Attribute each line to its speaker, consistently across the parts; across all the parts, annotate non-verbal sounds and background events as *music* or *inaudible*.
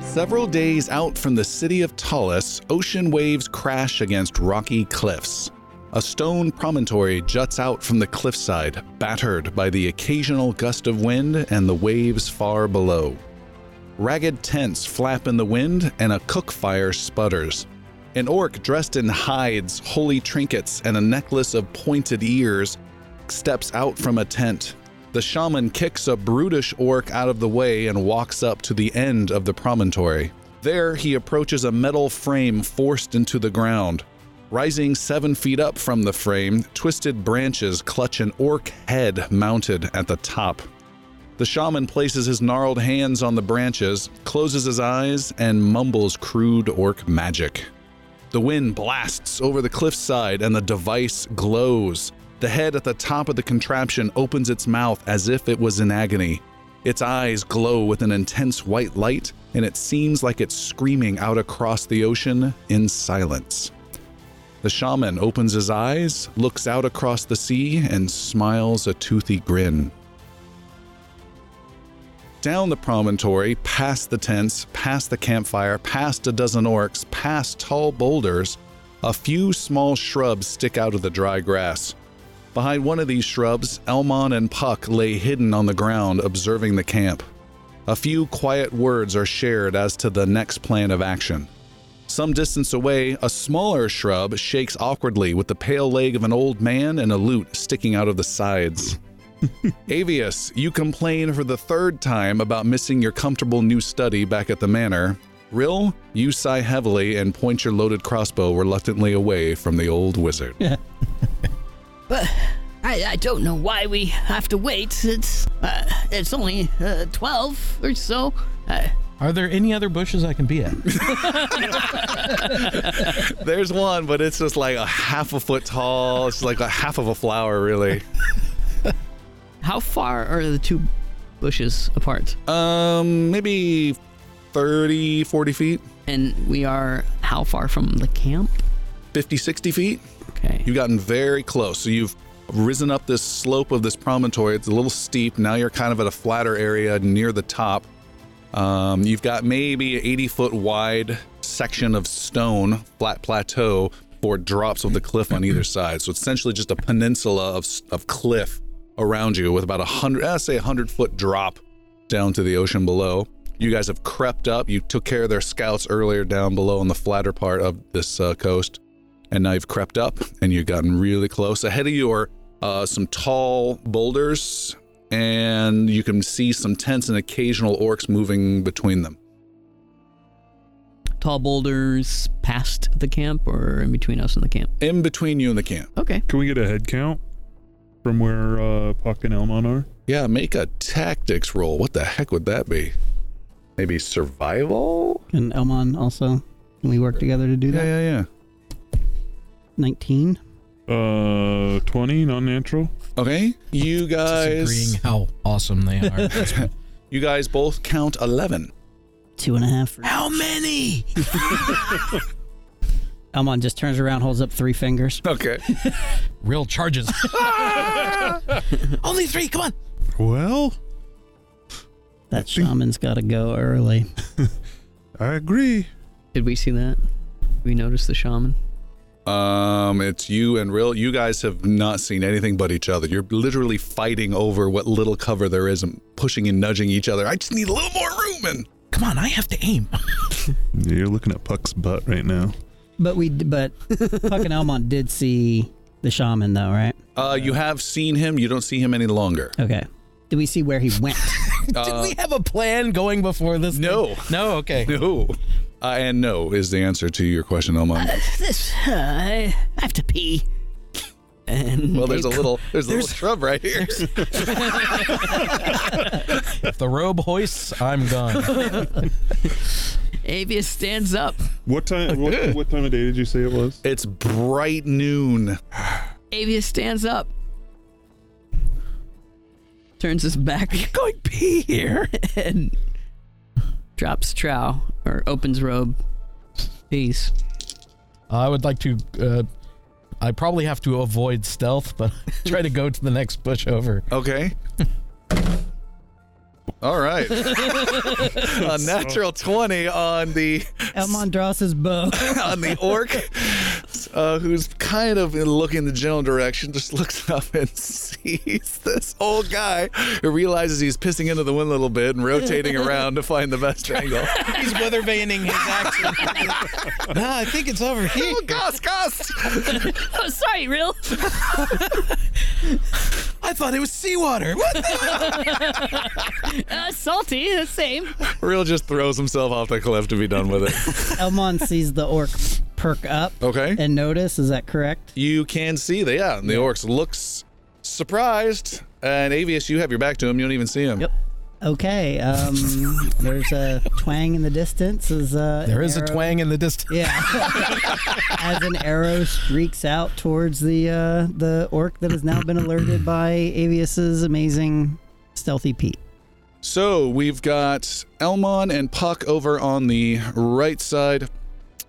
Speaker 1: Several days out from the city of Tullus, ocean waves crash against rocky cliffs. A stone promontory juts out from the cliffside, battered by the occasional gust of wind and the waves far below. Ragged tents flap in the wind, and a cook fire sputters. An orc dressed in hides, holy trinkets, and a necklace of pointed ears steps out from a tent. The shaman kicks a brutish orc out of the way and walks up to the end of the promontory. There, he approaches a metal frame forced into the ground. Rising seven feet up from the frame, twisted branches clutch an orc head mounted at the top. The shaman places his gnarled hands on the branches, closes his eyes, and mumbles crude orc magic. The wind blasts over the cliffside and the device glows. The head at the top of the contraption opens its mouth as if it was in agony. Its eyes glow with an intense white light, and it seems like it's screaming out across the ocean in silence. The shaman opens his eyes, looks out across the sea, and smiles a toothy grin down the promontory, past the tents, past the campfire, past a dozen orcs, past tall boulders, a few small shrubs stick out of the dry grass. Behind one of these shrubs, Elmon and Puck lay hidden on the ground, observing the camp. A few quiet words are shared as to the next plan of action. Some distance away, a smaller shrub shakes awkwardly with the pale leg of an old man and a lute sticking out of the sides. Avius, you complain for the third time about missing your comfortable new study back at the manor. Rill, you sigh heavily and point your loaded crossbow reluctantly away from the old wizard.
Speaker 2: But I, I don't know why we have to wait. It's uh, it's only uh, twelve or so. Uh,
Speaker 3: Are there any other bushes I can be at?
Speaker 1: *laughs* There's one, but it's just like a half a foot tall. It's like a half of a flower, really.
Speaker 2: how far are the two bushes apart?
Speaker 4: Uh,
Speaker 1: Um, maybe 30, 40 feet,
Speaker 2: And we are how far from the camp?
Speaker 1: 50, 60 feet.
Speaker 2: Okay.
Speaker 1: You've gotten very close. So you've risen up this slope of this promontory. It's a little steep. Now you're kind of at a flatter area near the top. Um, you've got maybe an 80 foot wide section of stone, flat plateau, for drops of the cliff on either side. So it's essentially just a peninsula of, of cliff around you with about a hundred, I say a hundred foot drop down to the ocean below. You guys have crept up. You took care of their scouts earlier down below on the flatter part of this uh, coast and now you've crept up and you've gotten really close. Ahead of you are uh, some tall boulders, and you can see some tents and occasional orcs moving between them.
Speaker 2: Tall boulders past the camp, or in between us and the camp?
Speaker 1: In between you and the camp.
Speaker 2: Okay.
Speaker 5: *laughs* Can we get a head count from where uh, Puck and Elmon are?
Speaker 1: Yeah, make a tactics roll. What the heck would that be? Maybe survival?
Speaker 6: Oh, And Elmon also. Can we work together to do
Speaker 1: Yeah,
Speaker 6: that?
Speaker 1: yeah, yeah.
Speaker 6: 19.
Speaker 5: Uh, 20, non natural.
Speaker 1: Okay, you
Speaker 4: Disagreeing
Speaker 1: guys,
Speaker 4: how awesome they are.
Speaker 1: you guys both count eleven.
Speaker 6: Two and a half. For-
Speaker 4: how
Speaker 6: *laughs*
Speaker 4: many?
Speaker 6: Elmon just turns around, holds up three fingers.
Speaker 1: *laughs* Okay.
Speaker 4: *laughs* Real
Speaker 5: *laughs*
Speaker 4: charges. Only three. Come on.
Speaker 7: Well,
Speaker 6: That shaman's got to go early.
Speaker 7: I agree.
Speaker 2: Did we see that? We noticed the shaman.
Speaker 1: Um, it's you and Rill. You guys have not seen anything but each other. You're literally fighting over what little cover there is and pushing and nudging each other. I just need a little more room and
Speaker 4: Come on. I have to aim. *laughs*
Speaker 5: You're looking at Puck's butt right now.
Speaker 6: But we,
Speaker 2: *laughs*
Speaker 6: d- but fucking Elmon did see the shaman though, right?
Speaker 1: uh you have seen him, you don't see him any longer.
Speaker 6: Okay. Did we see where he went?
Speaker 8: Uh,
Speaker 4: Did we have a plan going before this?
Speaker 1: No.
Speaker 4: thing? No. Okay.
Speaker 1: *laughs* No. Uh, and no is the answer to your question, Elmon.
Speaker 2: This uh, I have to pee. And
Speaker 1: Well, there's a little there's a little shrub right here.
Speaker 4: If the robe hoists,
Speaker 8: *laughs*
Speaker 4: I'm gone.
Speaker 2: Avius stands up.
Speaker 5: What
Speaker 4: Oh,
Speaker 5: time? What, what time of day did you say it was?
Speaker 1: *laughs* It's bright noon.
Speaker 2: Avius stands up. Turns his back. going pee here? *laughs* And drops trow or opens robe. Peace.
Speaker 4: I would like to. Uh, I probably have to avoid *laughs* stealth, but try to go to the next bush over.
Speaker 1: Okay. All right. a natural 20 on the
Speaker 6: Elmondras's
Speaker 4: *laughs*
Speaker 6: bow.
Speaker 1: on the orc uh, who's kind of looking in the general direction just looks up and *laughs* sees this old guy who realizes he's pissing into the wind a little bit and rotating around to find the best angle.
Speaker 8: He's weather vaning his action. no,
Speaker 4: Ah,
Speaker 8: I think it's over here.
Speaker 1: *laughs* Oh, Goss, Goss!
Speaker 2: Oh, sorry, real.
Speaker 8: I thought it was seawater. What? The?
Speaker 2: Uh, salty, the same.
Speaker 1: Real just throws himself off the cliff to be done with it.
Speaker 6: Elmon sees the orc perk up
Speaker 1: Okay.
Speaker 6: and notice. Is that correct?
Speaker 1: you can see that, yeah, and the orcs looks surprised. And Avius, you have your back to him. You don't even see him.
Speaker 6: Yep. Okay. Um, there's a twang in the distance. Is uh,
Speaker 4: There
Speaker 6: an
Speaker 4: is a
Speaker 6: arrow-
Speaker 4: twang in the distance.
Speaker 6: Yeah. *laughs* As an arrow streaks out towards the uh, the orc that has now been alerted by Avius's amazing stealthy Pete.
Speaker 1: So we've got Elmon and Puck over on the right side.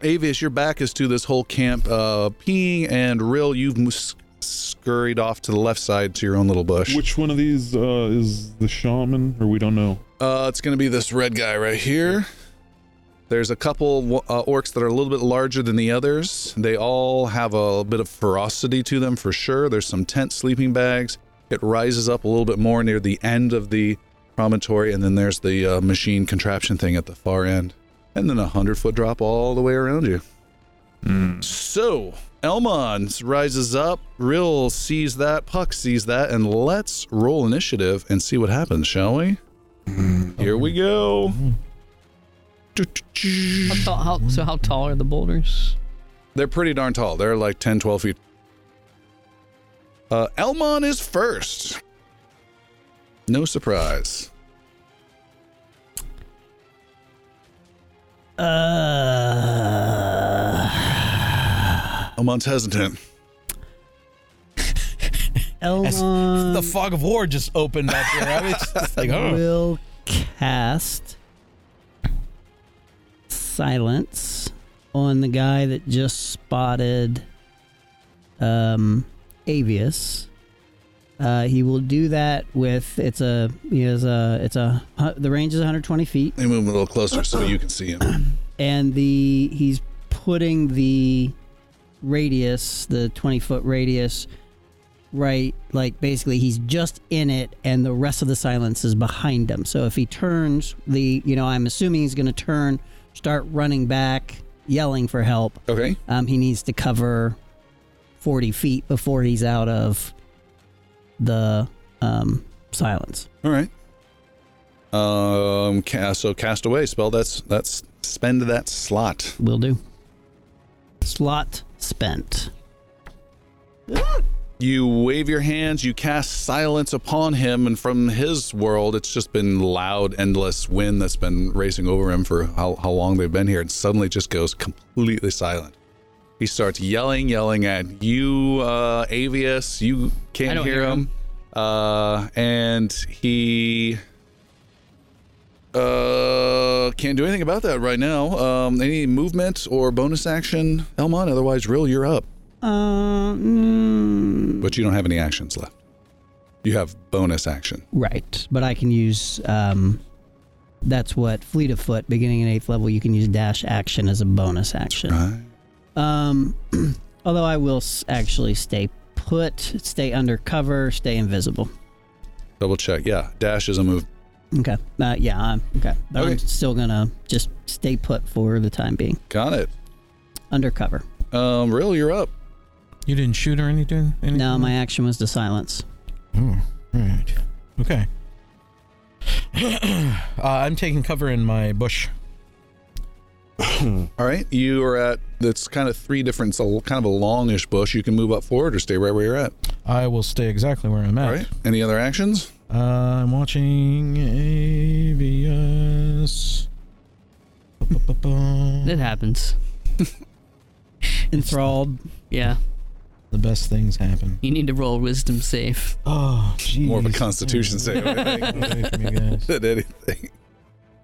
Speaker 1: Avius, your back is to this whole camp uh, peeing, and Rill, you've mo- s- scurried off to the left side to your own little bush.
Speaker 5: Which one of these uh, is the shaman, or we don't know?
Speaker 1: Uh, it's going to be this red guy right here. There's a couple uh, orcs that are a little bit larger than the others. They all have a bit of ferocity to them for sure. There's some tent sleeping bags. It rises up a little bit more near the end of the promontory, and then there's the uh, machine contraption thing at the far end. And then a hundred foot drop all the way around you. So Elmon rises up. Rill sees that. Puck sees that. And let's roll initiative and see what happens, shall we? Here we go.
Speaker 2: How tall, how, so, how tall are the boulders?
Speaker 1: They're pretty darn tall. They're like 10, 12 feet. Uh, Elmon is first. No surprise. Uh... Elmon's hesitant.
Speaker 8: *laughs*
Speaker 6: Elmon
Speaker 8: The fog of war just opened up here. I was just like, oh.
Speaker 6: will cast silence on the guy that just spotted um Avius. Uh, he will do that with it's a he has a it's a hu- the range is 120 feet
Speaker 1: Let me move a little closer so you can see him.
Speaker 6: and the he's putting the radius, the 20 foot radius, right. Like basically, he's just in it, and the rest of the silence is behind him. So if he turns, the you know, I'm assuming he's going to turn, start running back, yelling for help.
Speaker 1: Okay.
Speaker 6: Um, he needs to cover 40 feet before he's out of the um, silence.
Speaker 1: All right. Um. Ca- so cast away spell. That's that's spend that slot.
Speaker 6: Will do. Slot spent.
Speaker 1: You wave your hands, you cast silence upon him, and from his world, it's just been loud, endless wind that's been racing over him for how, how long they've been here. It suddenly just goes completely silent. He starts yelling, yelling at you, uh, Avius. You
Speaker 2: I
Speaker 1: can't
Speaker 2: don't
Speaker 1: hear,
Speaker 2: hear
Speaker 1: him.
Speaker 2: him.
Speaker 1: Uh, and he uh, can't do anything about that right now. Um, any movement or bonus action, Elmon? Otherwise, Rill, you're up
Speaker 6: Um.
Speaker 1: but you don't have any actions left. You have bonus action.
Speaker 6: Right, but I can use. Um, that's what fleet of foot. Beginning in eighth level, you can use dash action as a bonus action.
Speaker 1: Right.
Speaker 6: Um, *clears throat* although I will s- actually stay put, stay undercover, stay invisible.
Speaker 1: Double check. Yeah, dash is a move.
Speaker 6: Okay. Uh, yeah. I'm, okay. But
Speaker 1: Okay.
Speaker 6: I'm still gonna just stay put for the time being,
Speaker 1: Got it.
Speaker 6: undercover.
Speaker 1: Um, Rill, you're up.
Speaker 3: You didn't shoot or anything? anything?
Speaker 6: Now my action was to silence.
Speaker 4: Oh, right. Okay. *clears throat* uh, I'm taking cover in my bush.
Speaker 1: All right, you are at. It's kind of three different. It's a, kind of a longish bush. You can move up forward or stay right where you're at.
Speaker 4: I will stay exactly where I'm at.
Speaker 1: All right. Any other actions?
Speaker 4: Uh, I'm watching AVS. Ba-ba-ba-ba.
Speaker 2: It happens.
Speaker 6: Enthralled.
Speaker 2: Yeah,
Speaker 4: The best things happen.
Speaker 2: you need to roll wisdom safe.
Speaker 4: Oh, jeez.
Speaker 1: More of a *laughs* Constitution save I think,
Speaker 4: Away from
Speaker 1: *laughs*
Speaker 4: you guys.
Speaker 1: than anything.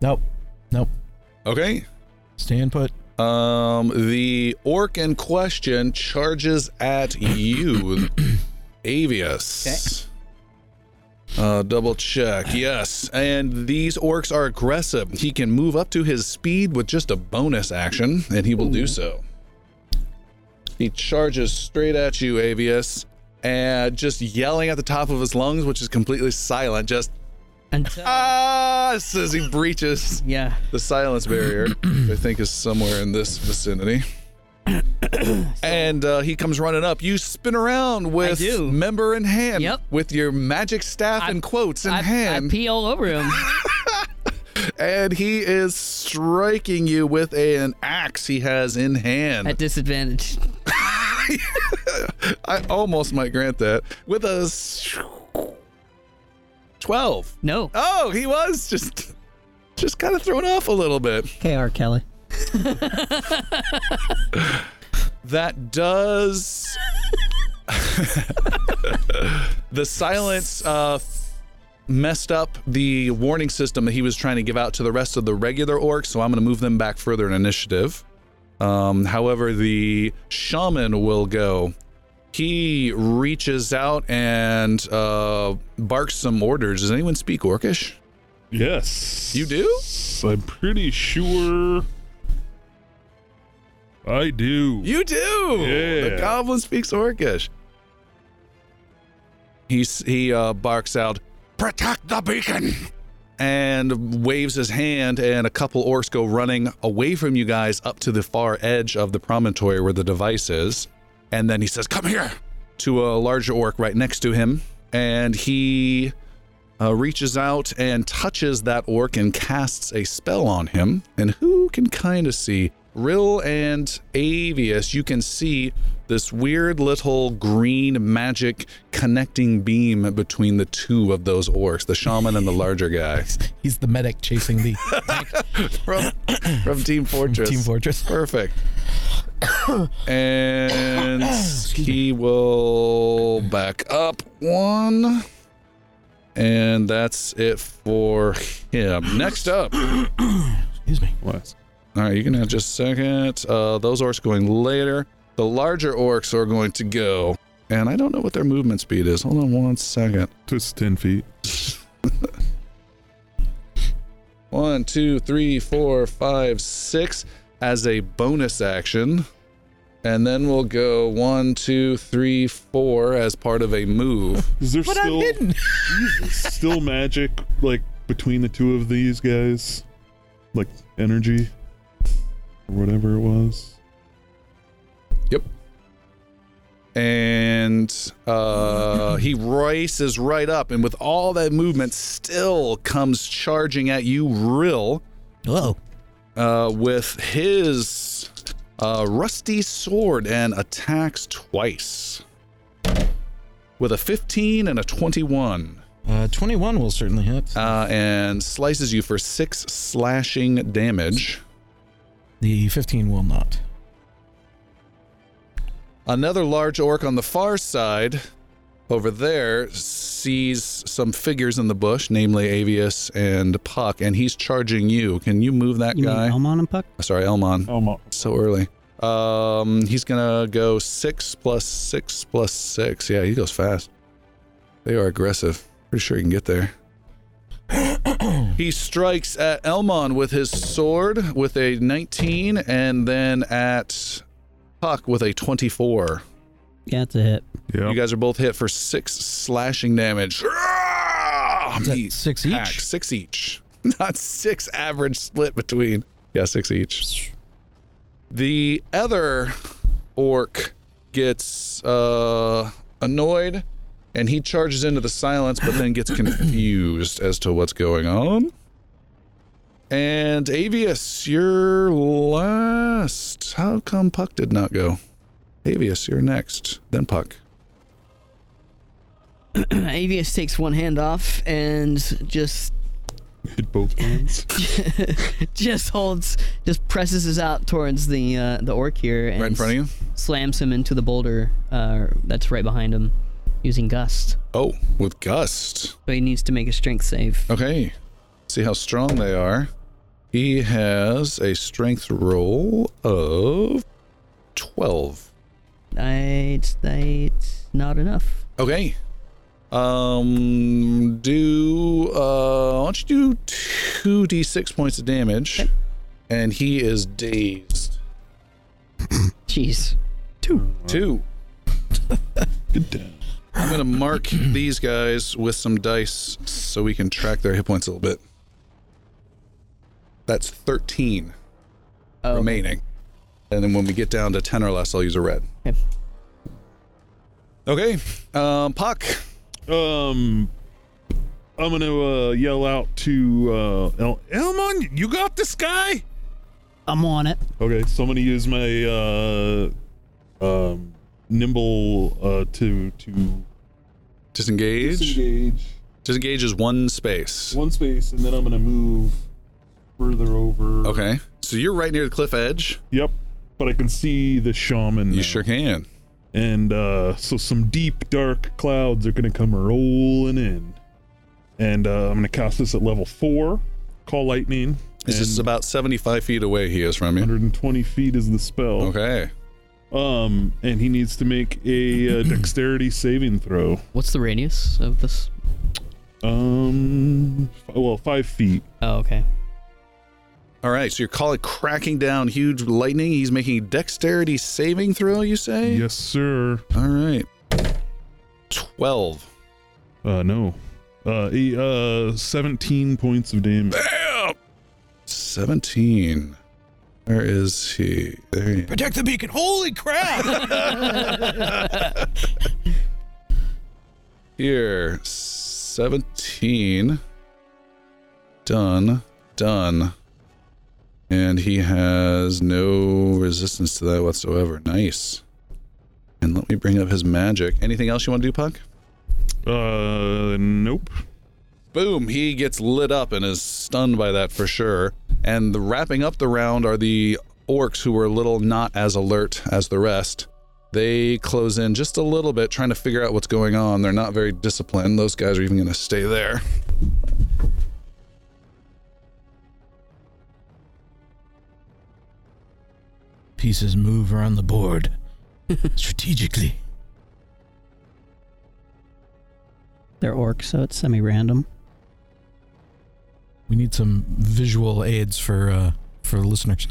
Speaker 4: Nope.
Speaker 1: Okay.
Speaker 4: Stay put.
Speaker 1: Um, the orc in question charges at you, Avius. Uh, double check. Yes. And these orcs are aggressive. He can move up to his speed with just a bonus action, and he will do so. He charges straight at you, Avius, and just yelling at the top of his lungs, which is completely silent, just
Speaker 6: Until
Speaker 1: ah, says he breaches
Speaker 6: yeah,
Speaker 1: the silence barrier, which I think is somewhere in
Speaker 2: *coughs*
Speaker 1: this vicinity. and uh, he comes running up. You spin around with
Speaker 2: do.
Speaker 1: member in hand,
Speaker 2: Yep.
Speaker 1: with your magic staff and quotes in
Speaker 2: I, I
Speaker 1: hand,
Speaker 2: pee all over him.
Speaker 1: and he is striking you with a- an axe he has in hand.
Speaker 2: At disadvantage.
Speaker 1: I almost might grant that with a s- twelve.
Speaker 2: No. *clears throat*
Speaker 1: Oh, he was just just kind of thrown off a little bit.
Speaker 6: Kr Kelly.
Speaker 1: That does. the silence uh, messed up the warning system that he was trying to give out to the rest of the regular orcs, so I'm going to move them back further in initiative. Um, however, the shaman will go. He reaches out and uh, barks some orders. Does anyone speak Orcish?
Speaker 5: Yes.
Speaker 1: You do?
Speaker 5: I'm pretty sure. I do.
Speaker 1: You do. The
Speaker 5: Yeah.
Speaker 1: goblin speaks Orcish. He s- he uh, barks out, "Protect the beacon!" and waves his hand, and a couple orcs go running away from you guys up to the far edge of the promontory where the device is. And then he says, "Come here!" to a larger orc right next to him, and he uh, reaches out and touches that orc and casts a spell on him. And who can kind of see? Rill and Avius, you can see this weird little green magic connecting beam between the two of those orcs, the shaman and the larger guy
Speaker 4: *laughs* He's the medic chasing the
Speaker 1: from, *coughs* from Team Fortress.
Speaker 4: Team Fortress.
Speaker 1: Perfect. And he will back up one. And that's it for him. Next up.
Speaker 4: Excuse me.
Speaker 1: What? All right, you can have just a second. Uh, those orcs going later. The larger orcs are going to go. And I don't know what their movement speed is. Hold on one second.
Speaker 5: Just 10 feet.
Speaker 1: One, two, three, four, five, six as a bonus action. And then we'll go one, two, three, four as part of a move.
Speaker 5: *laughs* Is there
Speaker 4: But I'm
Speaker 5: still
Speaker 4: hidden.
Speaker 5: Jesus, still magic like between the two of these guys? Like energy or whatever it was.
Speaker 1: and uh, he races right up, and with all that movement, still comes charging at you, Rill.
Speaker 4: Hello.
Speaker 1: uh, with his uh, rusty sword and attacks twice with a 15 and a 21
Speaker 4: Uh, 21 will certainly hit.
Speaker 1: uh, and slices you for six slashing damage
Speaker 4: The 15 will not.
Speaker 1: another large orc on the far side over there sees some figures in the bush namely avius and puck and he's charging you can you move that
Speaker 6: You
Speaker 1: guy
Speaker 6: mean Elmon and Puck?
Speaker 1: sorry elmon
Speaker 5: Oh my
Speaker 1: so early. Um, he's gonna go six plus six plus six. Yeah, he goes fast. They are aggressive. Pretty sure he can get there. *clears throat* he strikes at Elmon with his sword with a 19, and then at Puck with a 24.
Speaker 6: Yeah, it's a hit.
Speaker 5: yeah.
Speaker 1: You guys are both hit for six slashing damage.
Speaker 4: Is that six each?
Speaker 1: Axe, six each. *laughs* Not six average split between. Yeah, six each. The other orc gets uh, annoyed and he charges into the silence, but then gets confused as to what's going on. And Avius, you're last. How come Puck did not go? Avius, you're next. Then Puck.
Speaker 2: Avius takes one hand off and just *laughs*
Speaker 5: hit both hands.
Speaker 2: just holds just presses his out towards the uh, the orc here and
Speaker 1: Right in front of you?
Speaker 2: slams him into the boulder uh, that's right behind him using gust.
Speaker 1: Oh, with Gust.
Speaker 2: So he needs to make a strength save.
Speaker 1: Okay. See how strong they are. He has a strength roll of 12.
Speaker 2: That's that's not enough.
Speaker 1: Okay. Um, do uh, why don't you do two d six points of damage, and he is dazed.
Speaker 2: Jeez.
Speaker 1: Two.
Speaker 5: Good damn.
Speaker 1: I'm gonna mark these guys with some dice so we can track their hit points a little bit. That's thirteen remaining, and then when we get down to ten or less, I'll use a red.
Speaker 2: Okay.
Speaker 1: Okay, um, Puck.
Speaker 5: Um, I'm gonna uh, yell out to uh, El-
Speaker 7: Elmon, you got this guy?
Speaker 6: I'm on it.
Speaker 5: Okay, so I'm gonna use my uh, um, nimble uh, to to
Speaker 1: Disengage. Disengage.
Speaker 5: disengage
Speaker 1: is one space.
Speaker 5: one space, and then I'm gonna move further over.
Speaker 1: Okay, so you're right near the cliff edge.
Speaker 5: Yep, but I can see the shaman. now.
Speaker 1: You sure can.
Speaker 5: And uh, so some deep dark clouds are gonna come rolling in, and uh, I'm gonna cast this at level four. Call lightning.
Speaker 1: This
Speaker 5: and
Speaker 1: is about 75 feet away he is from you.
Speaker 5: 120 feet is the spell.
Speaker 1: Okay.
Speaker 5: Um, and he needs to make
Speaker 1: *clears throat*
Speaker 5: a uh, dexterity saving throw.
Speaker 9: What's the radius of this?
Speaker 5: Um, f- well, five feet.
Speaker 9: Oh, okay.
Speaker 1: All right, so you're calling cracking down huge lightning. He's making dexterity saving throw, you say?
Speaker 5: Yes, sir.
Speaker 1: All right. 12.
Speaker 5: Uh, no. Uh, he, uh, seventeen points of damage.
Speaker 1: 17. Where is he? There he is.
Speaker 8: Protect the beacon. Holy crap!
Speaker 1: Here. 17. Done. Done. And he has no resistance to that whatsoever. Nice. And let me bring up his magic. Anything else you want to do, Puck?
Speaker 5: Uh, nope.
Speaker 1: boom, he gets lit up and is stunned by that for sure. And the wrapping up the round are the orcs who were a little not as alert as the rest. They close in just a little bit, trying to figure out what's going on. They're not very disciplined. Those guys are even going to stay there.
Speaker 4: *laughs* Pieces move around
Speaker 8: *laughs*
Speaker 4: the board strategically.
Speaker 6: They're orcs, so it's semi-random.
Speaker 4: We need some visual aids for uh, for the listeners.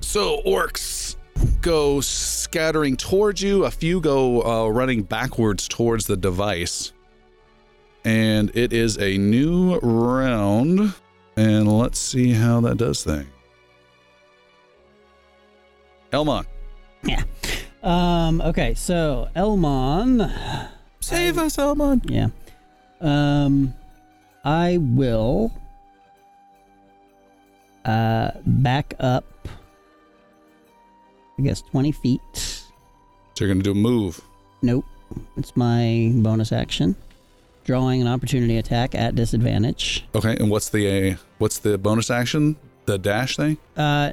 Speaker 1: So orcs go scattering towards you. A few go uh, running backwards towards the device. And it is a new round. And let's see how that does thing. Elmon,
Speaker 6: Um. Okay. So Elmon.
Speaker 4: Save us, Elmon.
Speaker 6: Yeah. Um. I will. Uh, back up. I guess twenty feet.
Speaker 1: so you're going to do a move.
Speaker 6: Nope. It's my bonus action. Drawing an opportunity attack at disadvantage.
Speaker 1: Okay, and what's the uh, what's the bonus action? The dash thing
Speaker 6: Uh,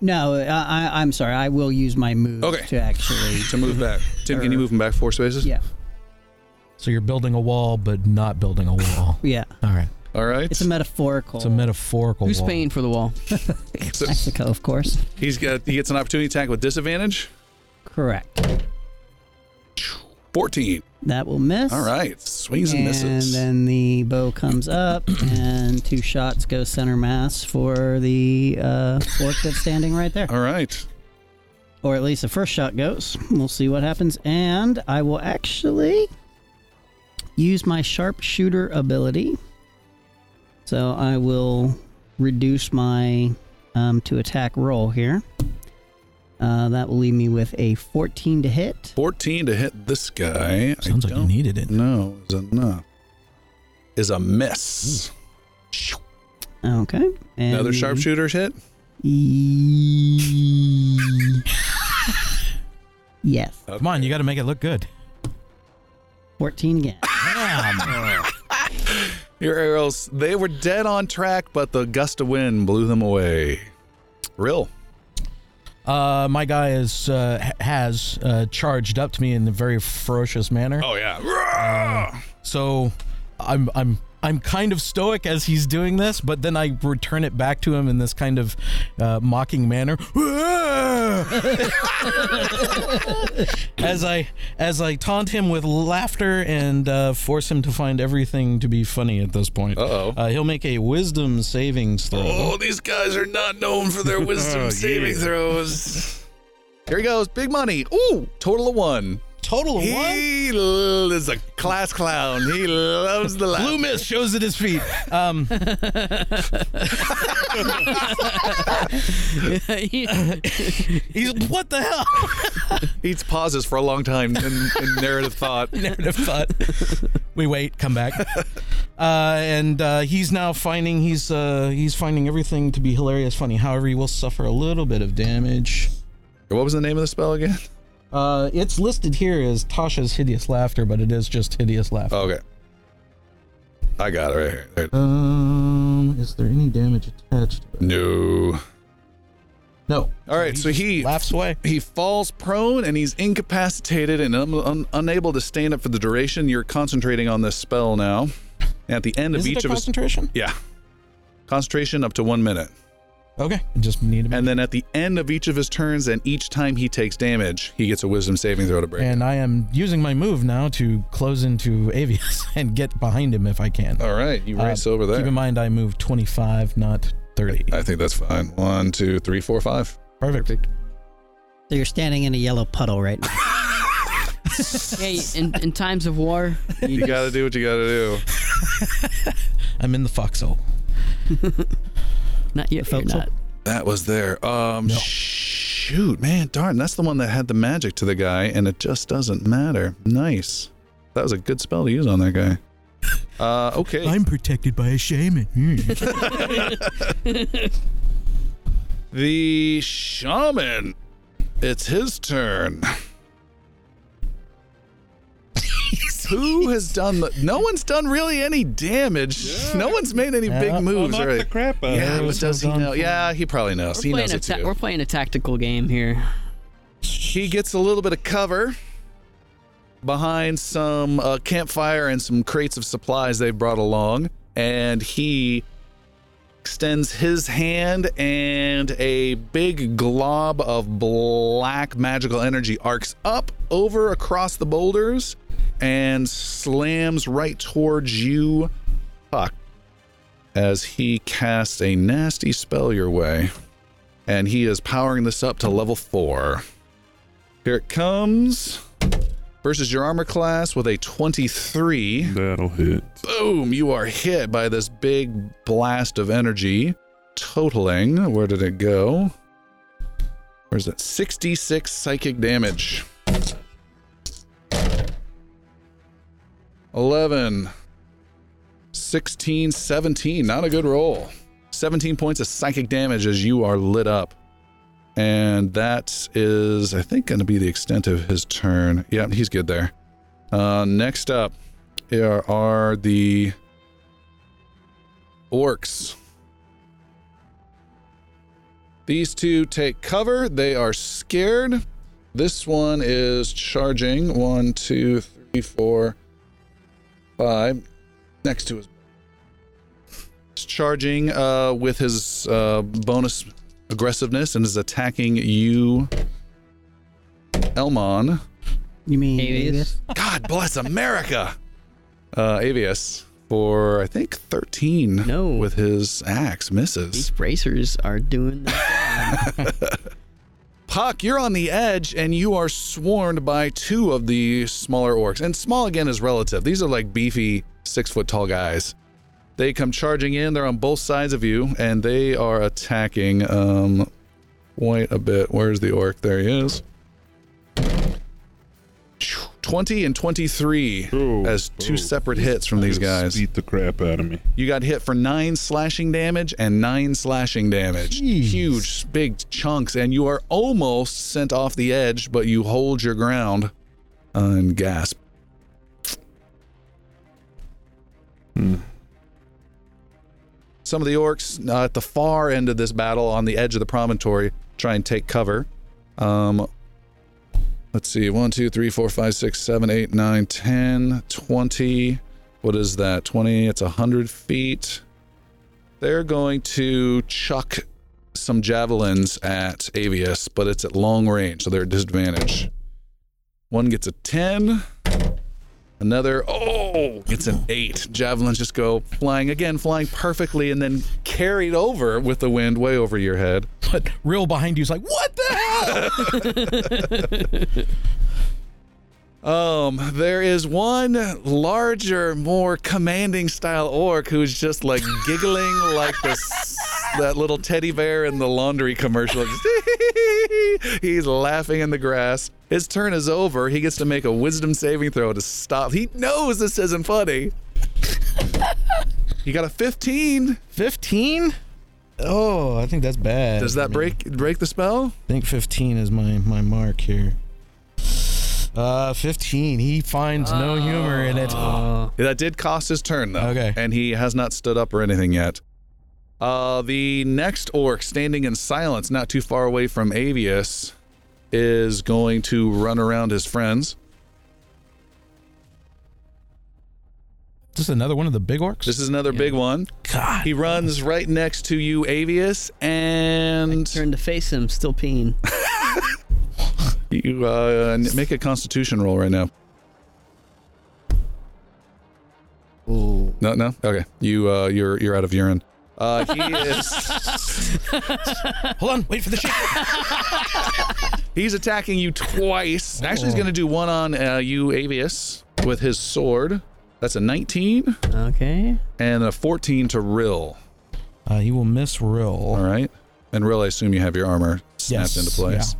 Speaker 6: no, I, I, I'm sorry. I will use my move
Speaker 1: Okay.
Speaker 6: to actually.
Speaker 1: to move back. Tim, can you move him back four spaces?
Speaker 6: Yeah,
Speaker 4: So you're building a wall, but not building a
Speaker 8: *laughs*
Speaker 4: wall.
Speaker 6: yeah.
Speaker 4: All right.
Speaker 1: All right.
Speaker 6: It's a metaphorical.
Speaker 4: It's a metaphorical
Speaker 9: Who's
Speaker 4: wall.
Speaker 9: paying for the wall?
Speaker 4: *laughs*
Speaker 1: So
Speaker 6: Mexico, of course.
Speaker 1: he's got he gets an opportunity attack with disadvantage.
Speaker 6: Correct.
Speaker 1: Fourteen.
Speaker 6: That will miss.
Speaker 1: All right. Swings and,
Speaker 6: And
Speaker 1: misses.
Speaker 6: then the bow comes up, and two shots go center mass for the uh, orc that's standing right there.
Speaker 1: All right.
Speaker 6: Or at least the first shot goes. We'll see what happens. And I will actually use my sharpshooter ability. So I will reduce my um, to attack roll here. Uh, that will leave me with a 14 to hit.
Speaker 1: 14 to hit this guy.
Speaker 4: Sounds
Speaker 1: I
Speaker 4: like you
Speaker 1: don't
Speaker 4: needed it.
Speaker 1: know is enough. Is a miss. Shoo.
Speaker 6: Okay. Hmm. And
Speaker 1: Another sharpshooter's hit.
Speaker 6: E- *laughs* yes.
Speaker 4: Come on, you got to make it look good.
Speaker 6: 14 again.
Speaker 1: Your arrows, they were dead on track, but the gust of wind blew them away. Real.
Speaker 4: Uh, my guy is uh, ha- has uh, charged up to me in a very ferocious manner.
Speaker 1: Oh, yeah.
Speaker 4: So I'm I'm I'm kind of stoic as he's doing this, but then I return it back to him in this kind of uh, mocking manner. *laughs* as I as I taunt him with laughter and uh, force him to find everything to be funny at this point.
Speaker 1: Uh-oh.
Speaker 4: Uh, he'll make a wisdom saving throw.
Speaker 1: Oh, these guys are not known for *laughs* their wisdom saving throws. Here he goes, big money. Ooh, total of one.
Speaker 4: Total of one.
Speaker 1: He l- is a class clown. He loves the laugh.
Speaker 4: Blue mist shows at his feet. Um, he's what the hell?
Speaker 1: He pauses for a long time in,
Speaker 4: *laughs*
Speaker 1: in narrative thought.
Speaker 4: narrative thought. We wait,
Speaker 1: *laughs*
Speaker 4: come back, uh, and uh, he's now finding he's uh, he's finding everything to be hilarious, funny. However, he will suffer a little bit of damage.
Speaker 1: What was the name of the spell again?
Speaker 4: Uh, it's listed here as Tasha's hideous laughter, but it is just hideous laughter.
Speaker 1: Oh, Okay. I got it right here. There-
Speaker 4: Um, is there any damage attached? To it?
Speaker 1: No.
Speaker 4: No.
Speaker 1: All right, so he
Speaker 4: laughs away.
Speaker 1: He falls prone and he's incapacitated and un- un- unable to stand up for the duration. You're concentrating on this spell now. At the end
Speaker 4: Is
Speaker 1: of
Speaker 4: it
Speaker 1: each
Speaker 4: a
Speaker 1: of his
Speaker 4: concentration?
Speaker 1: yeah, concentration up to one minute,
Speaker 4: Okay, just need to.
Speaker 1: and then at the end of each of his turns and each time he takes damage, he gets a Wisdom saving throw to break.
Speaker 4: And I am using my move now to close into Avius *laughs* and get behind him if I can.
Speaker 1: All right, you
Speaker 4: Uh,
Speaker 1: race over
Speaker 4: Keep
Speaker 1: there.
Speaker 4: in mind, I move 25, not 30.
Speaker 1: I think that's fine. One, two, three, four, five.
Speaker 4: Perfect.
Speaker 6: So you're standing in a yellow puddle right now.
Speaker 9: *laughs*
Speaker 4: *laughs*
Speaker 2: hey, in, in times of war,
Speaker 1: You gotta do what you gotta do.
Speaker 4: I'm in the foxhole.
Speaker 2: not yet. You're
Speaker 6: Folks,
Speaker 2: not.
Speaker 1: That was there. Um,
Speaker 4: No.
Speaker 1: shoot, man, darn, that's the one that had the magic to the guy, and it just doesn't matter. Nice. That was a good spell to use on that guy. Uh, okay.
Speaker 4: protected by a shaman. Hmm.
Speaker 1: the shaman. It's his turn. *laughs* Who has done the? No one's done really any damage. No one's made any
Speaker 4: Yeah.
Speaker 1: big
Speaker 5: I'll
Speaker 1: moves.
Speaker 5: knock
Speaker 1: Right?
Speaker 5: the crap out
Speaker 1: yeah,
Speaker 5: of you.
Speaker 1: but does he
Speaker 4: Done
Speaker 1: know?
Speaker 4: for.
Speaker 1: Yeah, he probably knows.
Speaker 2: We're
Speaker 1: he
Speaker 2: playing,
Speaker 1: knows
Speaker 2: a
Speaker 1: it
Speaker 2: ta-
Speaker 1: too.
Speaker 2: we're playing a tactical game here.
Speaker 1: He gets a little bit of cover behind some uh, campfire and some crates of supplies they've brought along, and he extends his hand, and a big glob of black magical energy arcs up over across the boulders and slams right towards you, Huck, as he casts a nasty spell your way. And he is powering this up to level four. Here it comes. Versus your armor class with a 23.
Speaker 5: That'll hit.
Speaker 1: Boom! You are hit by this big blast of energy, totaling. Where did it go? Where's that? 66 psychic damage. 11, 16, 17. Not a good roll. 17 points of psychic damage as you are lit up. And that is, I think, going to be the extent of his turn. Yep, he's good there. Uh, next up are, are the orcs. These two take cover. They are scared. This one is charging. One, two, three, four, five. Next to his. *laughs* He's charging uh, with his uh, bonus aggressiveness and is attacking you, Elmon.
Speaker 6: You mean
Speaker 2: Avius.
Speaker 1: God bless America. Uh, Avius for I think thirteen.
Speaker 2: No.
Speaker 1: with his axe
Speaker 2: These
Speaker 1: misses.
Speaker 2: bracers are doing.
Speaker 1: Puck, you're on the edge, and you are swarmed by two of the smaller orcs. And small again is relative. These are like beefy, six foot tall guys. They come charging in. They're on both sides of you, and they are attacking um, quite a bit. Where's the orc? There he is. Twenty and twenty-three
Speaker 5: Oh,
Speaker 1: as two
Speaker 5: oh.
Speaker 1: separate hits from these
Speaker 5: Just
Speaker 1: guys.
Speaker 5: Beat the crap out of me.
Speaker 1: You got hit for nine slashing damage and nine slashing damage. Huge, big chunks, and you are almost sent off the edge, but you hold your ground and gasp. Some of the orcs uh, at the far end of this battle on the edge of the promontory try and take cover. Um, let's see 1, 2, 3, 4, 5, 6, 7, 8, 9, 10, 20 what is that 20 it's 100 feet they're going to chuck some javelins at Avius, but it's at long range, so they're at disadvantage. One gets a 10. Another, oh, gets an eight. Javelins just go flying again, flying perfectly, and then carried over with the wind way over your head.
Speaker 4: *laughs* But real behind you is like, what the
Speaker 1: *laughs*
Speaker 4: hell?
Speaker 1: Um, there is one larger, more commanding style orc who's just like giggling like this that little teddy bear in the laundry commercial. *laughs* Just He's laughing in the grass. His turn is over. He gets to make a wisdom saving throw to stop. He knows this isn't funny. *laughs* He got a 15.
Speaker 4: 15? Oh, I think that's bad.
Speaker 1: Does that break break the spell?
Speaker 4: I think 15 is my my mark here. Uh, 15. He finds no humor in it.
Speaker 1: That did cost his turn, though.
Speaker 4: Okay.
Speaker 1: And he has not stood up or anything yet. Uh, the next orc standing in silence, not too far away from Avius, is going to run around his friends.
Speaker 4: This is another one of the big orcs.
Speaker 1: This is another big one.
Speaker 4: God.
Speaker 1: He runs right next to you, Avius, and
Speaker 2: Turn to face him, still peeing.
Speaker 1: you uh, make a constitution roll right now. No, no. Okay, you uh, you're you're out of urine. Uh, he is
Speaker 4: Hold on, wait for the shit. *laughs*
Speaker 1: he's attacking you twice. Actually, he's going to do one on uh, you, Avius, with his sword. That's a 19
Speaker 2: Okay.
Speaker 1: and a 14 to Rill.
Speaker 4: Uh, he will miss roll.
Speaker 1: All right. And Rill, I assume you have your armor snapped
Speaker 4: Yes,
Speaker 1: into place.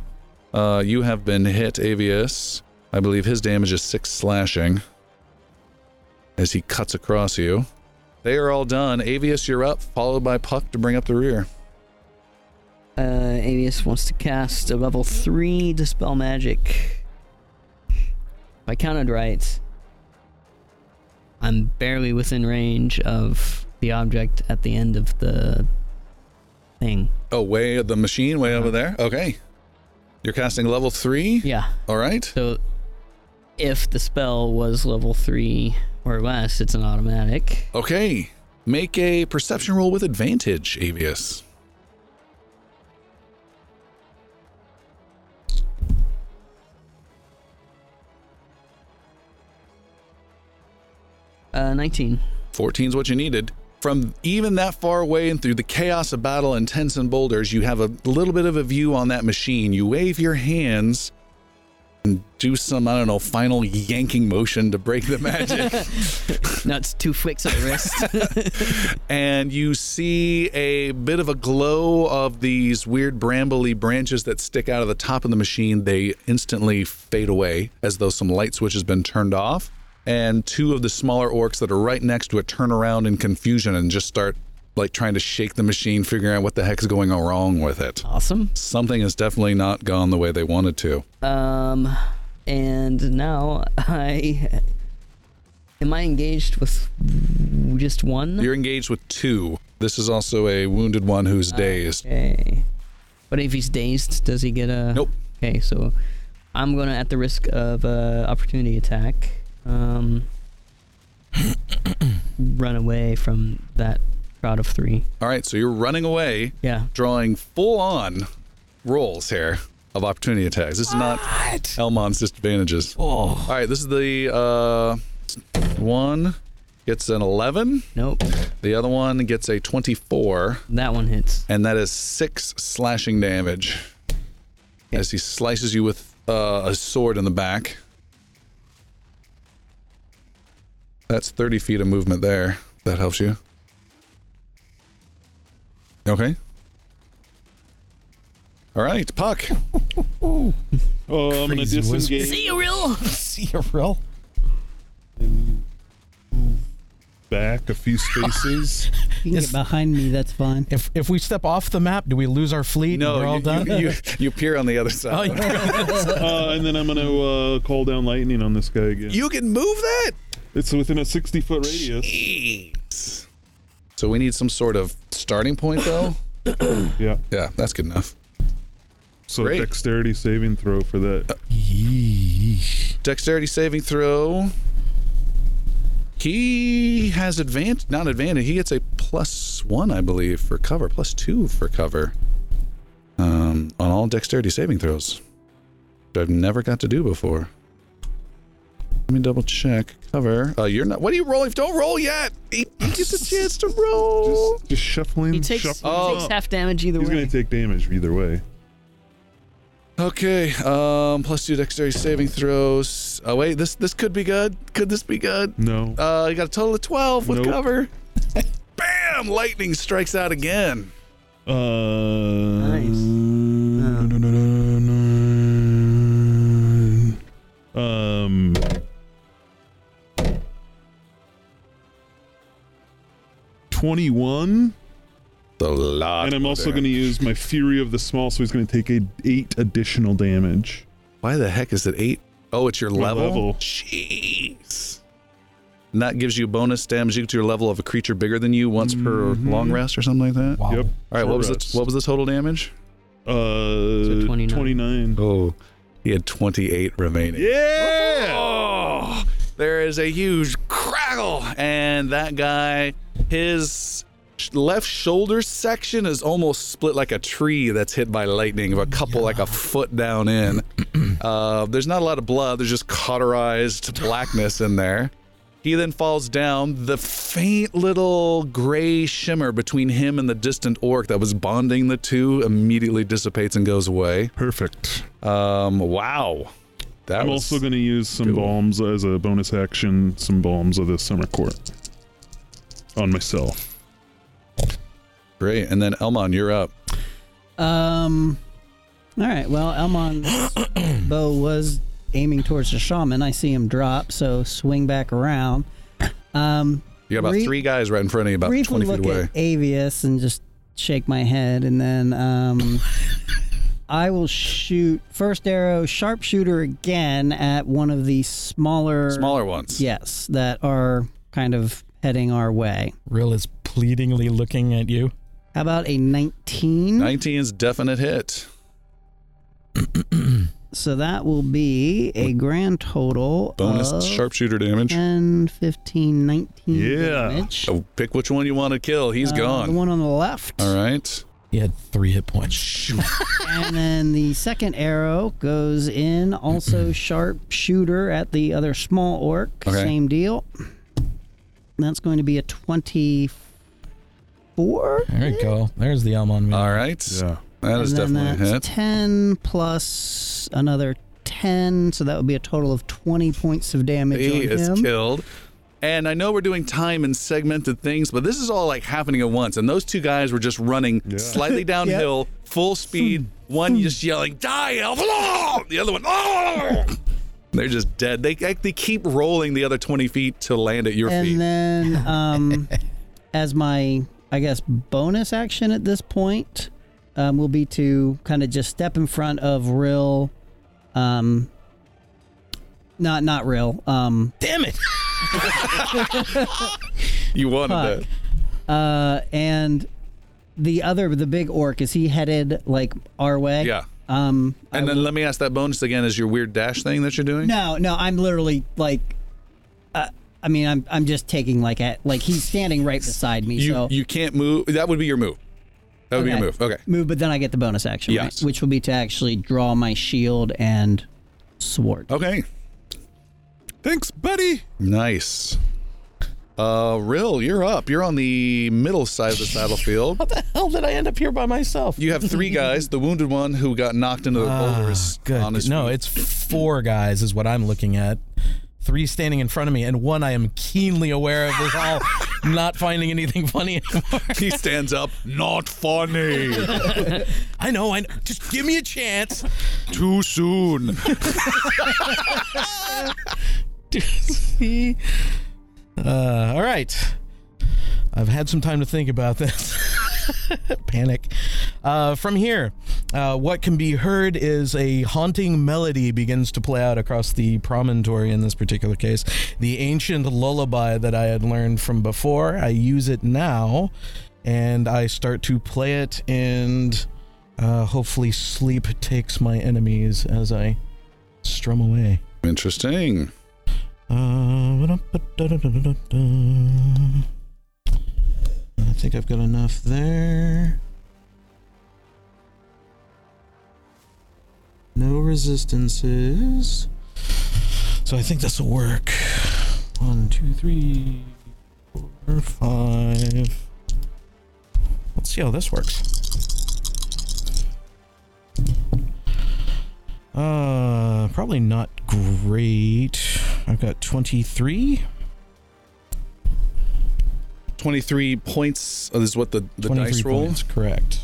Speaker 1: Uh, you have been hit, Avius. I believe his damage is six slashing as he cuts across you. They are all done. Avius, you're up, followed by Puck to bring up the rear.
Speaker 2: Uh, Avius wants to cast a level 3 Dispel Magic. If I counted right, I'm barely within range of the object at the end of the thing.
Speaker 1: Oh, way of the machine, way over there. Okay. You're casting level three.
Speaker 2: Yeah.
Speaker 1: All right.
Speaker 2: So if the spell was level 3 or less, it's an automatic.
Speaker 1: Okay. Make a perception roll with advantage, Avius.
Speaker 2: Uh, 19.
Speaker 1: 14 is what you needed. From even that far away and through the chaos of battle and tents and boulders, you have a little bit of a view on that machine. You wave your hands and do some, I don't know, final yanking motion to break the magic.
Speaker 2: No, it's two flicks of the
Speaker 1: *laughs*
Speaker 2: wrist.
Speaker 1: and you see a bit of a glow of these weird brambly branches that stick out of the top of the machine. They instantly fade away as though some light switch has been turned off. And two of the smaller orcs that are right next to it turn around in confusion and just start like trying to shake the machine, figuring out what the heck is going on wrong with it.
Speaker 2: awesome.
Speaker 1: Something has definitely not gone the way they wanted to.
Speaker 2: Um, and now I am I engaged with just one?
Speaker 1: You're engaged with two. This is also a wounded one who's dazed.
Speaker 2: okay. But if he's dazed, does he get a?
Speaker 1: Nope.
Speaker 2: Okay, so I'm gonna at the risk of uh, opportunity attack. Um, *coughs* run away from that crowd of three.
Speaker 1: All right, so you're running away.
Speaker 2: Yeah.
Speaker 1: drawing full on rolls here of opportunity attacks. This is not Elmon's disadvantages. All right, this is the uh, one gets an 11,
Speaker 2: Nope.
Speaker 1: the other one gets a 24,
Speaker 2: That one hits.
Speaker 1: and that is six slashing damage as he slices you with uh, a sword in the back. That's 30 feet of movement there. That helps you. Okay. All right, Puck.
Speaker 5: Oh, I'm gonna
Speaker 4: Crazy wizard.
Speaker 5: disengage.
Speaker 2: See you, real.
Speaker 4: *laughs* See a roll.
Speaker 5: back a few spaces.
Speaker 6: You can get behind me, that's fine.
Speaker 4: If if we step off the map, do we lose our fleet? and
Speaker 1: No,
Speaker 4: we're all
Speaker 1: you,
Speaker 4: done.
Speaker 1: You, you, you appear on the other side.
Speaker 4: Oh, yeah.
Speaker 5: *laughs* uh, and then I'm gonna uh, call down lightning on this guy again.
Speaker 1: You can move that?
Speaker 5: It's within a 60 foot radius.
Speaker 1: Jeez. So we need some sort of starting point, *laughs* though?
Speaker 5: Yeah.
Speaker 1: yeah, that's good enough.
Speaker 5: So
Speaker 1: Great. Uh,
Speaker 5: dexterity saving throw for that.
Speaker 1: Dexterity saving throw. He has advantage, not advantage. He gets a plus one, I believe, for cover, plus two for cover. on on all dexterity saving throws. That I've never got to do before. Let me double check. Cover. Uh, you're not. What are you rolling? Don't roll yet. He, he gets a chance to roll.
Speaker 5: Just, just shuffling.
Speaker 2: He takes,
Speaker 5: shuffle.
Speaker 2: he takes half damage either
Speaker 5: He's
Speaker 2: way.
Speaker 5: gonna take damage either way.
Speaker 1: Okay. Um, plus two dexterity saving throws. Oh wait, this this could be good. Could this be good?
Speaker 5: No.
Speaker 1: Uh, you got a total of twelve with
Speaker 5: Nope. *laughs*
Speaker 1: cover. Bam! Lightning strikes out again.
Speaker 5: Uh, Um. Twenty-one,
Speaker 1: The lot.
Speaker 5: and I'm also
Speaker 1: there.
Speaker 5: going to use my Fury of the Small, so he's going to take a eight additional damage.
Speaker 1: Why the heck is it eight? Oh, it's your
Speaker 5: My
Speaker 1: level?
Speaker 5: level.
Speaker 1: Jeez. And that gives you bonus damage equal to your level of a creature bigger than you once
Speaker 5: Mm-hmm.
Speaker 1: per long rest or something like that. Oh. All
Speaker 5: Yep.
Speaker 1: right, what was
Speaker 5: Correct.
Speaker 1: the what was the total damage?
Speaker 5: Uh,
Speaker 9: So 29.
Speaker 5: 29.
Speaker 1: Oh, he had 28 remaining.
Speaker 5: Yeah.
Speaker 1: Oh, there is a huge crackle, and that guy, his sh- left shoulder section is almost split like a tree that's hit by lightning, of a couple like a foot down
Speaker 5: *clears throat*
Speaker 1: in. uh, there's not a lot of blood. There's just cauterized blackness in there. He then falls down. The faint little gray shimmer between him and the distant orc that was bonding the two immediately dissipates and goes away.
Speaker 5: Perfect.
Speaker 1: Um, wow. That
Speaker 5: I'm
Speaker 1: was
Speaker 5: also going to use some
Speaker 1: good one.
Speaker 5: balms as a bonus action, some balms of the summer court on myself.
Speaker 1: great. And then Elmon, you're up.
Speaker 6: Um. All right. Well, Elmon's bow was aiming towards the shaman. I see him drop, so swing back around. Um,
Speaker 1: You got about
Speaker 6: Re-
Speaker 1: three guys right in front of you, about 20
Speaker 6: briefly
Speaker 1: feet
Speaker 6: look
Speaker 1: away.
Speaker 6: at Avius and just shake my head, and then um, I will shoot first arrow sharpshooter again at one of the smaller,
Speaker 1: Smaller ones.
Speaker 6: yes that are kind of heading our way.
Speaker 4: Real is pleadingly looking at you.
Speaker 6: How about a 19?
Speaker 1: 19 is definite hit.
Speaker 6: So that will be a grand total
Speaker 1: Bonus
Speaker 6: of
Speaker 1: sharpshooter damage.
Speaker 6: 10, 15, 19
Speaker 5: Yeah.
Speaker 6: damage.
Speaker 1: Oh, pick which one you want to kill. He's
Speaker 6: Uh, The
Speaker 1: gone.
Speaker 6: one on the left.
Speaker 1: All right.
Speaker 4: He had three hit points.
Speaker 6: And then the second arrow goes in,
Speaker 1: *clears throat*
Speaker 6: also sharp shooter at the other small orc.
Speaker 1: Okay.
Speaker 6: Same deal. That's going to be a 24.
Speaker 4: There you go. There's the Elmon.
Speaker 1: All right. That is
Speaker 6: and then
Speaker 1: definitely a
Speaker 6: that's
Speaker 1: hit.
Speaker 6: 10 plus another 10. So that would be a total of 20 points of damage
Speaker 1: He
Speaker 6: on
Speaker 1: is
Speaker 6: him.
Speaker 1: killed. And I know we're doing time and segmented things, but this is all like happening at once. And those two guys were just running slightly
Speaker 6: *laughs*
Speaker 1: downhill, full speed. One just yelling, "Die, elf!" The other one, "Oh!" They're just dead. They they keep rolling the other twenty feet to land at your feet. *laughs*
Speaker 6: And then, um, as my, I guess, bonus action at this point, um, will be to kind of just step in front of real, um, not not real, um,
Speaker 4: Damn it!
Speaker 1: you wanted
Speaker 6: fuck.
Speaker 1: that.
Speaker 6: uh, and the other, the big orc, is he headed like our way?
Speaker 1: Yeah.
Speaker 6: Um, I
Speaker 1: And then let me ask that bonus again: Is your weird dash thing that you're doing?
Speaker 6: No, no, I'm literally like, uh, I mean, I'm I'm just taking like a like he's standing right beside me,
Speaker 1: You
Speaker 6: so
Speaker 1: you can't move. That would be your move. That would be your move. Okay.
Speaker 6: move, but then I get the bonus action, right?
Speaker 1: Yes.
Speaker 6: which will be to actually draw my shield and sword.
Speaker 1: Okay.
Speaker 7: Thanks, buddy.
Speaker 1: Nice. Uh, Rill, you're up. You're on the middle side of this battlefield.
Speaker 4: *laughs* How the hell did I end up here by myself?
Speaker 1: You have three guys. The wounded one who got knocked into the boulder is
Speaker 4: Ah, Good.
Speaker 1: on his
Speaker 4: no,
Speaker 1: feet.
Speaker 4: it's four guys is what I'm looking at. Three standing in front of me, and one I am keenly aware of is *laughs* all not finding anything funny anymore.
Speaker 1: *laughs* he stands up. Not funny. *laughs*
Speaker 4: I know, I know. Just give me a chance.
Speaker 1: Too
Speaker 4: *laughs*
Speaker 1: soon.
Speaker 4: *laughs* See? Uh, all right. I've had some time to think about this. *laughs* Panic. Uh, from here, uh, what can be heard is a haunting melody begins to play out across the promontory in this particular case. The ancient lullaby that I had learned from before, I use it now and I start to play it, and uh, hopefully, sleep takes my enemies as I strum away.
Speaker 1: Interesting.
Speaker 4: Uh, I think I've got enough there. resistances. So I think this will work. One, two, three, four, five. Let's see how this works. Uh, probably not great. I've got 23.
Speaker 1: 23 points uh, is what the, the
Speaker 4: 23
Speaker 1: dice roll.
Speaker 4: points, correct.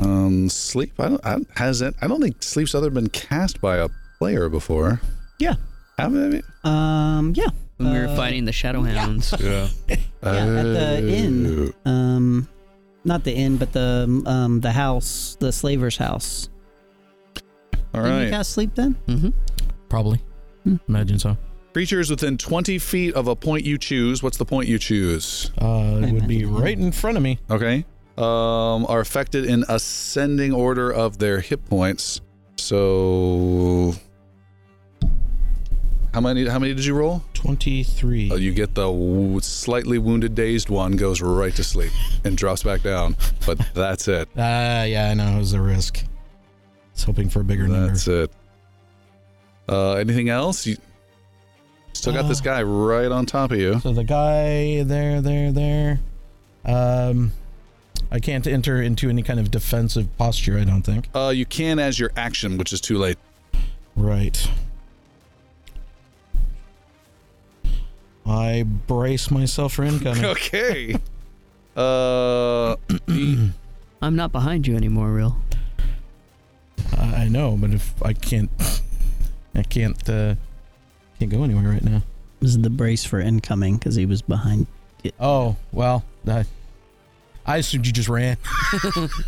Speaker 1: Um, sleep. I don't. I, don't- has it? I don't think sleep's other been cast by a player before.
Speaker 6: Yeah.
Speaker 1: Haven't it?
Speaker 4: Mm,
Speaker 6: Um, yeah.
Speaker 9: When we
Speaker 6: Uh,
Speaker 9: were fighting the Shadowhounds.
Speaker 1: Yeah.
Speaker 6: Yeah, at the inn. Um, not the inn, but the um the house, the slaver's house.
Speaker 1: All
Speaker 6: Didn't
Speaker 1: right.
Speaker 6: you cast sleep then?
Speaker 9: Mm-hmm.
Speaker 4: Probably. Imagine so.
Speaker 1: Creatures within 20 feet of a point you choose. What's the point you choose?
Speaker 4: Uh, it would be
Speaker 6: imagine.
Speaker 4: right in front of me.
Speaker 1: Okay. Um, are affected in ascending order of their hit points. So, how many? How many did you roll?
Speaker 4: 23.
Speaker 1: Oh, you get the w- slightly wounded, dazed one goes right to sleep and drops back down. But that's it.
Speaker 4: Ah, yeah, I know. It was a risk. I was hoping for a bigger number.
Speaker 1: That's it. Uh, anything else? You still got this
Speaker 4: Uh.
Speaker 1: guy right on top of you.
Speaker 4: So the guy there, there, there. Um, I can't enter into any kind of defensive posture, I don't think.
Speaker 1: Uh, you can as your action, which is too late. *laughs*
Speaker 4: Right. I brace myself
Speaker 1: *laughs*
Speaker 4: for incoming.
Speaker 1: Okay. uh,
Speaker 9: I'm not behind you anymore, real.
Speaker 4: I I know, but if I can't, *laughs* I can't, uh, can't go anywhere right now.
Speaker 6: This is the brace for incoming because he was behind.
Speaker 4: Oh well, I, I assumed you just ran. *laughs*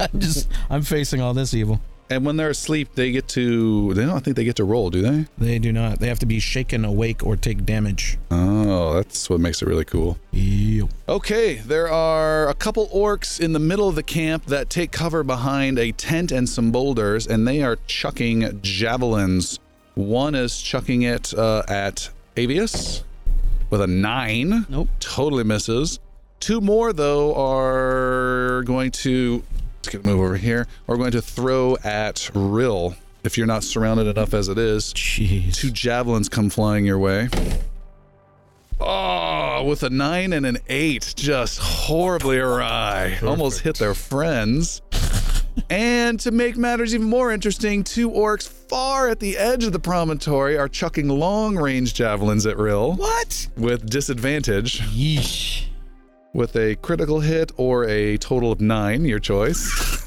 Speaker 4: I'm just, I'm facing all this evil.
Speaker 1: and when they're asleep, they get to. They don't think they get to roll, do they?
Speaker 4: They do not. They have to be shaken awake or take damage.
Speaker 1: Oh, that's what makes it really cool.
Speaker 4: Yep.
Speaker 1: Okay, there are a couple orcs in the middle of the camp that take cover behind a tent and some boulders, and they are chucking javelins. One is chucking it uh, at Avius with a nine.
Speaker 9: Nope.
Speaker 1: Totally misses. Two more, though, are going to. Let's get a move over here. Are going to throw at Rill if you're not surrounded enough as it is.
Speaker 4: Jeez.
Speaker 1: Two javelins come flying your way. Oh, with a nine and an eight, just horribly awry. Almost hit their friends. and to make matters even more interesting, two orcs far at the edge of the promontory are chucking long range javelins at Rill. What? With disadvantage,
Speaker 4: Yeesh.
Speaker 1: with a critical hit or a total of nine, your
Speaker 4: *laughs*
Speaker 1: choice.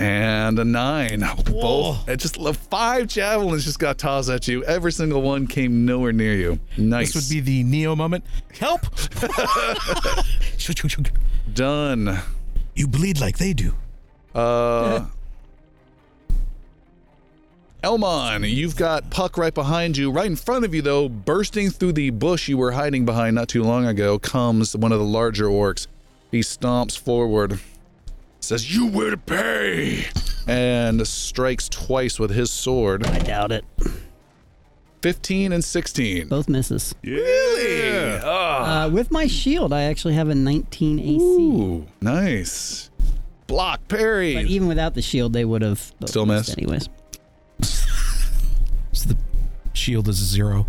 Speaker 1: and a nine. Both. It just uh, five javelins just got tossed at you. Every single one came nowhere near you. Nice.
Speaker 4: This would be the Neo moment. Help! Shoo, shoo, shoo.
Speaker 1: done.
Speaker 4: you bleed like they do.
Speaker 6: *laughs*
Speaker 1: Uh. Elmon, you've got Puck right behind you. Right in front of you, though, bursting through the bush you were hiding behind not too long ago, comes one of the larger orcs. He stomps forward, says, You will pay! And strikes twice with his sword
Speaker 6: I doubt it.
Speaker 1: 15 and 16.
Speaker 6: Both misses.
Speaker 1: Really? Ah.
Speaker 6: Uh, with my shield, I actually have a 19 AC.
Speaker 1: Ooh, nice. Block, parry.
Speaker 6: But even without the shield, they would have both
Speaker 1: Still
Speaker 6: missed
Speaker 1: missed.
Speaker 6: anyways.
Speaker 4: So the shield is a zero.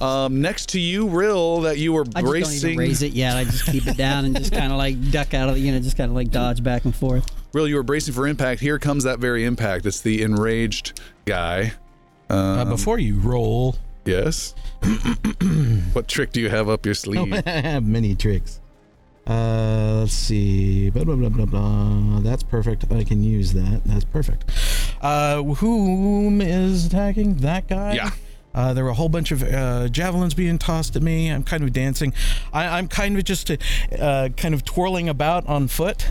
Speaker 1: um, next to you, Rill, that you were
Speaker 6: I just don't
Speaker 1: bracing.
Speaker 6: even raise it yet. I just keep it down and just kind of like duck out of the, you know, just kind of like dodge back and forth.
Speaker 1: Real, you were bracing for impact. Here comes that very impact. It's the enraged guy. Um,
Speaker 4: Uh, before you roll, *clears throat*
Speaker 1: Yes. what trick do you have up your sleeve?
Speaker 4: Oh, *laughs* many tricks. Uh, let's see. Blah, blah, blah, blah, blah. That's perfect. I can use that. That's perfect. Uh, whom is attacking? That guy?
Speaker 1: Yeah.
Speaker 4: Uh, there were a whole bunch of uh, javelins being tossed at me. I'm kind of dancing. I, I'm kind of just uh, kind of twirling about on foot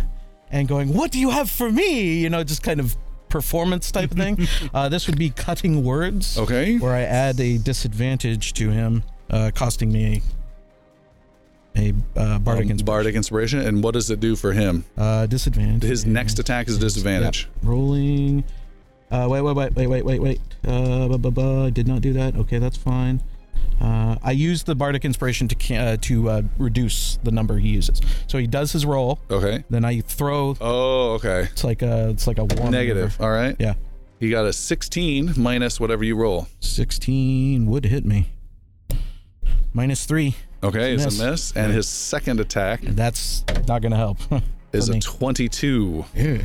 Speaker 4: and going, What do you have for me? You know, just kind of performance type
Speaker 1: *laughs*
Speaker 4: of thing. uh, this would be cutting words.
Speaker 1: Okay.
Speaker 4: Where I add a disadvantage to him, uh, costing me a uh, bardic
Speaker 1: Um,
Speaker 4: inspiration.
Speaker 1: Bardic inspiration. And what does it do for him?
Speaker 4: Uh, disadvantage.
Speaker 1: His next attack is disadvantage.
Speaker 4: Yep. Rolling. Uh, wait, wait, wait, wait, wait, wait, wait. Uh, bu- bu- bu- I did not do that. Okay, that's fine. Uh, I use the bardic inspiration to ca- uh, to uh, reduce the number he uses. So he does his roll.
Speaker 1: Okay.
Speaker 4: Then I throw.
Speaker 1: Oh, okay.
Speaker 4: It's like a it's like a one
Speaker 1: Negative.
Speaker 4: over-
Speaker 1: All right.
Speaker 4: Yeah.
Speaker 1: You got a 16 minus whatever you roll.
Speaker 4: Sixteen would hit me. Minus three.
Speaker 1: Okay,
Speaker 4: It's a
Speaker 1: it's a miss. And his second attack
Speaker 4: That's not gonna help. *laughs*
Speaker 1: is
Speaker 4: For
Speaker 1: a
Speaker 4: me.
Speaker 1: 22.
Speaker 4: Ew.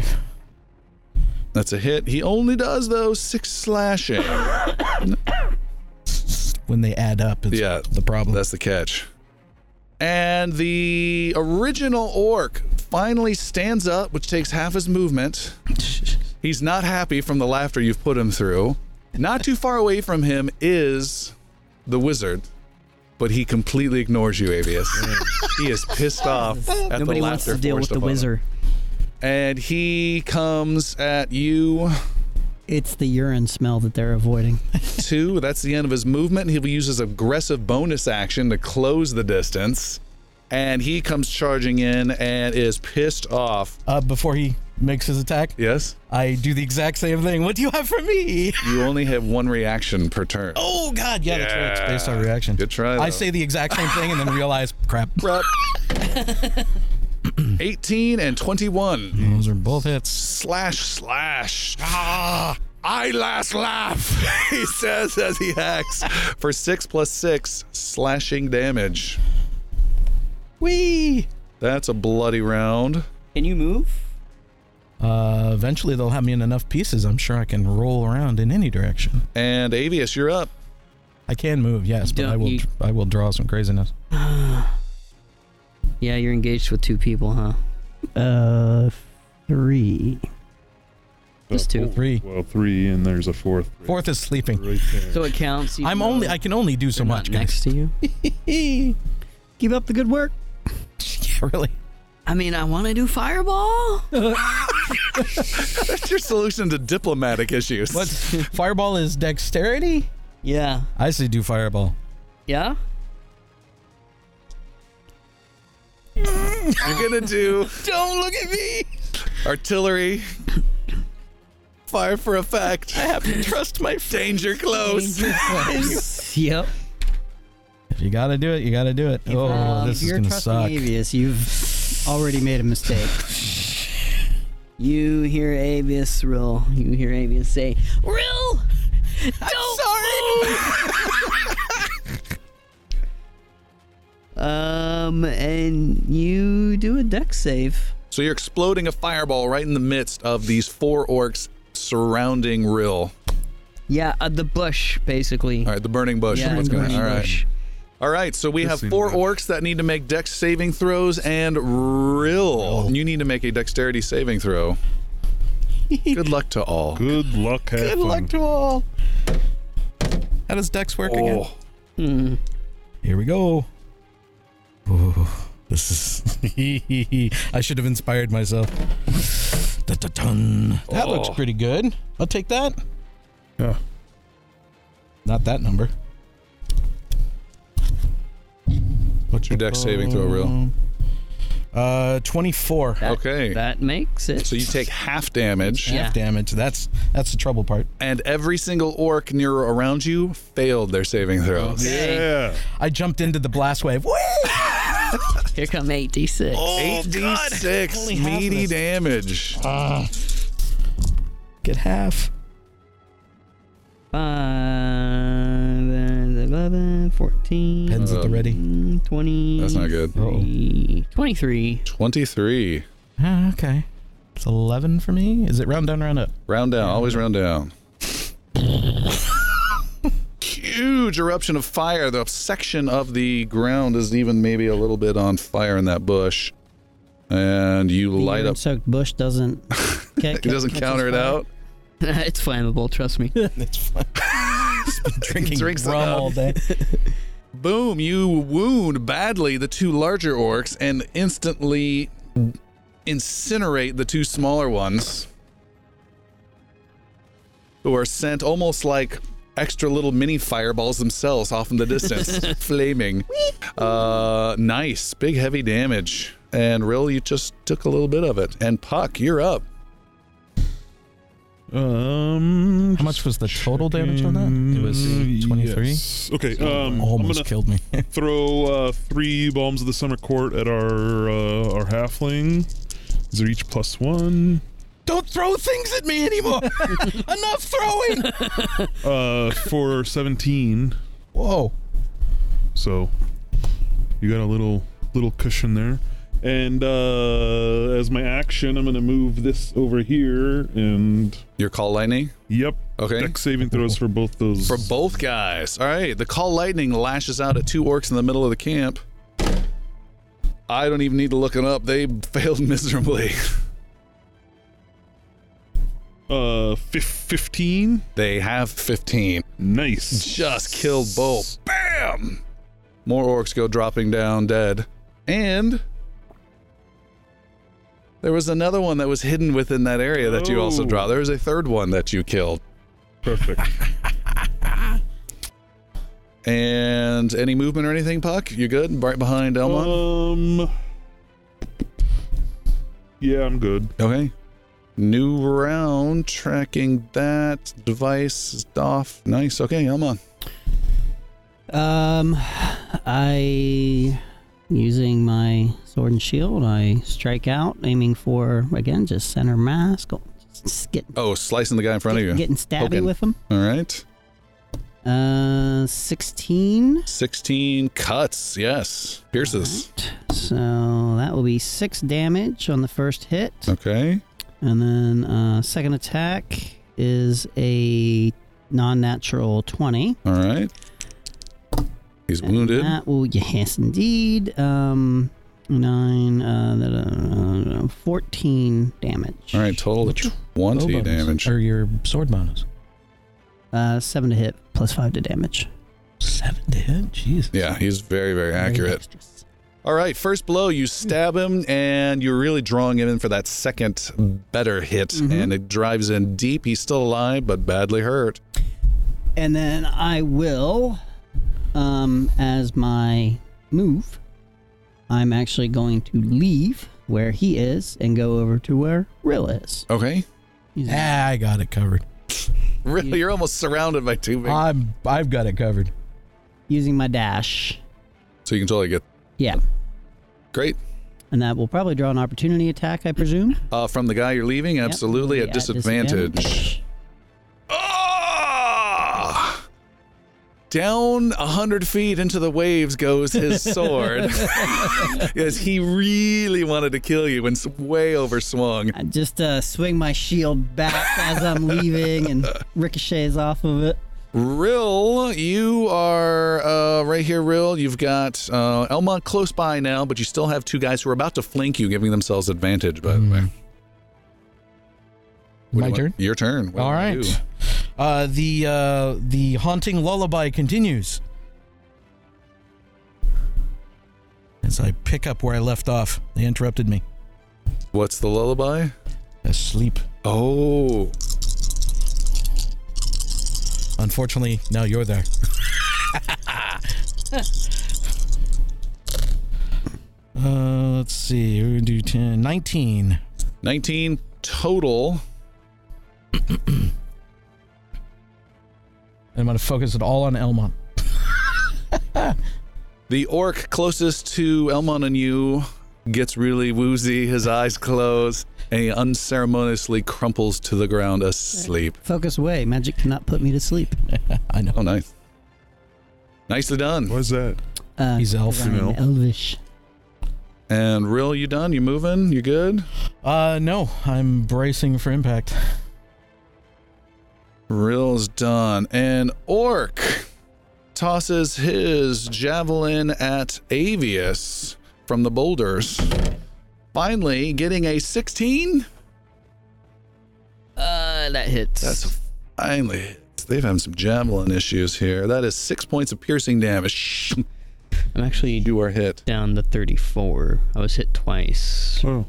Speaker 1: That's a hit. He only does, though, six slashing.
Speaker 4: when they add up, it's
Speaker 1: Yeah,
Speaker 4: the problem.
Speaker 1: That's the catch. And the original orc finally stands up, which takes half his movement. He's not happy from the laughter you've put him through. Not too far away from him is the wizard, but he completely ignores you, Avius. he is pissed off at
Speaker 10: Nobody
Speaker 1: the
Speaker 10: wants
Speaker 1: laughter
Speaker 10: to deal with
Speaker 1: forced
Speaker 10: the
Speaker 1: upon him.
Speaker 10: wizard.
Speaker 1: And he comes at you
Speaker 6: It's the urine smell that they're avoiding.
Speaker 1: two. That's the end of his movement. He'll use his aggressive bonus action to close the distance. And he comes charging in and is pissed off.
Speaker 4: Uh, before he makes his attack,
Speaker 1: Yes?
Speaker 4: I do the exact same thing. What do you have for me?
Speaker 1: You only have one reaction per turn.
Speaker 4: Oh God, yeah, that's right. It's based on
Speaker 1: Yeah.
Speaker 4: reaction.
Speaker 1: Good try.
Speaker 4: I
Speaker 1: though.
Speaker 4: say the exact same thing and then realize, *laughs* crap.
Speaker 1: *clears throat* Prep. 18 and 21.
Speaker 4: Those are both hits.
Speaker 1: Slash, slash. Ah, I last laugh, *laughs* he says as he hacks for six plus six slashing damage.
Speaker 4: Whee!
Speaker 1: That's a bloody round.
Speaker 10: Can you move?
Speaker 4: Uh, eventually they'll have me in enough pieces. I'm sure I can roll around in any direction.
Speaker 1: And Avius, you're up.
Speaker 4: I can move, yes, but I
Speaker 9: don't-
Speaker 4: will.
Speaker 9: you-
Speaker 4: I will draw some craziness.
Speaker 9: Yeah, you're engaged with two people, huh?
Speaker 6: Uh, three.
Speaker 9: Just two.
Speaker 4: Three.
Speaker 5: Well, three, and there's a fourth. right-
Speaker 4: Fourth is sleeping.
Speaker 5: Right there.
Speaker 9: So it counts. even
Speaker 4: I'm
Speaker 9: though
Speaker 4: only. I can only do so
Speaker 9: they're not
Speaker 4: much, guys.
Speaker 9: next to you.
Speaker 6: Keep up the good work.
Speaker 4: yeah, *laughs* really.
Speaker 9: I mean, I want to do fireball.
Speaker 1: That's *laughs* your solution to diplomatic issues.
Speaker 9: *laughs*
Speaker 4: What? fireball is dexterity.
Speaker 9: *laughs* Yeah.
Speaker 4: I say do fireball.
Speaker 9: Yeah.
Speaker 1: You're gonna do
Speaker 4: Don't look at me.
Speaker 1: artillery, fire for effect. I have to trust my danger close.
Speaker 6: Yep.
Speaker 4: If you gotta do it, you gotta do it. Oh,
Speaker 9: um,
Speaker 4: this
Speaker 6: if
Speaker 4: is
Speaker 6: you're
Speaker 4: gonna
Speaker 6: trusting
Speaker 4: suck.
Speaker 6: Avius, you've already made a mistake.
Speaker 9: You hear Avius roll. You hear Avius say, "Rill, don't." *laughs* Um, and you do a deck save.
Speaker 1: so you're exploding a fireball right in the midst of these four orcs surrounding Rill.
Speaker 9: Yeah, uh, the bush basically.
Speaker 1: All right, the burning bush.
Speaker 9: Yeah,
Speaker 1: is what's
Speaker 9: the
Speaker 1: going on.
Speaker 9: burning
Speaker 1: All right.
Speaker 9: bush.
Speaker 1: All right, so we have
Speaker 5: seems
Speaker 1: four
Speaker 5: right.
Speaker 1: orcs that need to make dex saving throws, and Rill, you need to make a dexterity saving
Speaker 9: *laughs*
Speaker 1: throw. Good luck to all.
Speaker 5: Good luck, have
Speaker 4: Good luck
Speaker 5: fun.
Speaker 4: to all. How does Dex work again?
Speaker 1: Oh,
Speaker 4: Here we go. Ooh, this is. *laughs* I should have inspired myself. Dun-dun-dun. That looks
Speaker 1: Oh.
Speaker 4: pretty good. I'll take that.
Speaker 5: Yeah.
Speaker 4: Not that number.
Speaker 1: what's your dex saving throw, Rill?
Speaker 4: Uh, 24.
Speaker 9: That-
Speaker 1: Okay.
Speaker 9: That makes it.
Speaker 1: So you take half damage.
Speaker 9: Yeah.
Speaker 4: Half damage. That's that's the trouble part.
Speaker 1: and every single orc near or around you failed their saving throws.
Speaker 5: Yeah.
Speaker 4: I jumped into the blast wave. Whee! *laughs*
Speaker 9: Here come eight d six.
Speaker 1: Oh. 8d6
Speaker 4: Oh,
Speaker 1: *laughs*
Speaker 4: Only half of
Speaker 1: meaty
Speaker 4: this.
Speaker 1: damage.
Speaker 4: Ah. Get half.
Speaker 9: Five, and 11, 14,
Speaker 4: Pens at the ready.
Speaker 9: 20.
Speaker 1: That's not good.
Speaker 9: 23.
Speaker 1: 23.
Speaker 4: Ah, okay. It's 11 for me. Is it round down, round up?
Speaker 1: Round down, always round down. Huge eruption of fire. The section of the ground is even maybe a little bit on fire in that bush. And you
Speaker 6: The
Speaker 1: light up.
Speaker 6: soaked bush
Speaker 1: *laughs*
Speaker 6: doesn't.
Speaker 1: It doesn't counter it out.
Speaker 9: *laughs*
Speaker 1: *laughs*
Speaker 9: it's flammable, trust me.
Speaker 4: It's fine. Just been drinking
Speaker 1: Drinks it
Speaker 4: rum
Speaker 1: up.
Speaker 4: all day.
Speaker 1: Boom, you wound badly the two larger orcs and instantly incinerate the two smaller ones who are sent almost like extra little mini fireballs themselves off in the distance, flaming. Uh, nice, big heavy damage. And Rill, you just took a little bit of it. And Puck, you're up.
Speaker 5: Um,
Speaker 4: How much was the total damage on that? It was
Speaker 1: Mm,
Speaker 4: 23.
Speaker 5: Mm, yes. Okay, um, I'm
Speaker 4: Almost
Speaker 5: gonna
Speaker 4: killed me.
Speaker 5: throw uh, three bombs of the summer court at our uh, our halfling. These are each plus one.
Speaker 4: Don't throw things at me anymore. Enough throwing.
Speaker 5: Uh, *laughs* for 17.
Speaker 4: Whoa.
Speaker 5: So you got a little little cushion there. And uh, as my action, I'm gonna move this over here. And
Speaker 1: Your call lightning
Speaker 5: yep,
Speaker 1: Okay.
Speaker 5: Deck saving throws for both those.
Speaker 1: for both guys. All right, the call lightning lashes out at two orcs in the middle of the camp. I don't even need to look it up. They *laughs* failed miserably. *laughs*
Speaker 5: uh, fif- 15.
Speaker 1: They have 15.
Speaker 5: Nice.
Speaker 1: Just killed both. Bam! More orcs go dropping down dead. And there was another one that was hidden within that area that you also
Speaker 5: Oh.
Speaker 1: dropped. There was a third one that you killed.
Speaker 5: Perfect.
Speaker 1: And any movement or anything, Puck? You good? Right behind Elmon?
Speaker 5: um. Yeah, I'm good.
Speaker 1: okay. New round tracking that device is off. Nice. Okay, Elmon.
Speaker 6: Um, I using my sword and shield. I strike out, aiming for again just center mass. Go, just get,
Speaker 1: Oh, slicing the guy in front of you.
Speaker 6: getting stabby
Speaker 1: Poking.
Speaker 6: with him.
Speaker 1: All right.
Speaker 6: Uh, sixteen.
Speaker 1: 16 cuts. Yes. Pierces.
Speaker 6: So that will be six damage on the first hit,
Speaker 1: Okay.
Speaker 6: and then uh, second attack is a non-natural twenty.
Speaker 1: All right. He's
Speaker 6: And
Speaker 1: wounded.
Speaker 6: That will *laughs* yes, indeed. Um, nine, uh, uh, fourteen damage.
Speaker 1: All right, total of
Speaker 4: What's your
Speaker 1: 20
Speaker 4: Low bonus,
Speaker 1: damage.
Speaker 4: Or your sword bonus.
Speaker 6: Uh, seven to hit, plus five to damage.
Speaker 4: Seven to hit? Jeez.
Speaker 1: Yeah, he's very, very
Speaker 6: Very
Speaker 1: accurate.
Speaker 6: dexterous.
Speaker 1: All right, first blow, you stab him, and you're really drawing him in for that second better hit, and it drives in deep. He's still alive, but badly hurt.
Speaker 6: And then I will, um, as my move, I'm actually going to leave where he is and go over to where Rill is.
Speaker 1: Okay.
Speaker 6: He's-
Speaker 4: Ah, I got it covered.
Speaker 1: Really, you're almost surrounded by two big.
Speaker 4: I'm I've got it covered.
Speaker 6: Using my dash.
Speaker 1: so you can totally get.
Speaker 6: Yeah.
Speaker 1: Great.
Speaker 6: And that will probably draw an opportunity attack, I presume.
Speaker 1: Uh, from the guy you're leaving,
Speaker 6: Yep,
Speaker 1: absolutely
Speaker 6: be
Speaker 1: at disadvantage.
Speaker 6: disadvantage.
Speaker 1: Ah! Down a hundred feet into the waves goes
Speaker 4: *laughs*
Speaker 1: his sword. *laughs* yes, he really wanted to kill you and s- way overswung.
Speaker 6: I just uh, swing my shield back as I'm
Speaker 1: *laughs*
Speaker 6: leaving and ricochets off of it.
Speaker 1: Rill, you are uh, right here, Rill. You've got uh, Elmont close by now, but you still have two guys who are about to flank you, giving themselves advantage, by the way. What do
Speaker 4: Hmm. Mm. My
Speaker 1: you want-
Speaker 4: turn.
Speaker 1: Your turn. What
Speaker 4: All
Speaker 1: do you
Speaker 4: right.
Speaker 1: do?
Speaker 4: Uh, the uh, the haunting lullaby continues. As I pick up where I left off, they interrupted me.
Speaker 1: What's the lullaby?
Speaker 4: Asleep.
Speaker 1: Oh.
Speaker 4: Unfortunately, now you're there. *laughs* uh, let's see. We're going to do 10, 19.
Speaker 1: 19 total.
Speaker 4: I'm going to focus it all on Elmont.
Speaker 1: The orc closest to Elmon and you gets really woozy, his eyes close, and he unceremoniously crumples to the ground asleep.
Speaker 6: Focus away. Magic cannot put me to sleep.
Speaker 4: *laughs* I know.
Speaker 1: Oh, nice. Nicely done.
Speaker 5: What's that?
Speaker 6: Uh,
Speaker 4: He's elf,
Speaker 6: 'cause
Speaker 4: you
Speaker 6: I'm
Speaker 5: know.
Speaker 6: Elvish.
Speaker 1: And Rill, you done? You moving? You good?
Speaker 4: Uh, no, I'm bracing for impact.
Speaker 1: Rill's done. And Orc tosses his javelin at Avius from the boulders. Finally, getting a 16.
Speaker 9: Uh, that hits.
Speaker 1: That's finally. They've having some javelin issues here. That is six points of piercing damage. *laughs* Shh,
Speaker 9: I'm actually
Speaker 1: You are hit.
Speaker 9: down to 34. I was hit twice.
Speaker 5: Oh.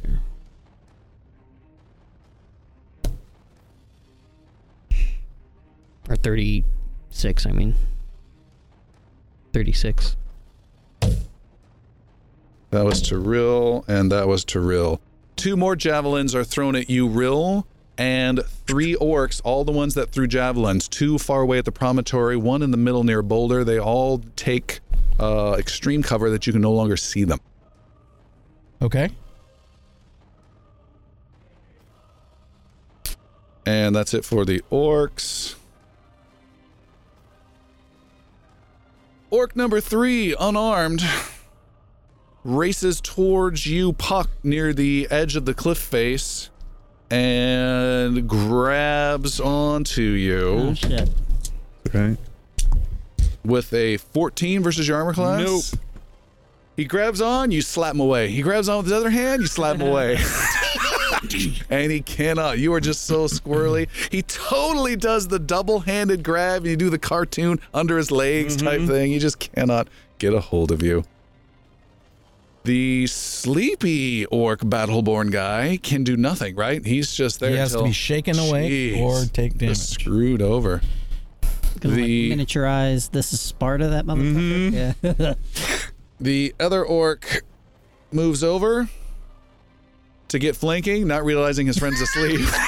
Speaker 9: Or 36, I mean. 36.
Speaker 1: That was to Rill, and that was to Rill. Two more javelins are thrown at you, Rill, and three orcs, all the ones that threw javelins, two far away at the promontory, one in the middle near Boulder. They all take uh, extreme cover that you can no longer see them.
Speaker 4: Okay.
Speaker 1: And that's it for the orcs. Orc number three, unarmed, races towards you, Puck, near the edge of the cliff face, and grabs onto you
Speaker 6: Oh, shit.
Speaker 5: Okay.
Speaker 1: with a 14 versus your armor class.
Speaker 5: Nope.
Speaker 1: He grabs on, you slap him away. He grabs on with his other hand, you slap him away. *laughs* and he cannot. You are just so squirrely. He totally does the double handed grab. You do the cartoon under his legs type thing. He just cannot get a hold of you. The sleepy orc battleborn guy can do nothing, right? He's just there.
Speaker 4: He has to
Speaker 1: till-
Speaker 4: be shaken awake
Speaker 1: Jeez.
Speaker 4: or take
Speaker 1: Just
Speaker 4: damage.
Speaker 1: Screwed over.
Speaker 6: Gonna
Speaker 1: The-
Speaker 6: like miniaturize. This is Sparta, that
Speaker 4: Mm-hmm.
Speaker 6: motherfucker. Yeah.
Speaker 1: The other orc moves over to get flanking, not realizing his friend's asleep.
Speaker 7: *laughs*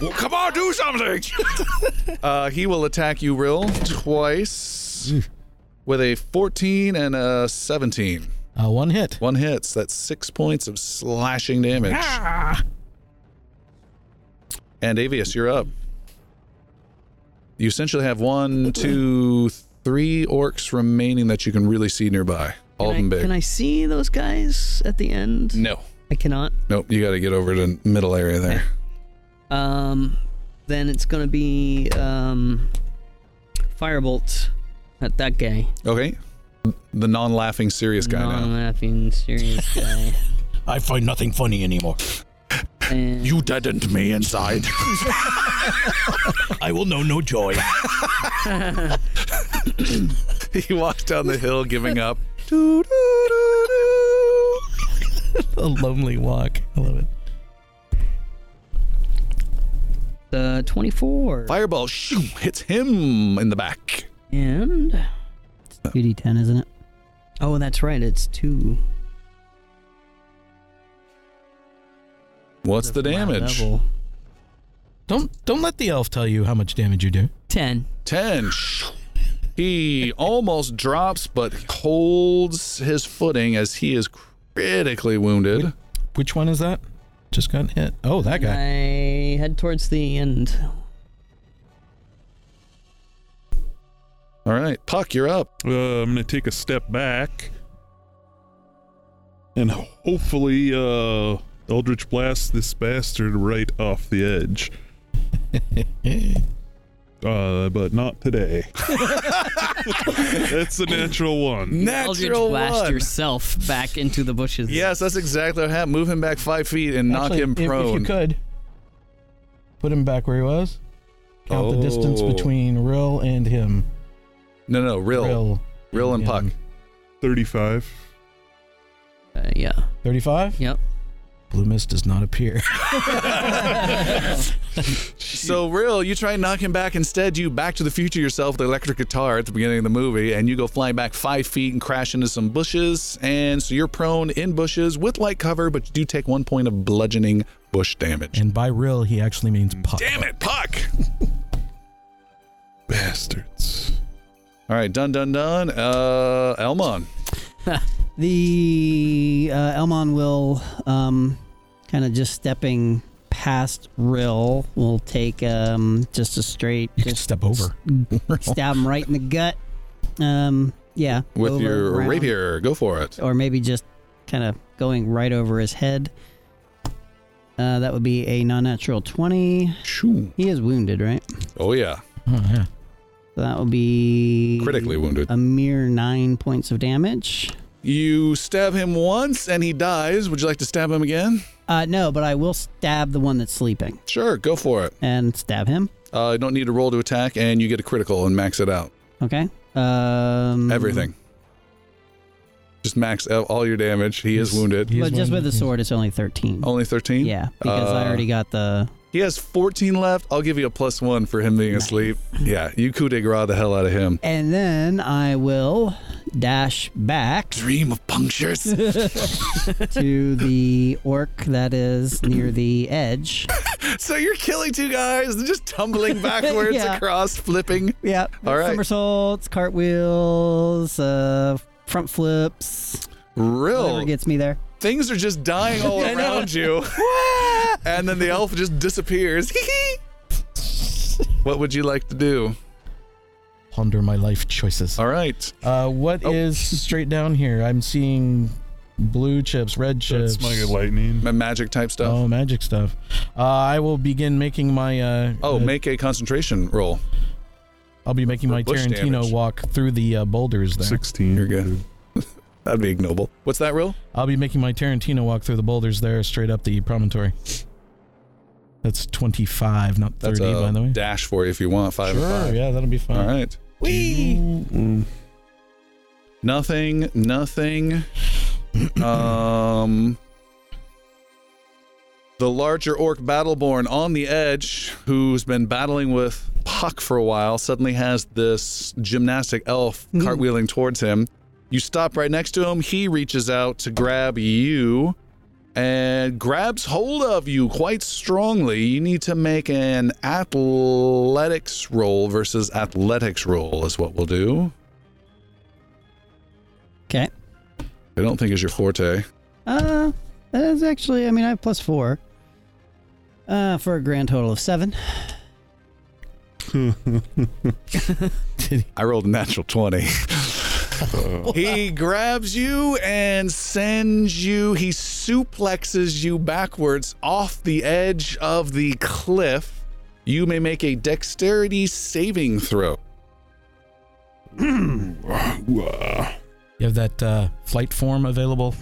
Speaker 7: Well, come on, do something.
Speaker 1: *laughs* Uh, he will attack you, Rill, twice with a 14 and a 17.
Speaker 4: Uh, one hit.
Speaker 1: One hits. That's six points of slashing damage. And Avius, you're up. You essentially have one, two, three orcs remaining that you can really see nearby. All of
Speaker 9: Can
Speaker 1: them
Speaker 9: I,
Speaker 1: big.
Speaker 9: can I see those guys at the end?
Speaker 1: No.
Speaker 9: I cannot.
Speaker 1: Nope. You got to get over to middle area there.
Speaker 9: Um, then it's gonna be um, firebolt at that guy.
Speaker 1: Okay. The non laughing serious guy now.
Speaker 9: Non-laughing, serious
Speaker 1: *laughs*
Speaker 9: guy.
Speaker 4: I find nothing funny anymore.
Speaker 9: And
Speaker 7: You deadened me inside.
Speaker 4: I will know no
Speaker 1: *laughs*
Speaker 4: joy.
Speaker 1: he walks down the hill giving *laughs* up.
Speaker 4: *laughs* a lonely walk. I love it.
Speaker 9: uh, 24.
Speaker 1: Fireball shoo, hits him in the back.
Speaker 9: And
Speaker 6: 2d10, isn't it?
Speaker 9: oh, that's right. It's two.
Speaker 1: What's the
Speaker 9: Wow,
Speaker 1: damage?
Speaker 9: level.
Speaker 4: Don't don't let the elf tell you how much damage you do.
Speaker 9: Ten.
Speaker 1: 10. Shoo. He almost drops, but holds his footing as he is critically wounded.
Speaker 4: Which one is that? Just got hit. Oh, that guy.
Speaker 9: I head towards the end.
Speaker 1: All right, Puck, you're up.
Speaker 5: Uh, I'm gonna take a step back, and hopefully, uh, Eldritch blast this bastard right off the edge. uh, but
Speaker 1: *laughs*
Speaker 5: not today. That's a natural one.
Speaker 9: Eldritch
Speaker 1: Natural
Speaker 9: blast
Speaker 1: one.
Speaker 9: yourself back into the bushes.
Speaker 1: Yes, that's exactly what happened. Move him back five feet and knock
Speaker 4: Actually,
Speaker 1: him
Speaker 4: if- If,
Speaker 1: prone.
Speaker 4: you could, put him back where he was. Count the distance
Speaker 1: Oh.
Speaker 4: between Rill and him.
Speaker 1: no, no, Rill. Rill,
Speaker 4: Rill.
Speaker 1: and Puck.
Speaker 4: him.
Speaker 5: Thirty-five.
Speaker 9: Uh, yeah.
Speaker 4: 35?
Speaker 9: Yep.
Speaker 4: Blue mist does not appear. *laughs*
Speaker 1: So, Rill, you try and knock him back. Instead, you back to the future yourself with the electric guitar at the beginning of the movie, and you go flying back five feet and crash into some bushes. And so you're prone in bushes with light cover, but you do take one point of bludgeoning bush damage.
Speaker 4: and by Rill, he actually means Puck.
Speaker 1: Damn it, Puck!
Speaker 5: Bastards.
Speaker 1: All right, done, done, done. Uh, Elmon.
Speaker 6: The uh, Elmon will, um, kind of just stepping past Rill, will take um, just a straight,
Speaker 4: You can
Speaker 6: just
Speaker 4: step over.
Speaker 6: stab him right in the gut. Um, yeah.
Speaker 1: With
Speaker 6: over,
Speaker 1: your
Speaker 6: round,
Speaker 1: rapier, go for it.
Speaker 6: Or maybe just kind of going right over his head. Uh, that would be a non natural 20.
Speaker 1: Shoo.
Speaker 6: He is wounded, right?
Speaker 1: Oh, yeah.
Speaker 4: *laughs* Oh, yeah.
Speaker 6: So that would be.
Speaker 1: Critically wounded.
Speaker 6: A mere nine points of damage.
Speaker 1: You stab him once and he dies. Would you like to stab him again?
Speaker 6: Uh, no, but I will stab the one that's sleeping
Speaker 1: Sure, go for it.
Speaker 6: and stab him.
Speaker 1: Uh, you don't need a roll to attack, and you get a critical and max it out.
Speaker 6: Okay. Um,
Speaker 1: Everything. Just max out all your damage. He is
Speaker 4: He's-
Speaker 1: wounded.
Speaker 4: he is
Speaker 6: But just with
Speaker 4: wounded.
Speaker 6: the
Speaker 4: He's-
Speaker 6: sword, it's only 13.
Speaker 1: Only 13?
Speaker 6: Yeah, because
Speaker 1: Oh,
Speaker 6: I
Speaker 1: Uh,
Speaker 6: already got the.
Speaker 1: He has 14 left. I'll give you a plus
Speaker 6: *clears throat*
Speaker 1: one for him being asleep. Yeah, you coup de grace the hell out of him.
Speaker 6: And then I will dash
Speaker 1: *laughs*
Speaker 6: back
Speaker 7: Dream of
Speaker 6: *laughs*
Speaker 7: punctures.
Speaker 6: to the orc that is near the
Speaker 1: *laughs*
Speaker 6: edge.
Speaker 1: So you're killing two guys, and just
Speaker 6: *laughs*
Speaker 1: tumbling backwards
Speaker 6: Yeah.
Speaker 1: across, flipping.
Speaker 6: Yeah.
Speaker 1: All right.
Speaker 6: Somersaults, cartwheels, uh, front flips. Whatever
Speaker 1: Real
Speaker 6: gets me there.
Speaker 1: things are just dying
Speaker 6: *laughs*
Speaker 1: all around you, and then the elf just disappears. *laughs* what would you like to do?
Speaker 4: Ponder my life choices.
Speaker 1: All right,
Speaker 4: Uh, what is
Speaker 1: Oh.
Speaker 4: straight down here? I'm seeing blue chips, red chips.
Speaker 5: That's my lightning.
Speaker 1: my magic type stuff.
Speaker 4: Oh, magic stuff. Uh, I will begin making my. Uh,
Speaker 1: oh,
Speaker 4: uh,
Speaker 1: make a concentration roll.
Speaker 4: I'll be making
Speaker 1: for
Speaker 4: my
Speaker 1: bush
Speaker 4: Tarantino
Speaker 1: damage.
Speaker 4: walk through the uh, boulders there.
Speaker 5: 16.
Speaker 1: You're good. That'd be ignoble. What's that roll?
Speaker 4: I'll be making my Tarantino walk through the boulders there, straight up the promontory. That's 25, not 30,
Speaker 1: That's a
Speaker 4: E, by the way.
Speaker 1: dash for you if you want. Five and
Speaker 4: Sure,
Speaker 1: five.
Speaker 4: yeah, that'll be fine.
Speaker 1: All right. Mm-hmm.
Speaker 5: Mm-mm.
Speaker 1: Nothing.
Speaker 4: *clears throat*
Speaker 1: Nothing. um. The larger orc battleborn on the edge, who's been battling with Puck for a while, suddenly has this gymnastic elf
Speaker 4: Hmm.
Speaker 1: cartwheeling towards him. You stop right next to him. He reaches out to grab you and grabs hold of you quite strongly. You need to make an athletics roll versus athletics roll, is what we'll do.
Speaker 6: Okay.
Speaker 1: I don't think is your forte.
Speaker 6: Uh, that is actually, I mean, I have plus four. Uh, for a grand total of seven.
Speaker 1: I rolled a natural 20. he grabs you and sends you, he suplexes you backwards off the edge of the cliff. You may make a dexterity saving throw.
Speaker 5: Wah.
Speaker 4: You have that uh, flight
Speaker 1: *laughs*
Speaker 4: form available.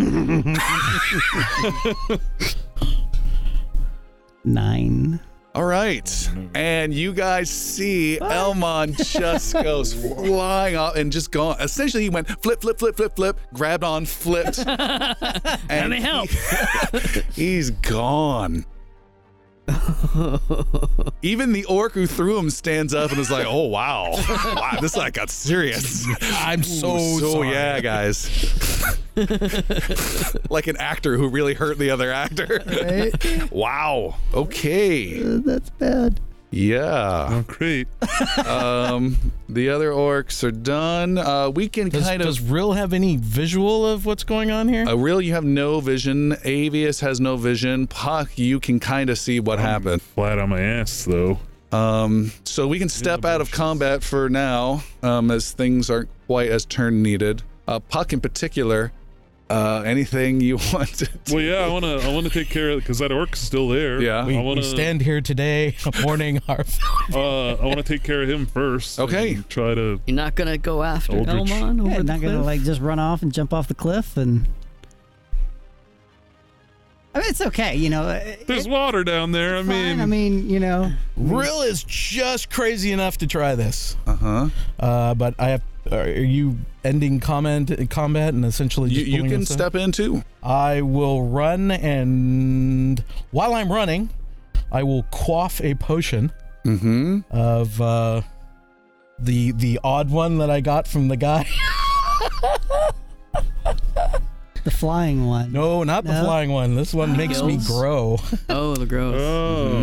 Speaker 6: Nine.
Speaker 1: All right. And you guys see Elmon just goes flying off and just gone. Essentially, he went flip, flip, flip, flip, flip, grabbed on, flipped. and
Speaker 2: Any help?
Speaker 1: *laughs* He's gone. Even the orc who threw him stands up and is like, "Oh wow, wow, this like got serious."
Speaker 4: I'm so,
Speaker 1: Oh, so
Speaker 4: sorry.
Speaker 1: yeah, guys. like an actor who really hurt the other actor. *laughs* wow. Okay.
Speaker 6: Uh, That's bad.
Speaker 1: Yeah.
Speaker 5: Oh, great.
Speaker 1: Um, the other orcs are done. Uh, we can
Speaker 4: Does,
Speaker 1: kind
Speaker 4: does
Speaker 1: of.
Speaker 4: Rill have any visual of what's going on here?
Speaker 1: Uh, real, you have no vision. Avius has no vision. Puck, you can kind of see
Speaker 4: Um,
Speaker 1: what happened.
Speaker 5: Flat on my ass, though.
Speaker 1: Um, so we can step out of combat for now, um, as things aren't quite as turn needed. Uh, Puck in particular, uh, anything you *laughs* want to do?
Speaker 5: Well, yeah, I wanna, I wanna take care of because that orc's still there.
Speaker 1: Yeah.
Speaker 5: I
Speaker 1: We-
Speaker 4: we,
Speaker 5: wanna,
Speaker 4: we stand here today *laughs* mourning our.
Speaker 5: Uh, I wanna take care of him first.
Speaker 1: Okay.
Speaker 5: and Try to.
Speaker 9: You're not gonna go after
Speaker 5: Eldritch.
Speaker 9: Elmon over
Speaker 6: Yeah,
Speaker 9: the
Speaker 6: not gonna
Speaker 9: cliff?
Speaker 6: like just run off and jump off the cliff and. I mean, it's okay, you know. it-
Speaker 5: There's water down there. I
Speaker 6: it's fine,
Speaker 5: mean,
Speaker 6: I mean, you know,
Speaker 4: Rill is just crazy enough to try this.
Speaker 1: Uh huh.
Speaker 4: Uh, but I have. Are you ending comment combat and essentially?
Speaker 1: You,
Speaker 4: Just
Speaker 1: you
Speaker 4: pulling
Speaker 1: can
Speaker 4: us in?
Speaker 1: step in too.
Speaker 4: I will run, and while I'm running, I will quaff a potion
Speaker 1: Mm hmm.
Speaker 4: of uh, the the odd one that I got from the guy. *laughs*
Speaker 6: the flying one.
Speaker 4: No, not the
Speaker 6: No?
Speaker 4: flying one. This one makes me
Speaker 9: Gills?
Speaker 4: grow.
Speaker 9: Oh, the gross.
Speaker 5: oh,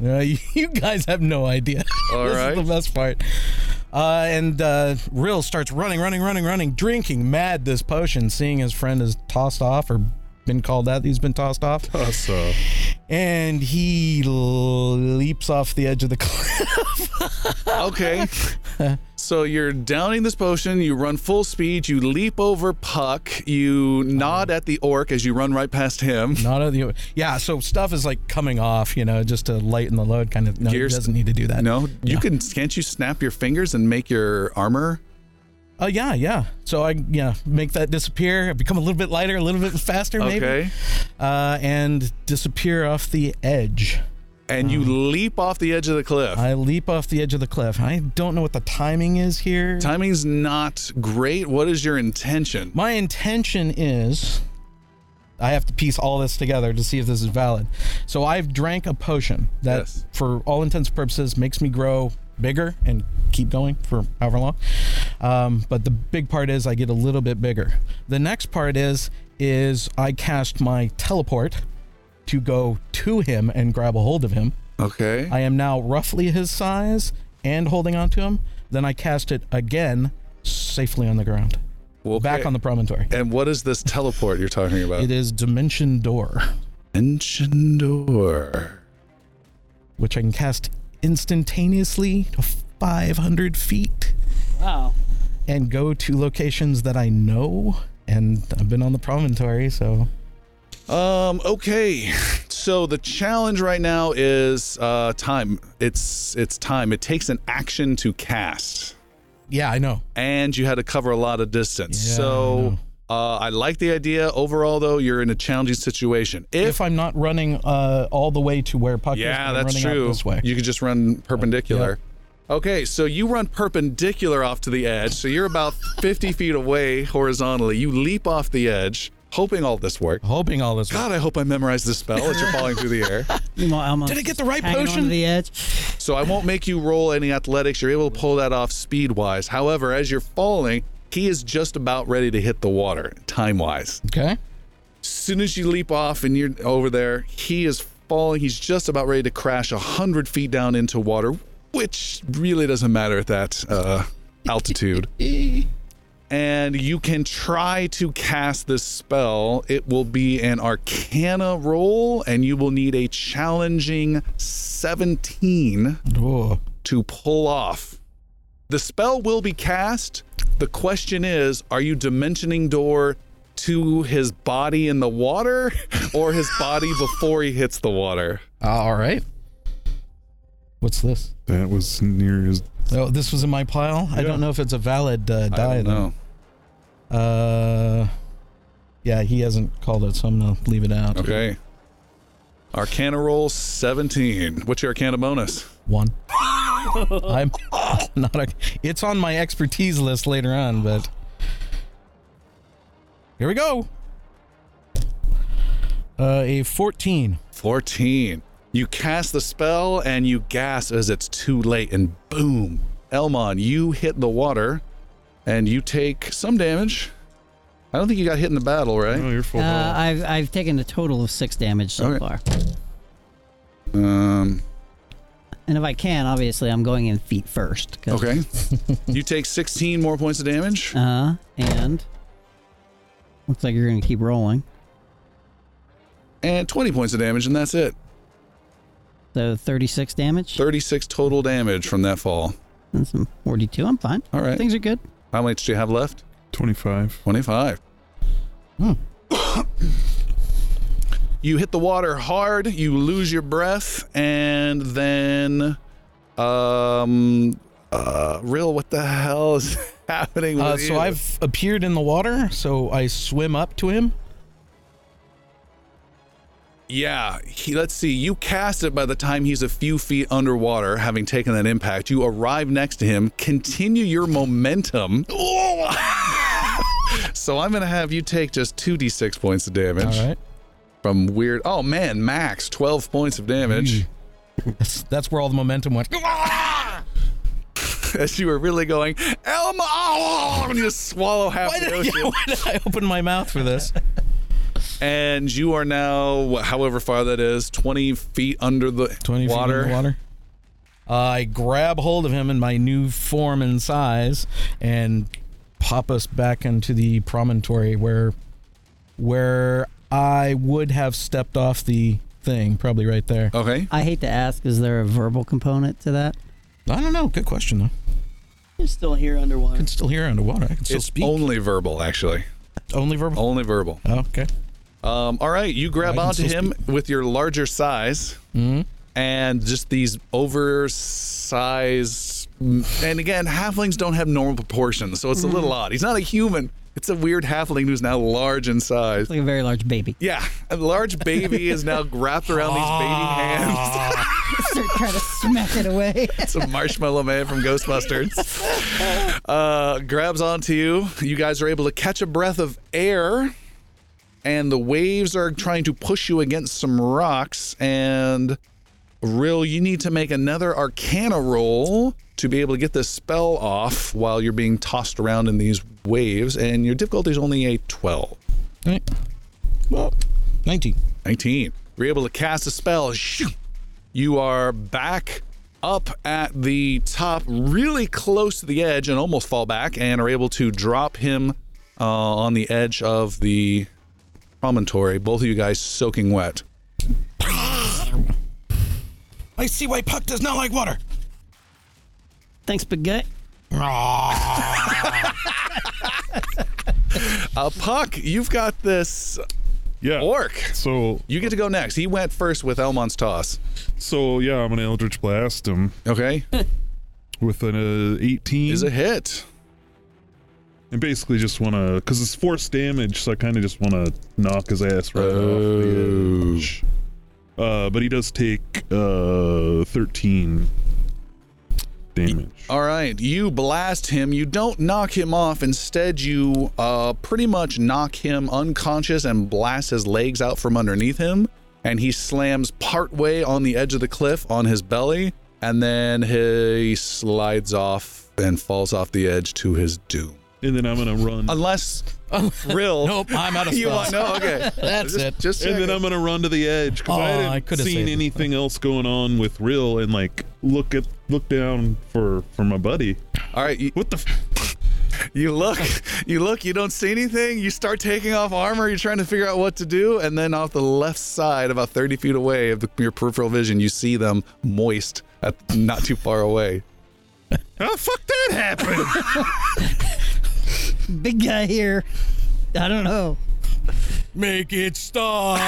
Speaker 1: Mm-hmm.
Speaker 4: Uh, you, *laughs* you guys have no idea. *laughs*
Speaker 1: All
Speaker 4: this
Speaker 1: right.
Speaker 4: is the best part. Uh, and uh, Rill starts running, running, running, running, drinking mad this potion, seeing his friend is tossed off or been called out. He's been tossed off.
Speaker 1: *laughs*
Speaker 5: us up.
Speaker 4: And he leaps off the edge of the *laughs* cliff. *laughs*
Speaker 1: Okay. so you're downing this potion. You run full speed. You leap over Puck. You nod at the orc as you run right past
Speaker 4: *laughs*
Speaker 1: him.
Speaker 4: Not at the yeah. So stuff is like coming off, you know, just to lighten the load, kind of. No,
Speaker 1: Gears-
Speaker 4: he doesn't need to do that.
Speaker 1: No, you can. Can't you snap your fingers and make your armor?
Speaker 4: Oh yeah, yeah. So I yeah make that disappear, become a little bit lighter, a little bit faster, maybe,
Speaker 1: Okay.
Speaker 4: uh, and disappear off the edge.
Speaker 1: And you leap off the edge of the cliff.
Speaker 4: Um, I leap off the edge of the cliff. I don't know what the timing is here.
Speaker 1: Timing's not great. What is your intention?
Speaker 4: My intention is I have to piece all this together to see if this is valid. So I've drank a potion that
Speaker 1: Yes.
Speaker 4: for all intents and purposes makes me grow bigger and keep going for however long. Um, but the big part is I get a little bit bigger. The next part is is I cast my teleport to go to him and grab a hold of him.
Speaker 1: Okay.
Speaker 4: I am now roughly his size and holding on to him. Then I cast it again safely on the ground.
Speaker 1: Well,
Speaker 4: Back on the promontory.
Speaker 1: And what is this teleport you're talking about?
Speaker 4: It is Dimension Door,
Speaker 1: Dimension door.
Speaker 4: which I can cast instantaneously to 500 feet
Speaker 9: Wow.
Speaker 4: and go to locations that I know. And I've been on the promontory, so
Speaker 1: Um. Okay. So the challenge right now is uh, time. It's it's time. It takes an action to cast,
Speaker 4: yeah, I know.
Speaker 1: and you had to cover a lot of distance.
Speaker 4: Yeah, I
Speaker 1: so uh, I like the idea. Overall, though, you're in a challenging situation. If,
Speaker 4: If I'm not running uh, all the way to where Puck is,
Speaker 1: yeah,
Speaker 4: I'm
Speaker 1: that's
Speaker 4: running out
Speaker 1: true.
Speaker 4: this way.
Speaker 1: You could just run perpendicular. Okay, so you run perpendicular off to the edge. So you're about 50 feet away horizontally. You leap off the edge, hoping all this works.
Speaker 4: Hoping all this.
Speaker 1: God, I hope I memorized this spell as you're falling through the
Speaker 4: *laughs*
Speaker 1: air.
Speaker 6: Meanwhile, Elmo
Speaker 4: Did I get the right
Speaker 6: hanging onto
Speaker 4: potion?
Speaker 6: the edge.
Speaker 1: So I won't make you roll any athletics. You're able to pull that off speed wise. However, as you're falling, he is just about ready to hit the water time wise.
Speaker 4: Okay.
Speaker 1: Soon as you leap off and you're over there, he is falling. He's just about ready to crash 100 feet down into water, which really doesn't matter at that uh, altitude. and you can try to cast this spell. It will be an arcana roll, and you will need a challenging 17
Speaker 4: Oh.
Speaker 1: to pull off. The spell will be cast. The question is are you dimensioning door to his body in the water *laughs* or his body before he hits the water?
Speaker 4: All right. What's this?
Speaker 5: That was near his.
Speaker 4: Oh, this was in my pile. I
Speaker 5: Yeah.
Speaker 4: don't know if it's a valid uh, die.
Speaker 1: I don't
Speaker 4: though.
Speaker 1: know.
Speaker 4: Uh, yeah, he hasn't called it, so I'm gonna leave it out.
Speaker 1: Okay. Arcana roll 17. What's your Arcana bonus?
Speaker 4: One. *laughs* I'm *laughs* not. A, it's on my expertise list later on, but here we go. Uh, a 14.
Speaker 1: 14. You cast the spell and you gasp as it's too late, and boom. Elmon, you hit the water and you take some damage. I don't think you got hit in the battle, right?
Speaker 5: Oh, you're full.
Speaker 6: Uh, I've I've taken a total of six damage so
Speaker 1: Okay.
Speaker 6: far,
Speaker 1: Um,
Speaker 6: and if I can, obviously, I'm going in feet first.
Speaker 4: *laughs*
Speaker 6: 'cause-
Speaker 1: okay. you take 16 more points of damage.
Speaker 6: Uh, and looks like you're gonna keep rolling.
Speaker 1: and 20 points of damage, and that's it.
Speaker 6: So 36 damage.
Speaker 1: 36 total damage from that fall.
Speaker 6: That's some 42. I'm fine.
Speaker 1: All right.
Speaker 6: Things are good.
Speaker 1: How much do you have left?
Speaker 5: 25.
Speaker 1: 25.
Speaker 4: Hmm.
Speaker 1: you hit the water hard, you lose your breath, and then. Um. Uh, real, what the hell is *laughs* happening with
Speaker 4: Uh,
Speaker 1: you?
Speaker 4: so I've appeared in the water, so I swim up to him.
Speaker 1: Yeah, he, let's see. You cast it by the time he's a few feet underwater, having taken that impact. You arrive next to him, continue your
Speaker 4: *laughs*
Speaker 1: momentum. so I'm going to have you take just 2d6 points of damage
Speaker 4: All right.
Speaker 1: from weird. Oh, man, max 12 points of damage.
Speaker 4: Hmm. That's, that's where all the momentum went.
Speaker 1: *laughs*
Speaker 4: *laughs*
Speaker 1: As you were really going, Elmo! Oh, and you just swallow half
Speaker 4: Why
Speaker 1: the
Speaker 4: did, *laughs*
Speaker 1: ocean.
Speaker 4: yeah, why did I open my mouth for this?
Speaker 1: And you are now, wh- however far that is, 20 feet under the
Speaker 4: 20 feet
Speaker 1: water.
Speaker 4: in the water. I grab hold of him in my new form and size and pop us back into the promontory where where I would have stepped off the thing, probably right there.
Speaker 1: Okay.
Speaker 6: I hate to ask, is there a verbal component to that?
Speaker 4: I don't know. Good question though.
Speaker 9: You're still here
Speaker 4: I
Speaker 9: underwater.
Speaker 4: can still hear underwater. I can still
Speaker 1: it's
Speaker 4: speak.
Speaker 1: only verbal, actually.
Speaker 4: only verbal.
Speaker 1: Only verbal.
Speaker 4: Oh, okay.
Speaker 1: Um, all right, you grab
Speaker 4: I can
Speaker 1: onto
Speaker 4: still
Speaker 1: him with your larger size and just these oversized. And again, halflings don't have normal proportions, so it's a little odd. He's not a human, it's a weird halfling who's now large in size.
Speaker 6: It's like a very large baby.
Speaker 1: Yeah, a large baby is now wrapped around these baby hands.
Speaker 6: Start trying to smack it away.
Speaker 1: It's a marshmallow man from Ghostbusters. Uh, grabs onto you. You guys are able to catch a breath of air, and the waves are trying to push you against some rocks. And Rill, you need to make another Arcana roll to be able to get this spell off while you're being tossed around in these waves, and your difficulty is only a 12.
Speaker 4: Right. Well, 19.
Speaker 1: 19. You're able to cast a spell. Shoo! You are back up at the top, really close to the edge, and almost fall back, and are able to drop him uh, on the edge of the promontory. Both of you guys soaking wet.
Speaker 8: I see why Puck does not like water.
Speaker 6: *laughs* Thanks, Big Guy.
Speaker 1: Uh, Puck, you've got this
Speaker 5: Yeah.
Speaker 1: orc.
Speaker 5: So
Speaker 1: You get to go next. He went first with Elmon's toss.
Speaker 5: so yeah, I'm gonna Eldritch Blast him
Speaker 1: Okay,
Speaker 5: with an uh, 18.
Speaker 1: is a hit.
Speaker 5: And basically just wanna, because it's force damage, so I kind of just wanna knock his ass right off the edge. Uh, but he does take uh 13 damage.
Speaker 1: All right, you blast him. You don't knock him off. Instead, you uh, pretty much knock him unconscious and blast his legs out from underneath him. And he slams partway on the edge of the cliff on his belly. And then he slides off and falls off the edge to his doom.
Speaker 5: And then I'm gonna run.
Speaker 1: Unless Rill.
Speaker 4: *laughs* Nope, I'm out
Speaker 1: *laughs*
Speaker 4: of
Speaker 1: You want
Speaker 4: spells.
Speaker 1: no? Okay,
Speaker 4: That's
Speaker 1: just,
Speaker 4: it.
Speaker 1: Just
Speaker 5: and then
Speaker 1: checking.
Speaker 5: I'm gonna run to the edge because
Speaker 4: Oh,
Speaker 5: I
Speaker 4: I
Speaker 5: hadn't
Speaker 4: could've
Speaker 5: seen
Speaker 4: saved it.
Speaker 5: anything else going on with Rill and like look at look down for for my buddy.
Speaker 1: All right, you,
Speaker 5: What the? F-
Speaker 1: you look, *laughs* you look, you don't see anything. You start taking off armor. You're trying to figure out what to do, and then off the left side, about 30 feet away of the, your peripheral vision, you see them moist, at, not too far away.
Speaker 5: How the fuck that happened?
Speaker 6: Big Guy here. I don't know.
Speaker 4: Make it stop.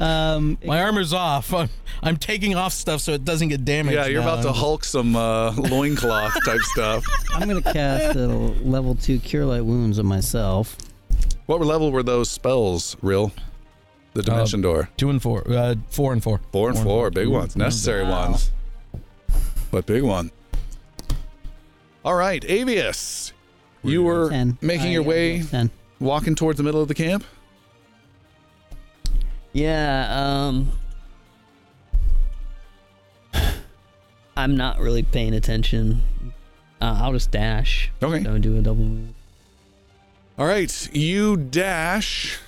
Speaker 6: Um,
Speaker 4: My armor's off. I'm, I'm taking off stuff so it doesn't get damaged. Um,
Speaker 1: Yeah, you're
Speaker 4: now.
Speaker 1: about to Hulk some uh, *laughs* loincloth type stuff.
Speaker 6: I'm gonna cast a level two Cure Light Wounds on myself.
Speaker 1: What level were those spells, real? The dimension door,
Speaker 4: Two and four. Uh, four and four.
Speaker 1: four and four, big ones, necessary ones, but big one. All right, Avius, you were
Speaker 6: Ten.
Speaker 1: making
Speaker 6: I
Speaker 1: your
Speaker 6: am
Speaker 1: way
Speaker 6: Ten.
Speaker 1: walking towards the middle of the camp.
Speaker 9: Yeah, um I'm not really paying attention. Uh, I'll just dash.
Speaker 1: Okay.
Speaker 9: Don't do a double move.
Speaker 1: All right, you dash.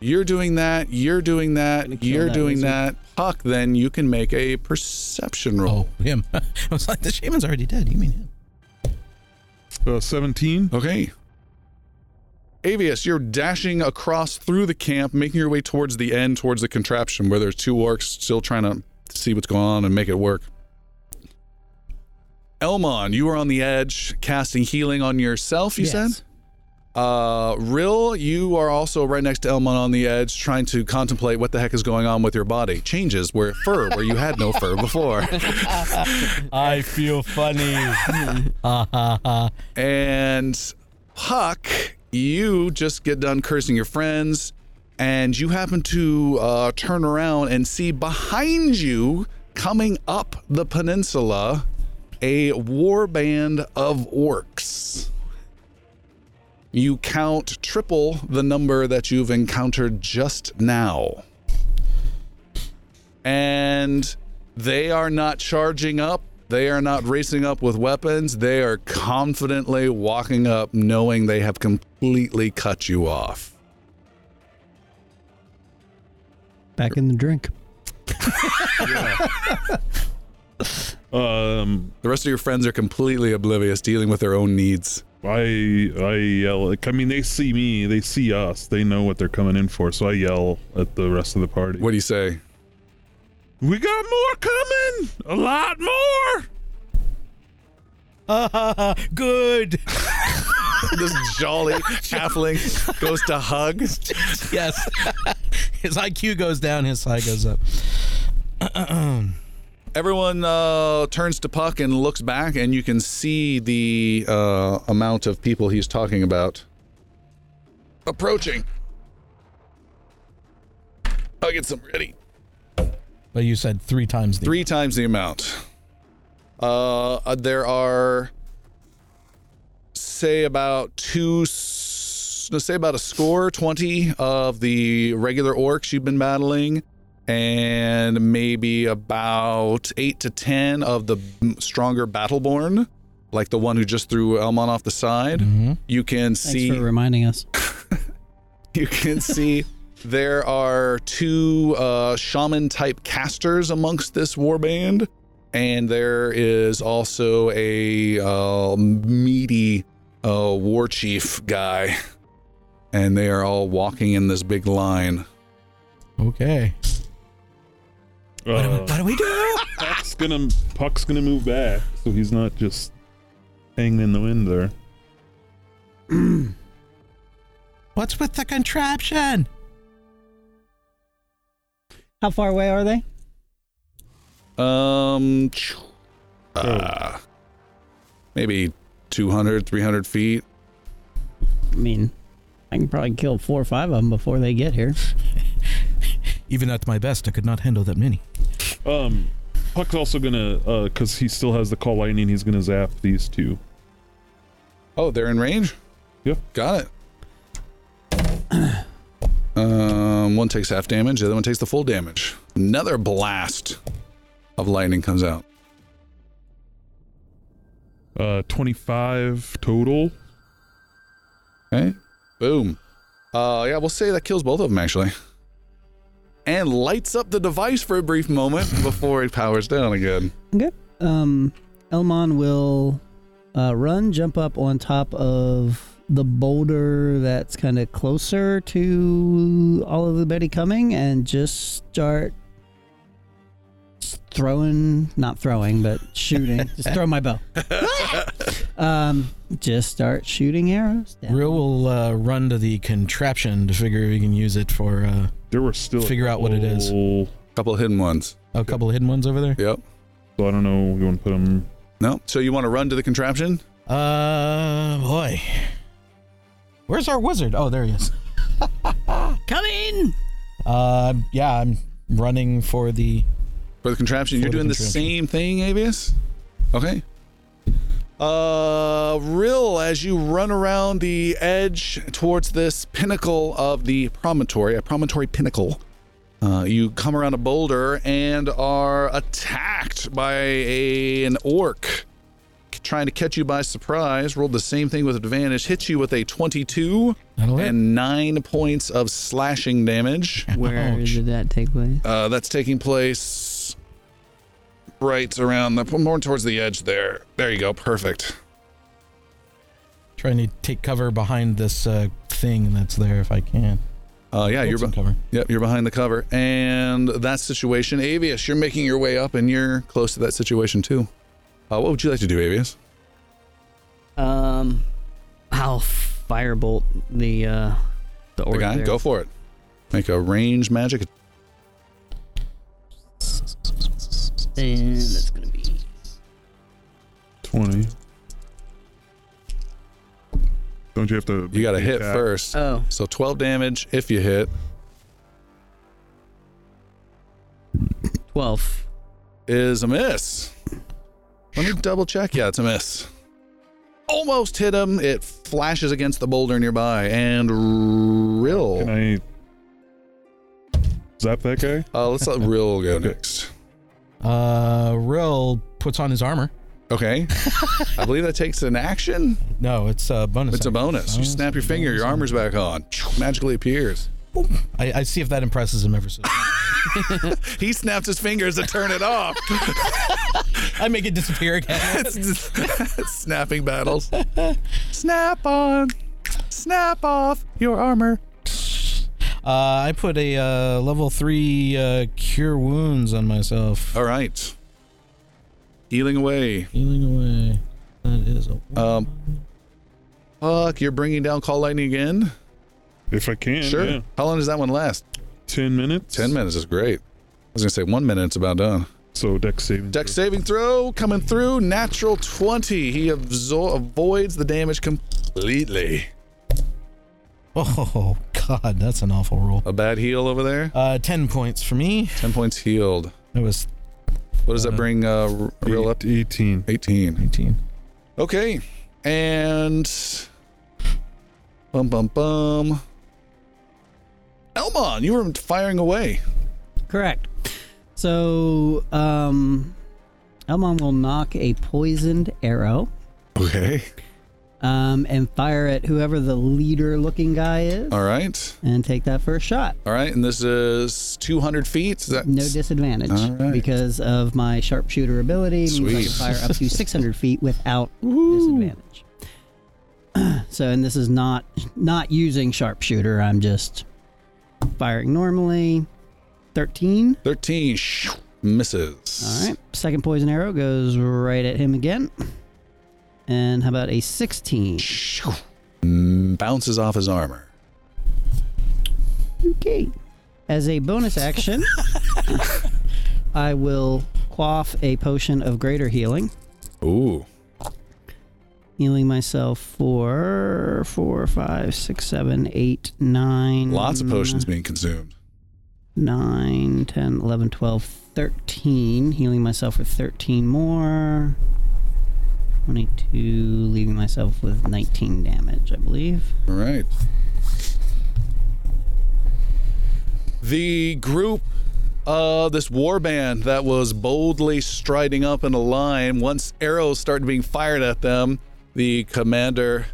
Speaker 1: You're doing that. You're doing
Speaker 6: Gonna
Speaker 1: that.
Speaker 6: kill
Speaker 1: You're
Speaker 6: that
Speaker 1: doing
Speaker 6: lizard.
Speaker 1: that. Puck, then you can make a perception roll.
Speaker 4: Oh, him. *laughs* I was like, the shaman's already dead. You mean him?
Speaker 5: Uh, 17.
Speaker 1: Okay. Avius, you're dashing across through the camp, making your way towards the end, towards the contraption where there's two orcs still trying to see what's going on and make it work. Elmon, you are on the edge, casting healing on yourself, you said? Uh, Rill, you are also right next to Elmon on the edge, trying to contemplate what the heck is going on with your body. Changes where fur, where you had no fur before.
Speaker 4: I feel funny. Ha, ha, ha.
Speaker 1: And Huck, you just get done cursing your friends, and you happen to uh, turn around and see behind you, coming up the peninsula, a war band of orcs. You count triple the number that you've encountered just now. And they are not charging up. They are not racing up with weapons. They are confidently walking up, knowing they have completely cut you off.
Speaker 6: Back in the drink.
Speaker 5: Um,
Speaker 1: The rest of your friends are completely oblivious, dealing with their own needs.
Speaker 5: I I yell. Like, I mean, they see me. They see us. They know what they're coming in for. So I yell at the rest of the party.
Speaker 1: What do you say? *laughs*
Speaker 5: We got more coming. A lot more.
Speaker 4: Ha, ha, ha. *laughs* Good.
Speaker 1: This jolly halfling goes to hug.
Speaker 4: Yes. *laughs* his IQ goes down, his high goes up.
Speaker 1: Everyone uh, turns to Puck and looks back, and you can see the uh, amount of people he's talking about approaching. I'll get some ready.
Speaker 4: But you said three times the.
Speaker 1: Three times the amount. Uh, uh, there are, say, about two, s- no, say, about a score, 20 of the regular orcs you've been battling. and maybe about eight to 10 of the m- stronger Battleborn, like the one who just threw Elmon off the side.
Speaker 4: Mm-hmm.
Speaker 1: You can
Speaker 6: Thanks
Speaker 1: see
Speaker 6: for reminding us.
Speaker 1: you can see there are two uh, shaman type casters amongst this warband, and there is also a uh, meaty uh, war chief guy, and they are all walking in this big line.
Speaker 4: Okay.
Speaker 5: Uh,
Speaker 4: do we do?
Speaker 5: Puck's gonna Puck's gonna move back, so he's not just hanging in the wind there.
Speaker 4: What's with the contraption?
Speaker 6: How far away are they?
Speaker 1: Um, uh, maybe 200, 300 feet.
Speaker 6: I mean, I can probably kill four or five of them before they get here.
Speaker 4: Even at my best, I could not handle that many.
Speaker 5: Um, Puck's also gonna uh, cause he still has the call lightning. He's gonna zap these two.
Speaker 1: Oh, they're in range?
Speaker 5: Yep.
Speaker 1: Got it. *clears throat* um, one takes half damage, the other one takes the full damage. Another blast of lightning comes out.
Speaker 5: Uh, twenty-five total.
Speaker 1: Okay. Boom. Uh, yeah, we'll say that kills both of them, actually. And lights up the device for a brief moment before it powers down again.
Speaker 6: Um, Elmon will uh, run, jump up on top of the boulder that's kind of closer to all of the Betty coming and just start throwing, not throwing, but shooting. just throw my bow. um, just start shooting arrows. down.
Speaker 4: Real will uh, run to the contraption to figure if he can use it for uh,
Speaker 5: There were still a
Speaker 4: Figure out what it is.
Speaker 5: couple-
Speaker 1: couple of hidden ones.
Speaker 4: a couple of hidden ones over there.
Speaker 1: Yep.
Speaker 5: So I don't know. You want to put them?
Speaker 1: No. So you want to run to the contraption?
Speaker 4: Uh, boy. Where's our wizard? Oh, there he is. *laughs*
Speaker 2: Come in!
Speaker 4: Uh, yeah, I'm running for the.
Speaker 1: For the contraption,
Speaker 4: For
Speaker 1: you're
Speaker 4: the
Speaker 1: doing the
Speaker 4: contraption.
Speaker 1: same thing, Avius? Okay. Uh, Rill, as you run around the edge towards this pinnacle of the promontory, a promontory pinnacle, uh, you come around a boulder and are attacked by a, an orc trying to catch you by surprise. Rolled the same thing with advantage, hits you with a 22
Speaker 4: That'll hit.
Speaker 1: and nine points of slashing damage.
Speaker 9: Where
Speaker 4: Ouch.
Speaker 9: did that take place?
Speaker 1: Uh, that's taking place right around the more towards the edge there. There you go. Perfect.
Speaker 4: Trying to take cover behind this uh, thing that's there if I can.
Speaker 1: Uh, yeah,
Speaker 4: Hold
Speaker 1: you're
Speaker 4: some
Speaker 1: be-
Speaker 4: cover.
Speaker 1: yep, you're behind the cover, and that situation, Avius, you're making your way up, and you're close to that situation too. Uh, what would you like to do, Avius?
Speaker 9: Um, I'll firebolt the uh
Speaker 1: The
Speaker 9: the orc.
Speaker 1: guy,
Speaker 9: there.
Speaker 1: go for it. Make a range magic.
Speaker 9: And that's gonna be
Speaker 5: Twenty. Don't you have to?
Speaker 1: You got to hit
Speaker 5: attack?
Speaker 1: first,
Speaker 9: oh
Speaker 1: so 12 damage if you hit.
Speaker 9: 12.
Speaker 1: is a miss. Let me double check. Yeah, it's a miss. Almost hit him. It flashes against the boulder nearby and
Speaker 5: Can
Speaker 1: Rill.
Speaker 5: I zap that guy?
Speaker 1: Uh, let's let Rill go next.
Speaker 4: Uh, Rill puts on his armor.
Speaker 1: Okay. I believe that takes an action.
Speaker 4: No, it's a bonus.
Speaker 1: It's a bonus. You snap your finger, your armor's back on. Magically appears.
Speaker 4: I, I see if that impresses him ever so.
Speaker 1: He snaps his fingers to turn it
Speaker 5: *laughs*
Speaker 1: off.
Speaker 4: I make it disappear
Speaker 1: *laughs*
Speaker 4: again.
Speaker 1: Snapping battles. Snap on. Snap off your armor.
Speaker 4: Uh, I put a uh, level three uh, cure wounds on myself.
Speaker 1: All right. Healing away.
Speaker 4: Healing away. That is a
Speaker 1: Um, Fuck, you're bringing down Call Lightning again?
Speaker 5: If I can,
Speaker 1: sure.
Speaker 5: yeah.
Speaker 1: How long does that one last?
Speaker 5: Ten minutes.
Speaker 1: 10 minutes is great. I was going to say one minute, it's about done.
Speaker 5: So deck saving.
Speaker 1: Deck saving throw coming through, natural 20. He absor- avoids the damage completely.
Speaker 4: oh god, that's an awful roll.
Speaker 1: A bad heal over there.
Speaker 4: Uh, ten points for me.
Speaker 1: 10 points healed.
Speaker 4: It was
Speaker 1: What does that
Speaker 4: Uh,
Speaker 1: bring uh, R- Real up to?
Speaker 5: Eighteen.
Speaker 1: 18.
Speaker 4: nineteen.
Speaker 1: Okay. And. Bum, bum, bum. Elmon, you were firing away.
Speaker 6: Correct. So, um, Elmon will knock a poisoned arrow
Speaker 1: Okay.
Speaker 6: um, and fire at whoever the leader looking guy is
Speaker 1: All right.
Speaker 6: and take that first shot.
Speaker 1: All right. And this is 200 feet. Is that
Speaker 6: No disadvantage
Speaker 1: All right.
Speaker 6: because of my sharpshooter ability.
Speaker 1: Sweet.
Speaker 6: Means I can
Speaker 1: *laughs*
Speaker 6: fire up to 600 feet without disadvantage. *clears throat* so, and this is not not using sharpshooter. I'm just firing normally. 13.
Speaker 1: 13 shoo, misses.
Speaker 6: All right. Second poison arrow goes right at him again. And how about a 16?
Speaker 1: Shoo. Mm, Bounces off his armor.
Speaker 6: Okay. As a
Speaker 1: *laughs*
Speaker 6: bonus action, I will quaff a potion of greater healing,
Speaker 1: Ooh.
Speaker 6: healing myself for four, five, six, seven, eight, nine.
Speaker 1: Lots of potions being consumed.
Speaker 6: Nine, 10, 11, 12, 13. Healing myself for 13 more. 22, leaving myself with 19 damage, I believe.
Speaker 1: All right. The group, uh, this war band that was boldly striding up in a line, once arrows started being fired at them, the commander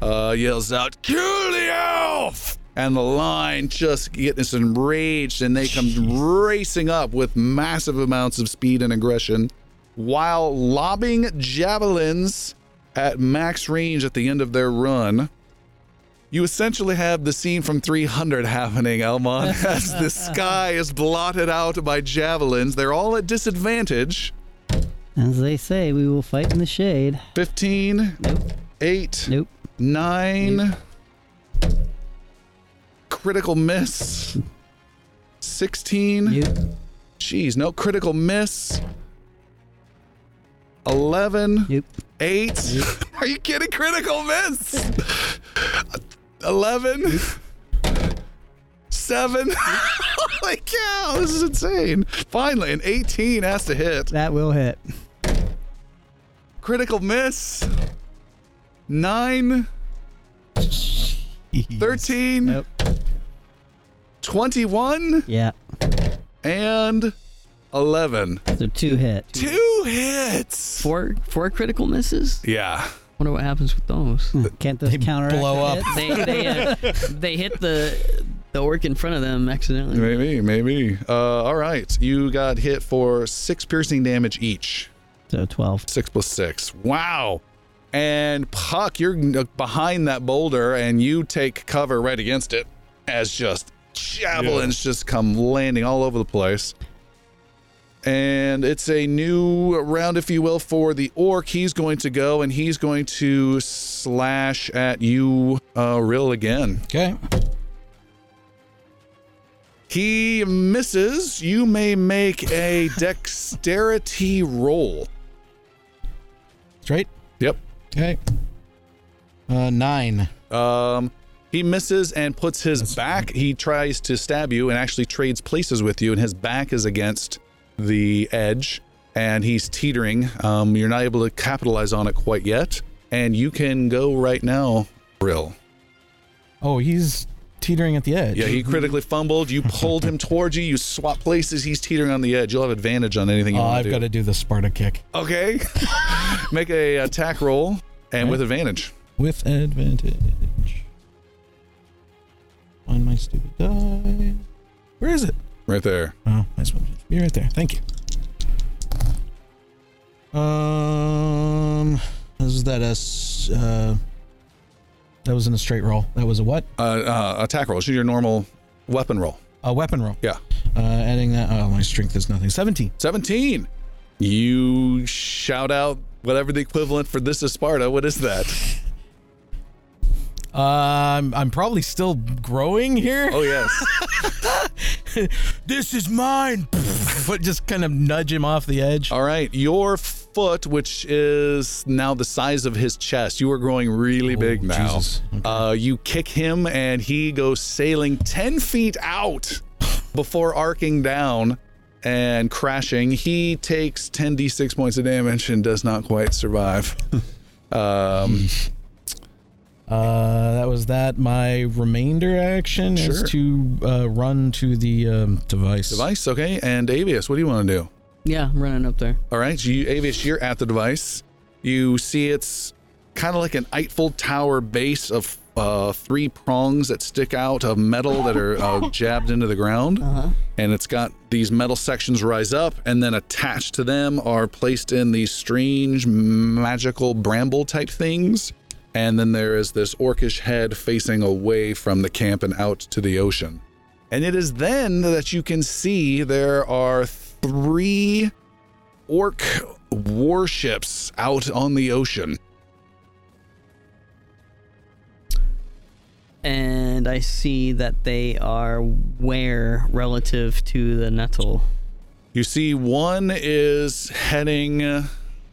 Speaker 1: uh, yells out, Kill the elf! And the line just gets enraged and they come racing up with massive amounts of speed and aggression while lobbing javelins at max range at the end of their run. You essentially have the scene from 300 happening, Elmon,
Speaker 6: *laughs*
Speaker 1: as the sky is blotted out by javelins. They're all at disadvantage.
Speaker 6: As they say, we will fight in the shade.
Speaker 1: 15,
Speaker 6: Nope.
Speaker 1: 8,
Speaker 6: Nope.
Speaker 1: 9. Critical miss. 16.
Speaker 6: Nope.
Speaker 1: Jeez, no critical miss. 11.
Speaker 6: Nope.
Speaker 1: 8. *laughs* Are you kidding? Critical miss. *laughs* 11. 7. *laughs* Holy cow, this is insane. Finally, an 18 has to hit.
Speaker 6: That will hit.
Speaker 1: Critical miss. 9. 13.
Speaker 6: Nope.
Speaker 1: 21.
Speaker 6: Yeah.
Speaker 1: And 11.
Speaker 6: So two hit.
Speaker 1: Two hits.
Speaker 9: Four four critical misses.
Speaker 1: Yeah.
Speaker 9: Wonder what happens with those.
Speaker 6: Can't those counter
Speaker 4: blow up.
Speaker 9: they they, uh, they hit the the orc in front of them accidentally.
Speaker 1: Maybe, maybe. Uh, all right. You got hit for six piercing damage each.
Speaker 6: So twelve.
Speaker 1: Six plus six. Wow. And Puck, you're n- uh, behind that boulder and you take cover right against it as just javelins just come landing all over the place. And it's a new round, if you will, for the orc. He's going to go and he's going to slash at you, uh, Rill, again.
Speaker 4: Okay.
Speaker 1: He misses. You may make a dexterity roll.
Speaker 4: Straight.
Speaker 1: Yep.
Speaker 4: Okay. Uh, nine.
Speaker 1: Um, he misses and puts his back. He tries to stab you and actually trades places with you, and his back is against the edge, and he's teetering. Um, you're not able to capitalize on it quite yet, and you can go right now, Brill.
Speaker 4: Oh, he's teetering at the edge.
Speaker 1: Yeah, he critically fumbled. You pulled him towards you. You swap places. He's teetering on the edge. You'll have advantage on anything you
Speaker 4: Oh,
Speaker 1: want
Speaker 4: I've
Speaker 1: to do.
Speaker 4: got to do the Sparta kick
Speaker 1: Okay. *laughs* Make a attack roll and with advantage.
Speaker 4: with advantage. On my stupid die. Where is it?
Speaker 1: Right there.
Speaker 4: Oh, I suppose it should be right there. Thank you. Um, is that a s- uh? That wasn't a straight roll. That was a what?
Speaker 1: Uh, uh, attack roll. Shoot your normal weapon roll.
Speaker 4: A weapon roll.
Speaker 1: Yeah.
Speaker 4: Uh, adding that. Oh, my strength is nothing. Seventeen.
Speaker 1: 17. You shout out whatever the equivalent for this is Sparta. What is that?
Speaker 4: Um, I'm, I'm probably still growing here.
Speaker 1: Oh, yes.
Speaker 4: This is mine. *laughs* but just kind of nudge him off the edge. Uh,
Speaker 1: All right. Your foot, which is now the size of his chest, you are growing really big now.
Speaker 4: Oh, Jesus. Okay.
Speaker 1: Uh, you kick him, and he goes sailing 10 feet out before arcing down and crashing. He takes 10d6
Speaker 4: *laughs*
Speaker 1: points of damage and does not quite survive. Um,
Speaker 4: Uh, that was that. My remainder action
Speaker 1: Sure.
Speaker 4: is to uh, run to the um, device.
Speaker 1: Device, okay. And Avius, what do you want to do?
Speaker 9: Yeah, I'm running up there.
Speaker 1: All right, you, Avius, you're at the device. You see it's kind of like an Eiffel Tower base of uh, three prongs that stick out of metal that are uh, jabbed into the ground. And it's got these metal sections rise up, and then attached to them are placed in these strange magical bramble type things. And then there is this orcish head facing away from the camp and out to the ocean. And it is then that you can see there are three orc warships out on the ocean.
Speaker 9: And I see that they are where relative to the nettle.
Speaker 1: You see, one is heading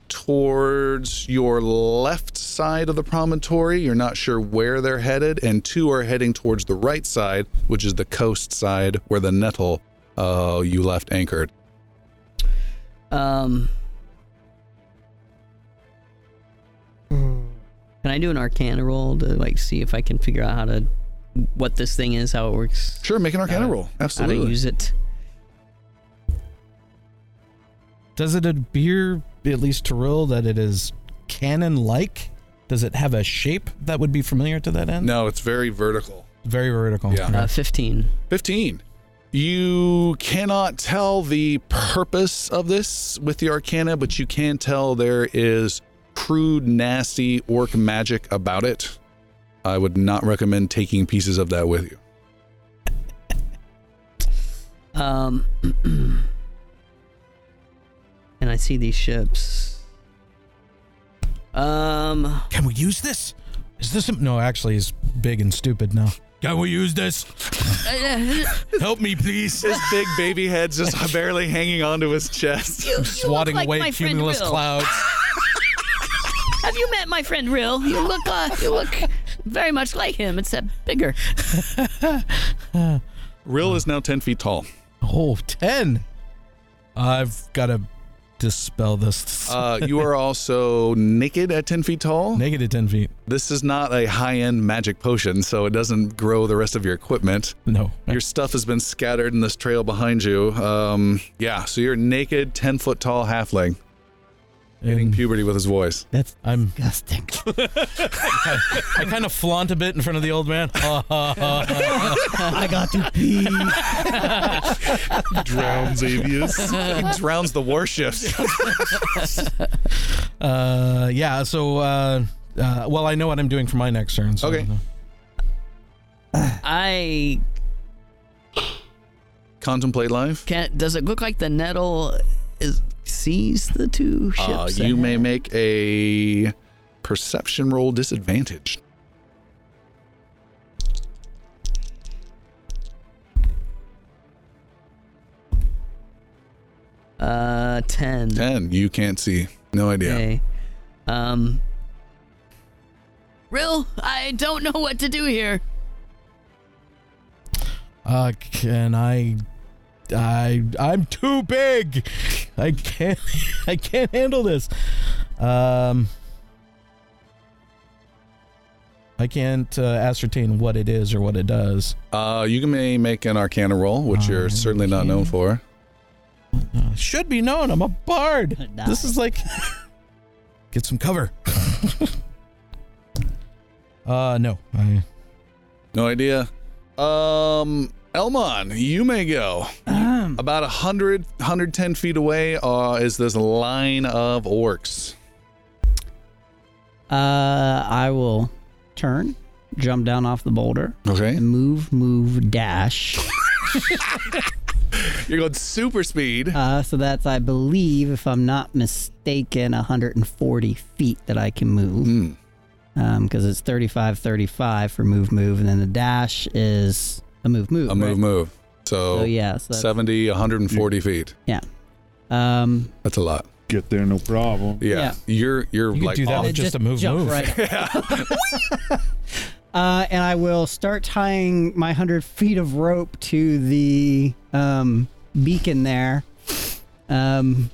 Speaker 1: towards your left side of the promontory. You're not sure where they're headed, and two are heading towards the right side, which is the coast side where the nettle uh, you left anchored.
Speaker 9: Um. Can I do an arcana roll to like see if I can figure out how to what this thing is, how it works,
Speaker 1: Sure, make an arcana
Speaker 9: Got it.
Speaker 1: roll.
Speaker 9: how to
Speaker 1: Absolutely.
Speaker 9: use it?
Speaker 4: Does it appear, at least to Rill, that it is cannon-like? Does it have a shape that would be familiar to that end?
Speaker 1: no, it's very vertical.
Speaker 4: Very vertical.
Speaker 1: Yeah.
Speaker 9: Uh, Fifteen.
Speaker 1: 15. You cannot tell the purpose of this with the arcana, but you can tell there is crude, nasty orc magic about it. I would not recommend taking pieces of that with you.
Speaker 9: Um, *clears throat* and I see these ships. Um,
Speaker 4: Can we use this? Is this a- no? Actually, he's big and stupid now. Can we
Speaker 2: *laughs*
Speaker 4: use this? Help me, please.
Speaker 1: His *laughs* big baby head's just *laughs* barely hanging onto his chest.
Speaker 2: You, you
Speaker 4: Swatting
Speaker 2: look like
Speaker 4: away
Speaker 2: my friend
Speaker 4: cumulus
Speaker 2: Rill.
Speaker 4: clouds.
Speaker 2: Have you met my friend Rill? You look, uh, you look very much like him, except bigger.
Speaker 1: Rill is now 10 feet tall.
Speaker 4: *laughs* Oh, 10. I've got to dispel this.
Speaker 1: Uh, you are also naked at 10 feet tall. *laughs*
Speaker 4: Negative 10 feet.
Speaker 1: This is not a high end magic potion, so it doesn't grow the rest of your equipment.
Speaker 4: No.
Speaker 1: Your stuff has been scattered in this trail behind you. Um, yeah, so you're a naked, 10 foot tall halfling hitting
Speaker 4: And
Speaker 1: puberty with his voice.
Speaker 6: That's
Speaker 4: I'm.
Speaker 6: disgusting.
Speaker 4: *laughs*
Speaker 6: Uh,
Speaker 4: I kind of flaunt a bit in front of the old *laughs* man.
Speaker 6: I got to pee.
Speaker 5: Drowns Avius.
Speaker 1: drowns the warships.
Speaker 4: uh, yeah. So, uh, uh, well, I know what I'm doing for my next turn. So
Speaker 1: Okay.
Speaker 9: I
Speaker 1: Contemplate life.
Speaker 9: can't. Does it look like the nettle is sees the two
Speaker 1: Uh,
Speaker 9: ships?
Speaker 1: you may make a perception roll disadvantage.
Speaker 9: Uh, ten.
Speaker 1: 10. You can't see. No idea.
Speaker 9: Okay. Um,
Speaker 2: Rill, I don't know what to do here.
Speaker 4: Uh, can I? I I'm too big. I can't. *laughs* I can't handle this. Um. I can't uh, ascertain what it is or what it does.
Speaker 1: Uh, you may make an arcana roll, which you're certainly not known for.
Speaker 4: Uh, should be known. I'm a bard. This is like get some cover. *laughs* uh, no. I,
Speaker 1: No idea. Um, Elmon, you may go. About 100, 110 feet away uh, is this line of orcs.
Speaker 6: Uh, I will turn, jump down off the boulder,
Speaker 1: Okay.
Speaker 6: and move, move, dash.
Speaker 1: You're going super speed.
Speaker 6: Uh, so that's, I believe, if I'm not mistaken, 140 feet that I can move.
Speaker 1: Hmm.
Speaker 6: Because it's 35, 35 for move, move. And then the dash is a move, move.
Speaker 1: A move,
Speaker 6: right?
Speaker 1: move. So,
Speaker 6: So, yeah. So that's-
Speaker 1: 70, 140 feet.
Speaker 6: um,
Speaker 1: That's a lot.
Speaker 5: *laughs* Get there, no problem.
Speaker 1: Yeah.
Speaker 6: Yeah.
Speaker 1: You're you're
Speaker 4: You could
Speaker 1: like
Speaker 4: do that
Speaker 1: off-
Speaker 4: with just a move,
Speaker 6: jump
Speaker 4: move.
Speaker 6: Right *laughs* uh, and I will start tying my 100 feet of rope to the um, beacon there. Um,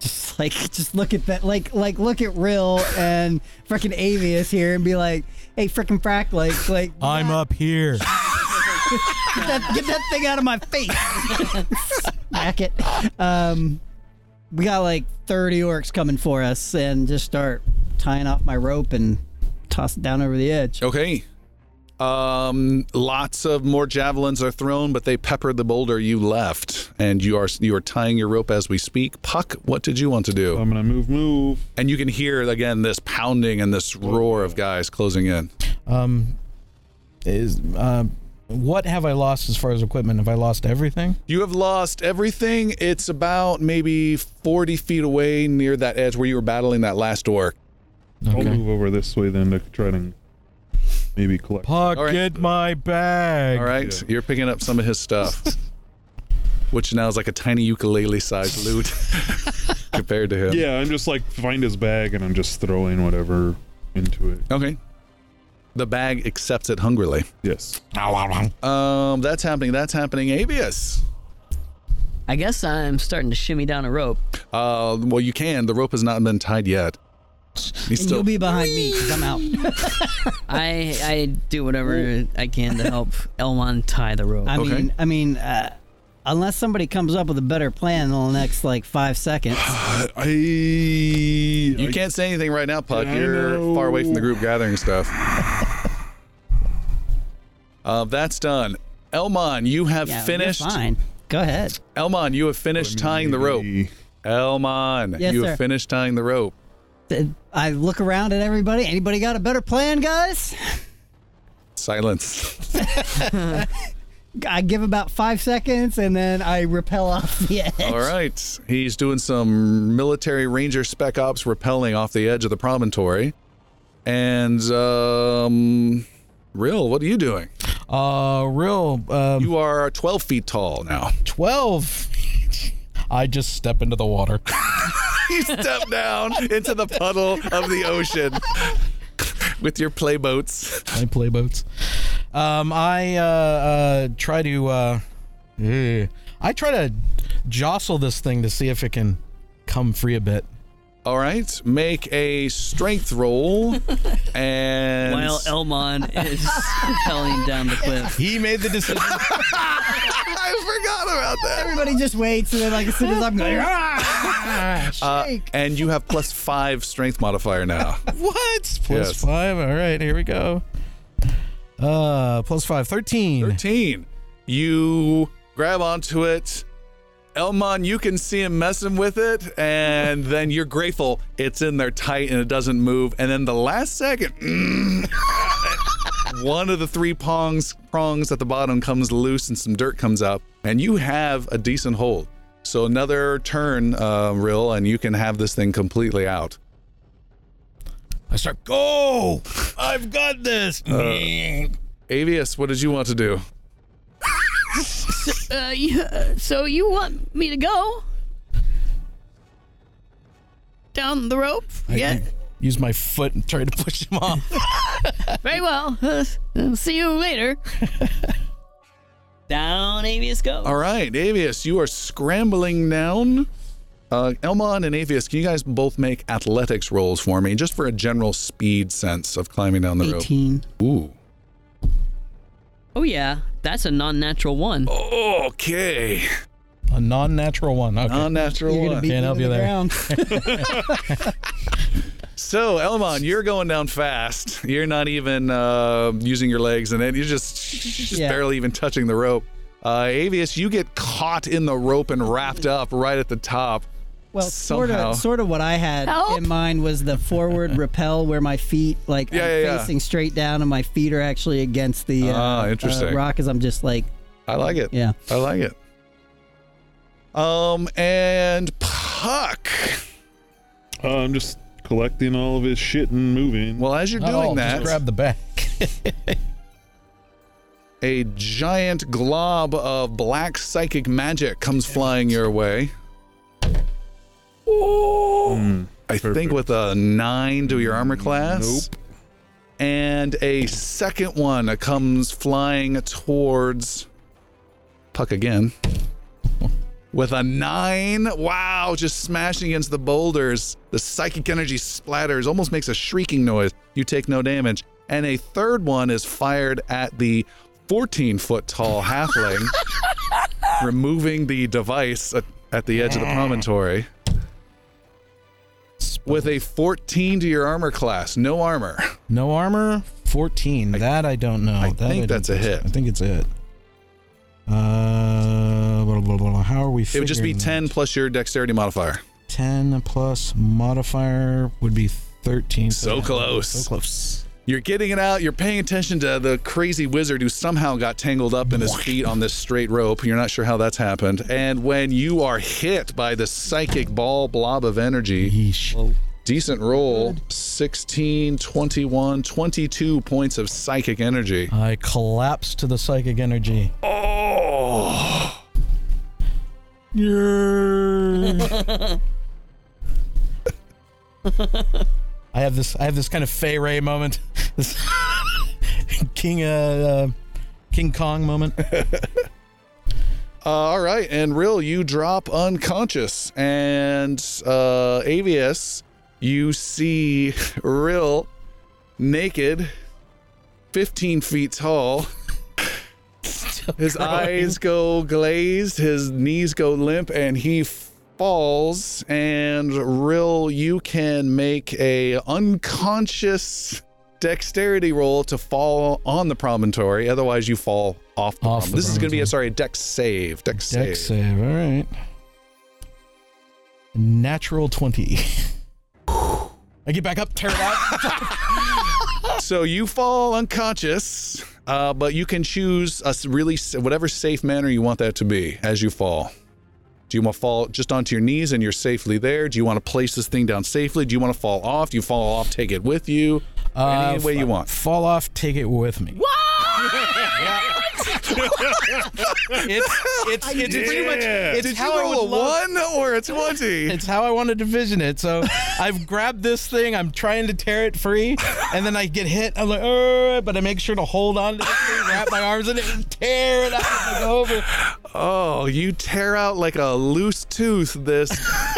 Speaker 6: just like, just look at that, like, like look at Rill and freaking Avius here and be like, hey, frickin' frack, like, like,
Speaker 3: I'm up here.
Speaker 6: get that, get that thing out of my face. *laughs* Smack it. Um, we got like 30 orcs coming for us and just start tying off my rope and toss it down over the edge.
Speaker 1: Okay. Um, lots of more javelins are thrown, but they pepper the boulder you left, and you are you are tying your rope as we speak. Puck, what did you want to do?
Speaker 5: I'm gonna move, move.
Speaker 1: and you can hear again this pounding and this roar of guys closing in.
Speaker 4: Um, is um, what have I lost as far as equipment? Have I lost everything?
Speaker 1: You have lost everything. It's about maybe 40 feet away near that edge where you were battling that last orc.
Speaker 5: I'll move over this way then to try and maybe collect.
Speaker 3: Puck,
Speaker 1: All right.
Speaker 3: get my bag.
Speaker 1: All right,
Speaker 5: Yeah.
Speaker 1: you're picking up some of his
Speaker 5: *laughs*
Speaker 1: stuff, which now is like a tiny ukulele sized
Speaker 5: *laughs*
Speaker 1: loot compared to him.
Speaker 5: Yeah, I'm just like find his bag and I'm just throwing whatever into it.
Speaker 1: Okay. The bag accepts it hungrily.
Speaker 5: Yes.
Speaker 1: Um, that's happening. That's happening. Avius.
Speaker 9: I guess I'm starting to shimmy down a rope.
Speaker 1: Uh, well, you can. The rope has not been tied yet. He's
Speaker 6: And
Speaker 1: still.
Speaker 6: you'll be behind me because I'm out.
Speaker 9: I I do whatever I can to help Elmon tie the rope.
Speaker 6: I
Speaker 1: Okay.
Speaker 6: mean, I mean, uh, unless somebody comes up with a better plan in the next like
Speaker 1: *sighs*
Speaker 6: five seconds,
Speaker 5: I. You
Speaker 1: you can't say anything right now, Puck.
Speaker 5: I
Speaker 1: You're
Speaker 5: know.
Speaker 1: far away from the group gathering stuff. *laughs* uh, that's done. Elmon, you have
Speaker 6: yeah,
Speaker 1: finished.
Speaker 6: You're fine. Go ahead.
Speaker 1: Elmon, you have finished tying the rope. Elmon,
Speaker 6: Yes,
Speaker 1: you
Speaker 6: sir.
Speaker 1: have finished tying the rope.
Speaker 6: Th- Uh, I look around at everybody. Anybody got a better plan, guys? *laughs*
Speaker 1: Silence.
Speaker 6: I give about five seconds and then I repel off the *laughs* edge.
Speaker 1: All right. He's doing some military ranger spec ops rappelling off the edge of the promontory. And, um, Real, what are you doing?
Speaker 4: Uh, real um,
Speaker 1: You are 12 feet tall now.
Speaker 4: twelve. I just step into
Speaker 1: *laughs*
Speaker 4: the water.
Speaker 1: you step down into the puddle of the ocean with your playboats.
Speaker 4: I play boats. Um, I uh, uh, try to. Uh, eh, I try to jostle this thing to see if it can come free a bit.
Speaker 1: All right, make a strength roll, and
Speaker 9: While Elmon is propelling down the cliff.
Speaker 4: He made the decision.
Speaker 1: I forgot about that.
Speaker 6: Everybody just waits and then like as soon as
Speaker 1: *laughs*
Speaker 6: I'm going, ah,
Speaker 1: Uh,
Speaker 6: shake.
Speaker 1: and you have plus five strength modifier now.
Speaker 4: *laughs* what? Plus
Speaker 1: Yes.
Speaker 4: five. All right, here we go. Uh, plus five. Thirteen.
Speaker 1: 13. You grab onto it. Elmon, you can see him messing with it, and then you're grateful it's in there tight and it doesn't move. And then the last second, mm, *laughs* one of the three prongs, prongs at the bottom comes loose and some dirt comes out, and you have a decent hold. So another turn, uh, Rill, and you can have this thing completely out.
Speaker 4: I start. Go! I've got this. Uh,
Speaker 1: Avius, what did you want to do?
Speaker 2: Uh, you, uh, so you want me to go down the rope? yeah.
Speaker 4: *laughs* Use my foot and try to push him off.
Speaker 2: Very well. Uh, uh, see you later.
Speaker 9: *laughs* Down Avius go.
Speaker 1: All right, Avius, you are scrambling down. Uh, Elmon and Avius, can you guys both make athletics rolls for me, just for a general speed sense of climbing down the
Speaker 6: 18.
Speaker 1: rope?
Speaker 9: Oh yeah, that's a non-natural one.
Speaker 1: Ooh. Okay.
Speaker 4: *laughs* A non-natural one. Okay.
Speaker 1: Non-natural
Speaker 6: You're gonna
Speaker 1: one.
Speaker 6: beat
Speaker 4: Can't
Speaker 6: me
Speaker 4: help you
Speaker 6: to the
Speaker 4: there.
Speaker 1: *laughs*
Speaker 6: ground.
Speaker 1: so, Elmon, you're going down fast. You're not even uh, using your legs, and then you're just, just
Speaker 6: Yeah.
Speaker 1: barely even touching the rope. Uh, Avius, you get caught in the rope and wrapped up right at the top.
Speaker 6: Well, sort
Speaker 1: Somehow.
Speaker 6: of, sort of what I had
Speaker 2: Help.
Speaker 6: in mind was the forward rappel, where my feet, like,
Speaker 1: Yeah,
Speaker 6: I'm
Speaker 1: yeah, yeah.
Speaker 6: facing straight down, and my feet are actually against the uh,
Speaker 1: Ah,
Speaker 6: uh,
Speaker 1: interesting.
Speaker 6: rock as I'm just like,
Speaker 1: I like it.
Speaker 6: yeah.
Speaker 1: I like it. Um, and Puck.
Speaker 5: Uh, I'm just collecting all of his shit and moving.
Speaker 1: Well, as you're
Speaker 4: Not
Speaker 1: doing
Speaker 4: all, just
Speaker 1: that,
Speaker 4: grab the back. *laughs*
Speaker 1: a giant glob of black psychic magic comes flying your way. Hmm. I think
Speaker 5: perfect.
Speaker 1: with a nine to your armor class. Nope. And a second one comes flying towards Puck again. With a nine. Wow, just smashing into the boulders. The psychic energy splatters, almost makes a shrieking noise. You take no damage. and a third one is fired at the 14 foot tall halfling, removing the device at, at the edge of the promontory. With a 14 to your armor class, no armor.
Speaker 4: No armor, 14. that I don't know. I
Speaker 1: think that's a hit.
Speaker 4: I think it's a hit. Uh, blah, blah, blah, blah. how are we?
Speaker 1: It would just be
Speaker 4: figuring that?
Speaker 1: 10 plus your dexterity modifier.
Speaker 4: 10 plus modifier would be 13.
Speaker 1: So close.
Speaker 4: So close.
Speaker 1: You're getting it out. You're paying attention to the crazy wizard who somehow got tangled up in his feet on this straight rope. You're not sure how that's happened. And when you are hit by the psychic ball blob of energy,
Speaker 4: Yeesh.
Speaker 1: decent roll 16, 21, 22 points of psychic energy.
Speaker 4: I collapse to the psychic energy. Oh. *laughs* I have this. I have this kind of Fey Ray moment. *laughs* This King uh, uh, King Kong moment.
Speaker 1: Uh, all right. And Rill, you drop unconscious. And uh, Avius, you see *laughs* Rill naked, 15 feet
Speaker 4: *laughs*
Speaker 1: tall. His eyes go glazed, his knees go limp, and he falls. And Rill, you can make a unconscious dexterity roll to fall on the promontory. Otherwise, you fall off the
Speaker 4: Off
Speaker 1: prom-
Speaker 4: the
Speaker 1: This is going to be a sorry
Speaker 4: promontory.
Speaker 1: dex save. Dex,
Speaker 4: Dex
Speaker 1: save.
Speaker 4: save. All right. Natural twenty. *laughs* I get back up, tear it out.
Speaker 1: So you fall unconscious, uh, but you can choose a s- really s- whatever safe manner you want that to be as you fall. Do you want to fall just onto your knees and you're safely there? Do you want to place this thing down safely? Do you want to fall off? Do you fall off? Take it with you.
Speaker 4: Uh,
Speaker 1: Any way you want.
Speaker 4: Fall off, take it with me. *laughs* It's it's it's pretty much
Speaker 5: Yeah.
Speaker 4: it's
Speaker 1: Did
Speaker 4: how
Speaker 1: you
Speaker 4: I would
Speaker 1: roll a
Speaker 4: love-
Speaker 1: one or a twenty?
Speaker 4: *laughs* It's how I wanted to vision it. *laughs* So I've grabbed this thing. I'm trying to tear it free, and then I get hit. I'm like, "Arr," but I make sure to hold on to this thing, wrap my arms in it, and tear it out as I go over.
Speaker 1: Oh, you tear out like a loose tooth
Speaker 4: *laughs*
Speaker 1: this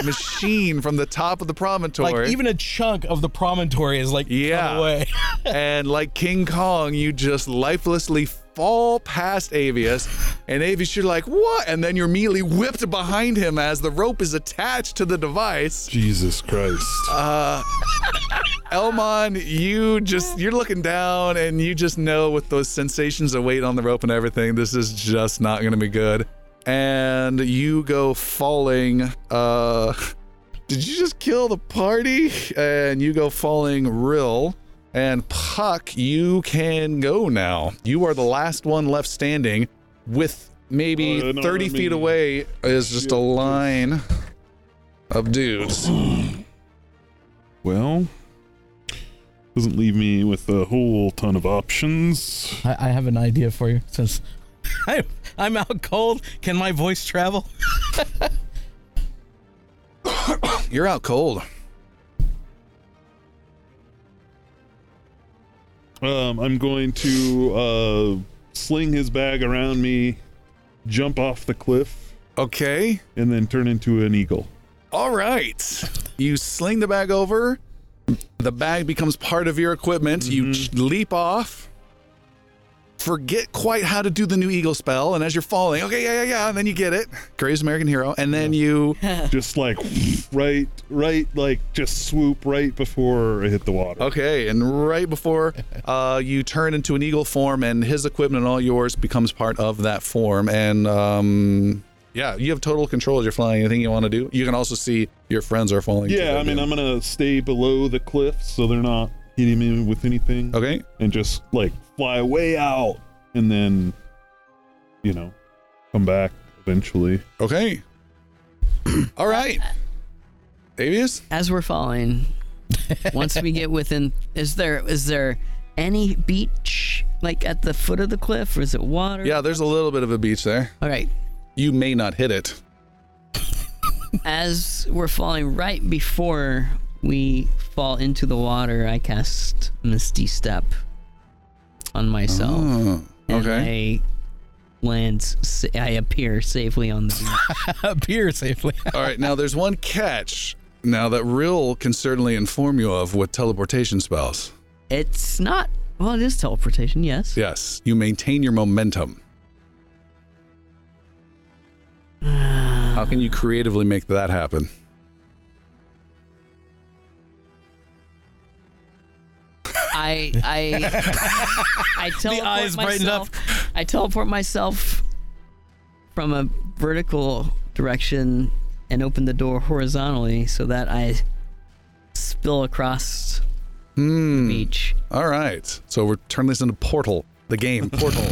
Speaker 1: machine from the top of the promontory.
Speaker 4: Like even a chunk of the promontory is like
Speaker 1: Yeah.
Speaker 4: yeah. away. *laughs*
Speaker 1: and like King Kong, you just lifelessly fall past Avius, and Avius, you're like, what? And then you're immediately whipped behind him as the rope is attached to the device.
Speaker 5: Jesus Christ.
Speaker 1: Uh, Elmon, you just you're looking down, and you just know with those sensations of weight on the rope and everything, this is just not gonna be good. And you go falling. Uh, *laughs* did you just kill the party? And you go falling. Rill and Puck, you can go now. You are the last one left standing, with maybe
Speaker 5: Uh, no,
Speaker 1: thirty
Speaker 5: let
Speaker 1: feet
Speaker 5: me-
Speaker 1: away is just a line of dudes.
Speaker 5: Well, doesn't leave me with a whole ton of options.
Speaker 4: I, I have an idea for you. Since *laughs* I, I'm out cold, can my voice travel? *laughs*
Speaker 1: You're out cold.
Speaker 5: Um, I'm going to uh, sling his bag around me, jump off the cliff,
Speaker 1: Okay.
Speaker 5: and then turn into an eagle.
Speaker 1: All right. You sling the bag over. The bag becomes part of your equipment. You ch-
Speaker 5: Mm-hmm.
Speaker 1: leap off. Forget quite how to do the new eagle spell. And as you're falling, okay, yeah, yeah, yeah. And then you get it. Greatest American Hero. And then
Speaker 5: *laughs*
Speaker 1: you.
Speaker 5: Just like right, right, like just swoop right before I hit the water.
Speaker 1: Okay. And right before uh, you turn into an eagle form, and his equipment and all yours becomes part of that form. And um, yeah, you have total control as you're flying. Anything you want to do. You can also see your friends are falling.
Speaker 5: Yeah, I mean, I'm gonna stay below the cliff so they're not hitting me with anything,
Speaker 1: Okay.
Speaker 5: and just like fly way out, and then, you know, come back eventually.
Speaker 1: Okay. *clears throat* All right. Avius?
Speaker 9: As
Speaker 1: *laughs*
Speaker 9: we're falling, once we get within, is there is there any beach like at the foot of the cliff, or is it water?
Speaker 1: Yeah, there's a little bit of a beach there.
Speaker 9: All right.
Speaker 1: You may not hit it.
Speaker 9: As we're falling, right before we fall into the water, I cast Misty Step on
Speaker 1: Oh.
Speaker 9: myself. and
Speaker 1: Hmm. okay.
Speaker 9: I land. sa- I appear safely on the beach.
Speaker 4: Appear safely.
Speaker 1: *laughs* All right. Now, there's one catch now that Rill can certainly inform you of with teleportation spells.
Speaker 9: it's not Well, it is teleportation, yes.
Speaker 1: Yes, you maintain your momentum. How can you creatively make that happen?
Speaker 9: I I
Speaker 4: *laughs*
Speaker 9: I teleport
Speaker 4: eyes brightened
Speaker 9: myself. I teleport myself from a vertical direction and open the door horizontally so that I spill across
Speaker 4: Hmm.
Speaker 9: the beach.
Speaker 1: All right. So we're turning this into Portal, the game
Speaker 9: *laughs*
Speaker 1: Portal.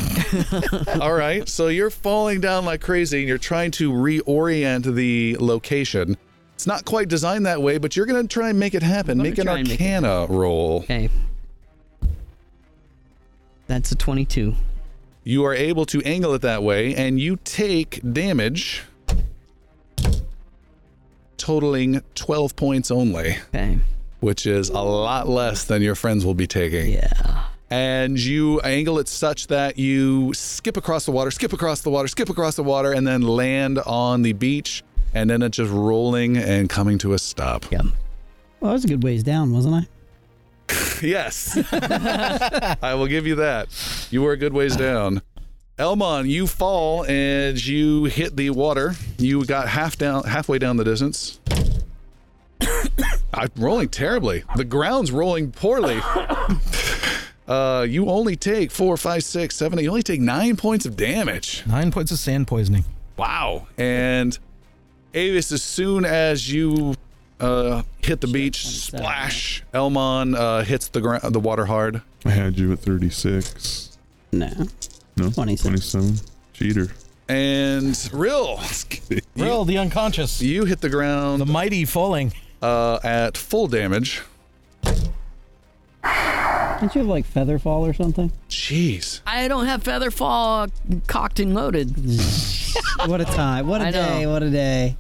Speaker 1: All right. So you're falling down like crazy and you're trying to reorient the location. It's not quite designed that way, but you're going to try and make it happen.
Speaker 9: gonna
Speaker 1: Make an
Speaker 9: try and make it
Speaker 1: arcana roll.
Speaker 9: Okay. That's a 22.
Speaker 1: You are able to angle it that way and you take damage totaling 12 points only.
Speaker 9: Okay.
Speaker 1: which is a lot less than your friends will be taking.
Speaker 9: Yeah.
Speaker 1: And you angle it such that you skip across the water, skip across the water, skip across the water, and then land on the beach. And then it's just rolling and coming to a stop.
Speaker 9: Yeah.
Speaker 6: Well, I was a good ways down, wasn't I?
Speaker 1: Yes. I will give you that. You were a good ways down. Elmon, you fall and you hit the water. You got half down halfway down the distance. *coughs* I'm rolling terribly. The ground's rolling poorly. Uh, you only take four, five, six, seven, eight. You only take nine points of damage.
Speaker 4: Nine points of sand poisoning.
Speaker 1: Wow. And Avis, as soon as you uh, hit the beach, splash, Elmon uh, hits the ground, the water hard.
Speaker 5: I had you at 36.
Speaker 6: No.
Speaker 5: No,
Speaker 6: 26.
Speaker 5: 27. Cheater.
Speaker 1: And *laughs* Rill,
Speaker 4: Real, the unconscious.
Speaker 1: you hit the
Speaker 4: The
Speaker 1: ground
Speaker 4: mighty
Speaker 1: *laughs*
Speaker 4: falling.
Speaker 1: uh, at full damage.
Speaker 6: Didn't you have like feather fall or something?
Speaker 1: Jeez.
Speaker 9: I don't have feather fall cocked and loaded.
Speaker 6: What a time! What a
Speaker 9: I know.
Speaker 6: day! What a day!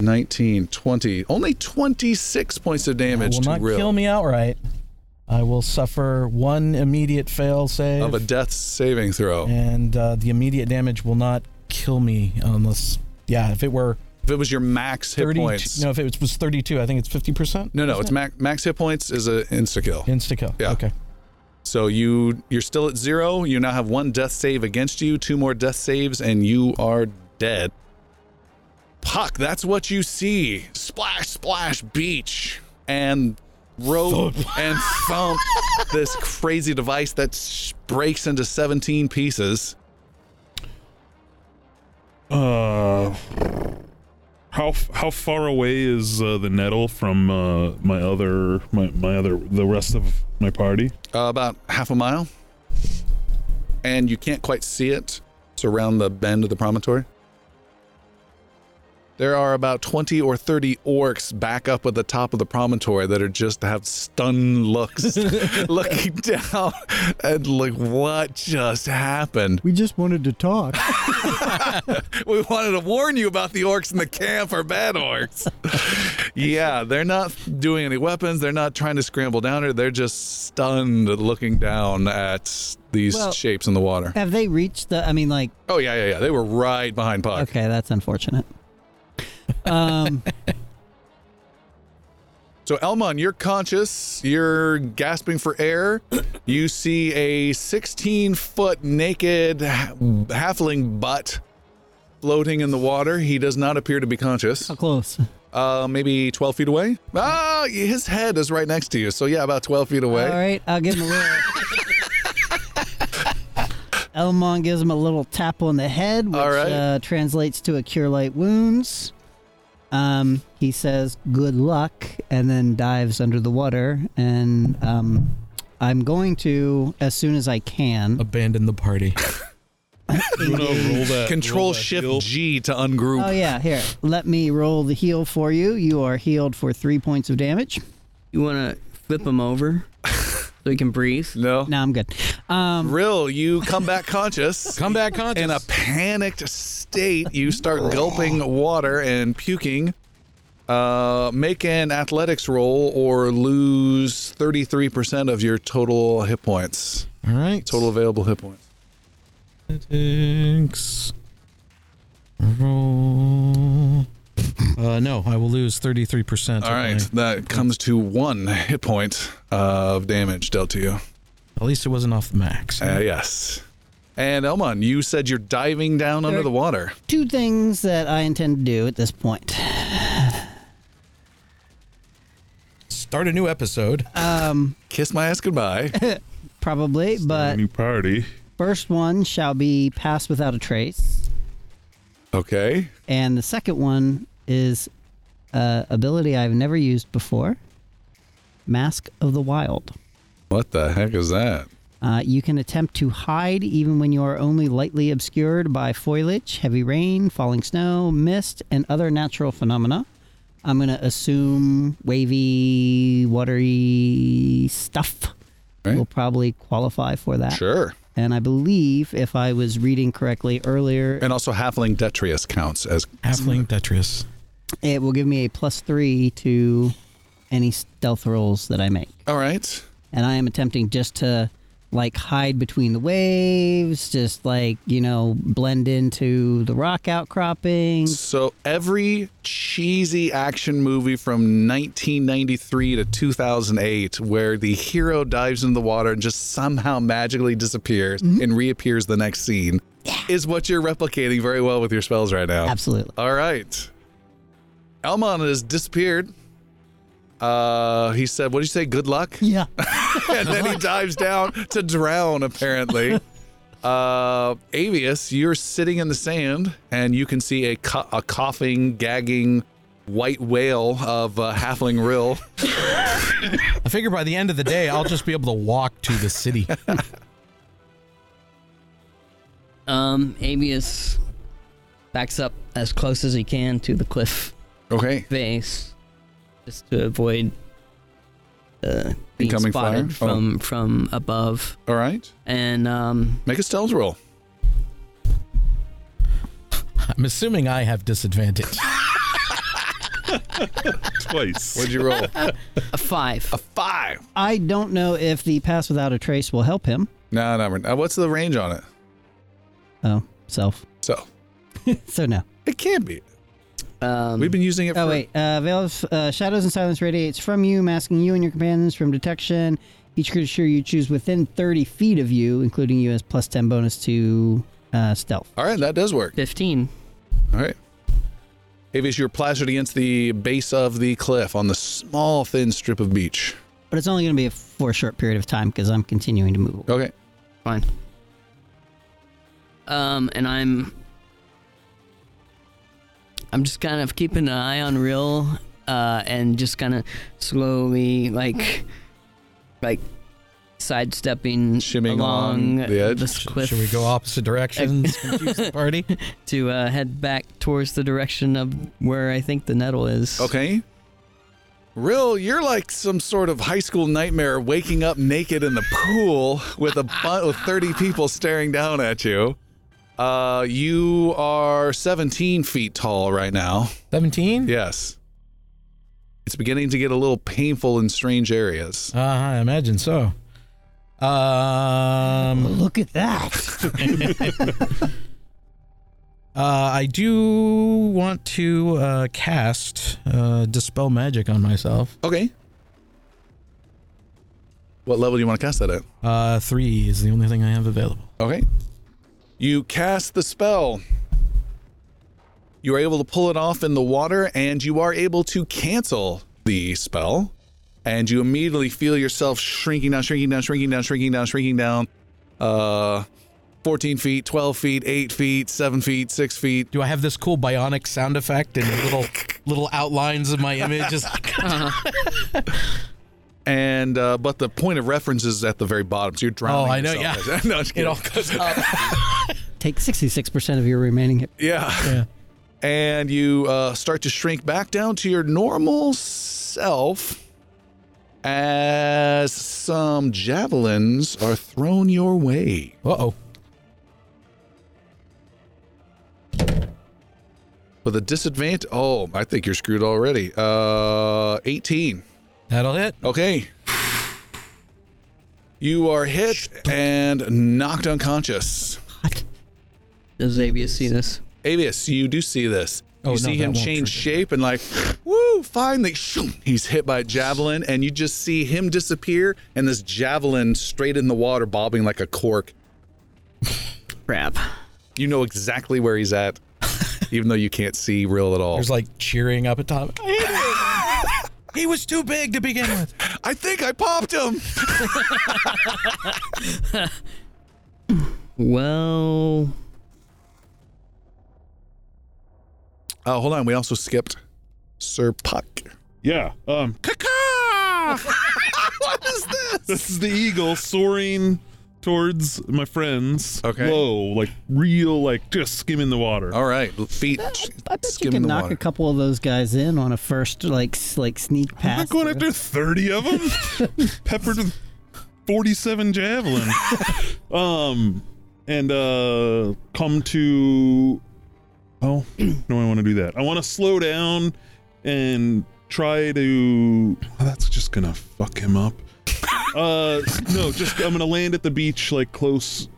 Speaker 1: 19, 20, only 26 points of damage
Speaker 4: Will
Speaker 1: to
Speaker 4: not
Speaker 1: Rill
Speaker 4: kill me outright. I will suffer one immediate fail save.
Speaker 1: of a death saving throw.
Speaker 4: and uh, the immediate damage will not kill me unless yeah if it were
Speaker 1: If it was your max hit
Speaker 4: 30
Speaker 1: points.
Speaker 4: no if it was 32 i think it's 50%
Speaker 1: no, no, it's max, max hit points is an insta kill.
Speaker 4: insta kill
Speaker 1: Yeah.
Speaker 4: okay
Speaker 1: So you you're still at zero. You now have one death save against you, two more death saves, and you are dead. Puck, that's what you see. Splash, splash, beach, and rope and thump. this crazy device that sh- breaks into 17 pieces.
Speaker 5: Uh, how f- how far away is uh, the nettle from uh, my other my, my other the rest of my party?
Speaker 1: Uh, about half a mile, and you can't quite see it. It's around the bend of the promontory. There are about 20 or 30 orcs back up at the top of the promontory that are just have stunned looks looking down and like, what just happened?
Speaker 10: We just wanted to talk.
Speaker 1: *laughs* We wanted to warn you about the orcs in the camp are bad orcs. yeah, they're not doing any weapons. They're not trying to scramble down her. They're just stunned looking down at these
Speaker 6: Well-
Speaker 1: shapes in the water.
Speaker 6: Have they reached the? I mean, like,
Speaker 1: Oh, yeah, yeah, yeah. They were right behind Puck.
Speaker 6: okay, that's unfortunate. Um,
Speaker 1: So, Elmon, you're conscious. You're gasping for air.
Speaker 6: *clears throat*
Speaker 1: You see a 16 foot naked ha- halfling butt floating in the water. He does not appear to be conscious.
Speaker 6: how close?
Speaker 1: Uh, maybe 12 feet away.
Speaker 6: Mm-hmm.
Speaker 1: Ah, his head is right next to you. So, yeah, about 12 feet away.
Speaker 6: All right, I'll give him a
Speaker 1: *laughs*
Speaker 6: little. Elmon gives him a little tap on the head, which
Speaker 1: All right.
Speaker 6: uh, translates to a cure light wounds. Um, he says "good luck" and then dives under the water. And um, I'm going to, as soon as I can,
Speaker 4: abandon
Speaker 1: *laughs*
Speaker 4: the party
Speaker 5: You wanna roll that- roll
Speaker 1: Control
Speaker 5: that
Speaker 1: Shift
Speaker 5: hill?
Speaker 1: G to ungroup.
Speaker 6: Oh yeah, here. Let me roll the heal for you. You are healed for three points of damage.
Speaker 9: You want to flip him
Speaker 4: *laughs*
Speaker 9: over so he can breathe?
Speaker 1: No.
Speaker 6: Now I'm good. Um,
Speaker 1: Rill, you come back *laughs* conscious.
Speaker 4: come back conscious
Speaker 1: in a panicked state, you start gulping water and puking. Uh, make an athletics roll or lose 33% of your total hit points,
Speaker 4: all right
Speaker 1: total available hit points.
Speaker 4: Thanks. roll uh no i will lose 33%
Speaker 1: All right,
Speaker 4: of my-
Speaker 1: that comes to one hit point of damage dealt to you.
Speaker 4: At least it wasn't off the max.
Speaker 1: Uh, yes. And Elmon, you said you're diving down under the water.
Speaker 6: Two things that I intend to do at this point.
Speaker 4: Start a new episode.
Speaker 6: Um,
Speaker 1: Kiss my ass goodbye.
Speaker 6: probably, but
Speaker 5: new party.
Speaker 6: first one shall be pass without a trace,
Speaker 1: *laughs* Okay.
Speaker 6: and the second one is uh, ability I've never used before, Mask of the Wild.
Speaker 1: What the heck is that?
Speaker 6: Uh, you can attempt to hide even when you are only lightly obscured by foliage, heavy rain, falling snow, mist, and other natural phenomena. I'm going to assume wavy, watery stuff
Speaker 1: Right.
Speaker 6: will probably qualify for that.
Speaker 1: Sure.
Speaker 6: And I believe, if I was reading correctly earlier,
Speaker 1: And also halfling detrius counts as
Speaker 4: Halfling Tetris.
Speaker 6: it will give me a plus three to any stealth rolls that I make.
Speaker 1: All right.
Speaker 6: and I am attempting just to like hide between the waves, just like you know, blend into the rock outcropping.
Speaker 1: So every cheesy action movie from 1993 to 2008 where the hero dives into the water and just somehow magically disappears and reappears the next scene is what you're replicating very well with your spells right now.
Speaker 6: Absolutely.
Speaker 1: All right. Elmon has disappeared. Uh, he said, what did you say? Good luck?
Speaker 6: Yeah.
Speaker 1: and then he dives down to drown, *laughs* apparently. Uh, Avius, you're sitting in the sand and you can see a, co- a coughing, gagging white whale of uh, Halfling Rill.
Speaker 4: I figure by the end of the day, I'll just be able to walk to the city.
Speaker 9: Um, Avius backs up as close as he can to the cliff
Speaker 1: Okay.
Speaker 9: face, just to avoid uh, being
Speaker 1: Incoming fire?
Speaker 9: spotted
Speaker 1: Oh.
Speaker 9: from from above.
Speaker 1: All right.
Speaker 9: And um,
Speaker 1: Make a stealth roll.
Speaker 4: I'm assuming I have disadvantage.
Speaker 5: Twice.
Speaker 1: What'd you *laughs* roll?
Speaker 9: a five.
Speaker 1: a five.
Speaker 6: I don't know if the pass without a trace will help him.
Speaker 1: No, no. we're- Uh, what's the range on it?
Speaker 6: Oh, self.
Speaker 1: So
Speaker 6: So no.
Speaker 1: it can be.
Speaker 9: Um,
Speaker 1: We've been using it for.
Speaker 6: Oh wait. Uh, veil of uh, shadows and silence radiates from you, masking you and your companions from detection. Each creature you choose within 30 feet of you, including you, has plus 10 bonus to uh, stealth.
Speaker 1: All right. That does work.
Speaker 9: fifteen.
Speaker 1: All right. Avius, you're plastered against the base of the cliff on the small, thin strip of beach.
Speaker 6: But it's only going to be for a short period of time because I'm continuing to move. away.
Speaker 1: Okay.
Speaker 9: Fine. Um, and I'm. I'm just kind of keeping an eye on Real, uh, and just kind of slowly, like, like, sidestepping
Speaker 1: Shimming
Speaker 9: along
Speaker 1: along the edge?
Speaker 9: this cliff
Speaker 4: Should we go opposite directions? Confuse the party.
Speaker 9: to uh, head back towards the direction of where I think the nettle is.
Speaker 1: Okay. Rill, you're like some sort of high school nightmare waking up naked in the pool with a bunch of 30 people staring down at you. Uh, you are 17 feet tall right now.
Speaker 4: 17?
Speaker 1: Yes. It's beginning to get a little painful in strange areas.
Speaker 4: Uh, I imagine so. Um,
Speaker 6: Look at that.
Speaker 4: uh, I do want to uh, cast uh, Dispel Magic on myself.
Speaker 1: Okay. What level do you want to cast that at?
Speaker 4: Uh, three is the only thing I have available.
Speaker 1: Okay. You cast the spell. You are able to pull it off in the water, and you are able to cancel the spell. And you immediately feel yourself shrinking down, shrinking down, shrinking down, shrinking down, shrinking down. Uh, 14 feet, 12 feet, 8 feet, 7 feet, 6 feet.
Speaker 4: Do I have this cool bionic sound effect and little little outlines of my image? Just
Speaker 1: And, uh, but the point of reference is at the very bottom. So you're drowning.
Speaker 4: Oh, I know,
Speaker 1: yourself. *laughs*
Speaker 4: yeah.
Speaker 1: no, I'm just
Speaker 4: it
Speaker 1: kidding.
Speaker 4: all goes up.
Speaker 6: Take 66% of your remaining hit.
Speaker 1: Yeah.
Speaker 4: Yeah.
Speaker 1: And you uh, start to shrink back down to your normal self as some javelins are thrown your way.
Speaker 4: Uh oh.
Speaker 1: With a disadvantage. Oh, I think you're screwed already. Uh, 18.
Speaker 4: That'll hit.
Speaker 1: Okay. You are hit and knocked unconscious.
Speaker 9: Does Xavier see this?
Speaker 1: Avius, you do see this.
Speaker 4: Oh,
Speaker 1: you
Speaker 4: no,
Speaker 1: see
Speaker 4: Oh, that
Speaker 1: him
Speaker 4: won't
Speaker 1: change
Speaker 4: trigger.
Speaker 1: shape and like, woo, you find that shoom, he's hit by a javelin, and you just see him disappear and this javelin straight in the water, bobbing like a cork.
Speaker 9: Crap.
Speaker 1: You know exactly where he's
Speaker 4: *laughs*
Speaker 1: at, even though you can't see real at all.
Speaker 4: There's like cheering up at top. he was too big to begin with.
Speaker 1: *laughs* I think I popped him.
Speaker 9: Well,
Speaker 1: Oh, hold on. We also skipped Sir Puck.
Speaker 5: *laughs*
Speaker 1: *laughs*
Speaker 5: Yeah. Um.
Speaker 1: What is this?
Speaker 5: This is the eagle soaring towards my friends.
Speaker 1: Okay.
Speaker 5: Low, like real, like just skimming the water.
Speaker 1: All right, feet
Speaker 6: I bet you
Speaker 1: skimming
Speaker 6: can
Speaker 1: the
Speaker 6: knock
Speaker 1: water.
Speaker 6: a couple of those guys in on a first like s- like sneak
Speaker 5: I'm not
Speaker 6: pass.
Speaker 5: going after 30 of them. Peppered with 47 javelin. um, and uh, come to. Oh, no, I want to do that. I want to slow down and try to. Oh, that's just gonna fuck him up. uh, no, just I'm gonna land at the beach, like close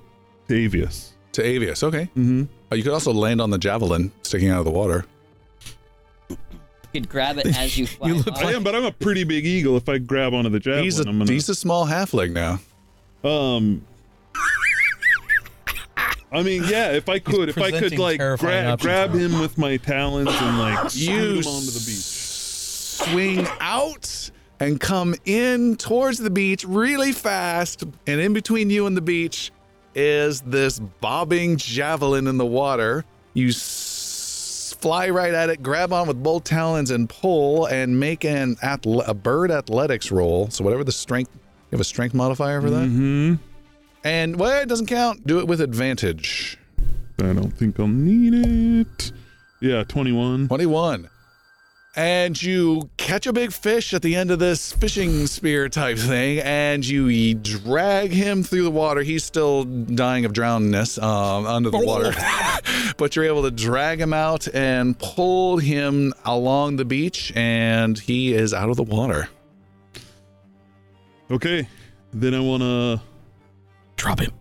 Speaker 5: to Avius.
Speaker 1: to Avius. Okay.
Speaker 5: Mm-hmm.
Speaker 1: Oh, you could also land on the javelin sticking out of the water.
Speaker 2: You could grab it as you fly.
Speaker 4: look
Speaker 2: by.
Speaker 5: I am, but I'm a pretty big eagle. If I grab onto the javelin,
Speaker 1: he's a
Speaker 5: I'm gonna.
Speaker 1: he's a small halfling now.
Speaker 5: Um, I mean, yeah. If I could, if I could,
Speaker 4: presenting
Speaker 5: like
Speaker 4: terrifying
Speaker 5: gra-
Speaker 4: options.
Speaker 5: grab him with my talons and like shoot him onto the beach.
Speaker 1: swing out and come in towards the beach really fast, and in between you and the beach is this bobbing javelin in the water. You s- fly right at it, grab on with both talons, and pull, and make an athle- a bird athletics roll. So whatever the strength, you have a strength modifier for that.
Speaker 5: Mm-hmm.
Speaker 1: And well, it doesn't count. Do it with advantage.
Speaker 5: I don't think I'll need it. Yeah, twenty-one.
Speaker 1: 21. And you catch a big fish at the end of this fishing spear type thing, and you drag him through the water. He's still dying of drownness um, under the water, *laughs* but you're able to drag him out and pull him along the beach, and he is out of the water.
Speaker 5: Okay, then I wanna.
Speaker 4: Drop him.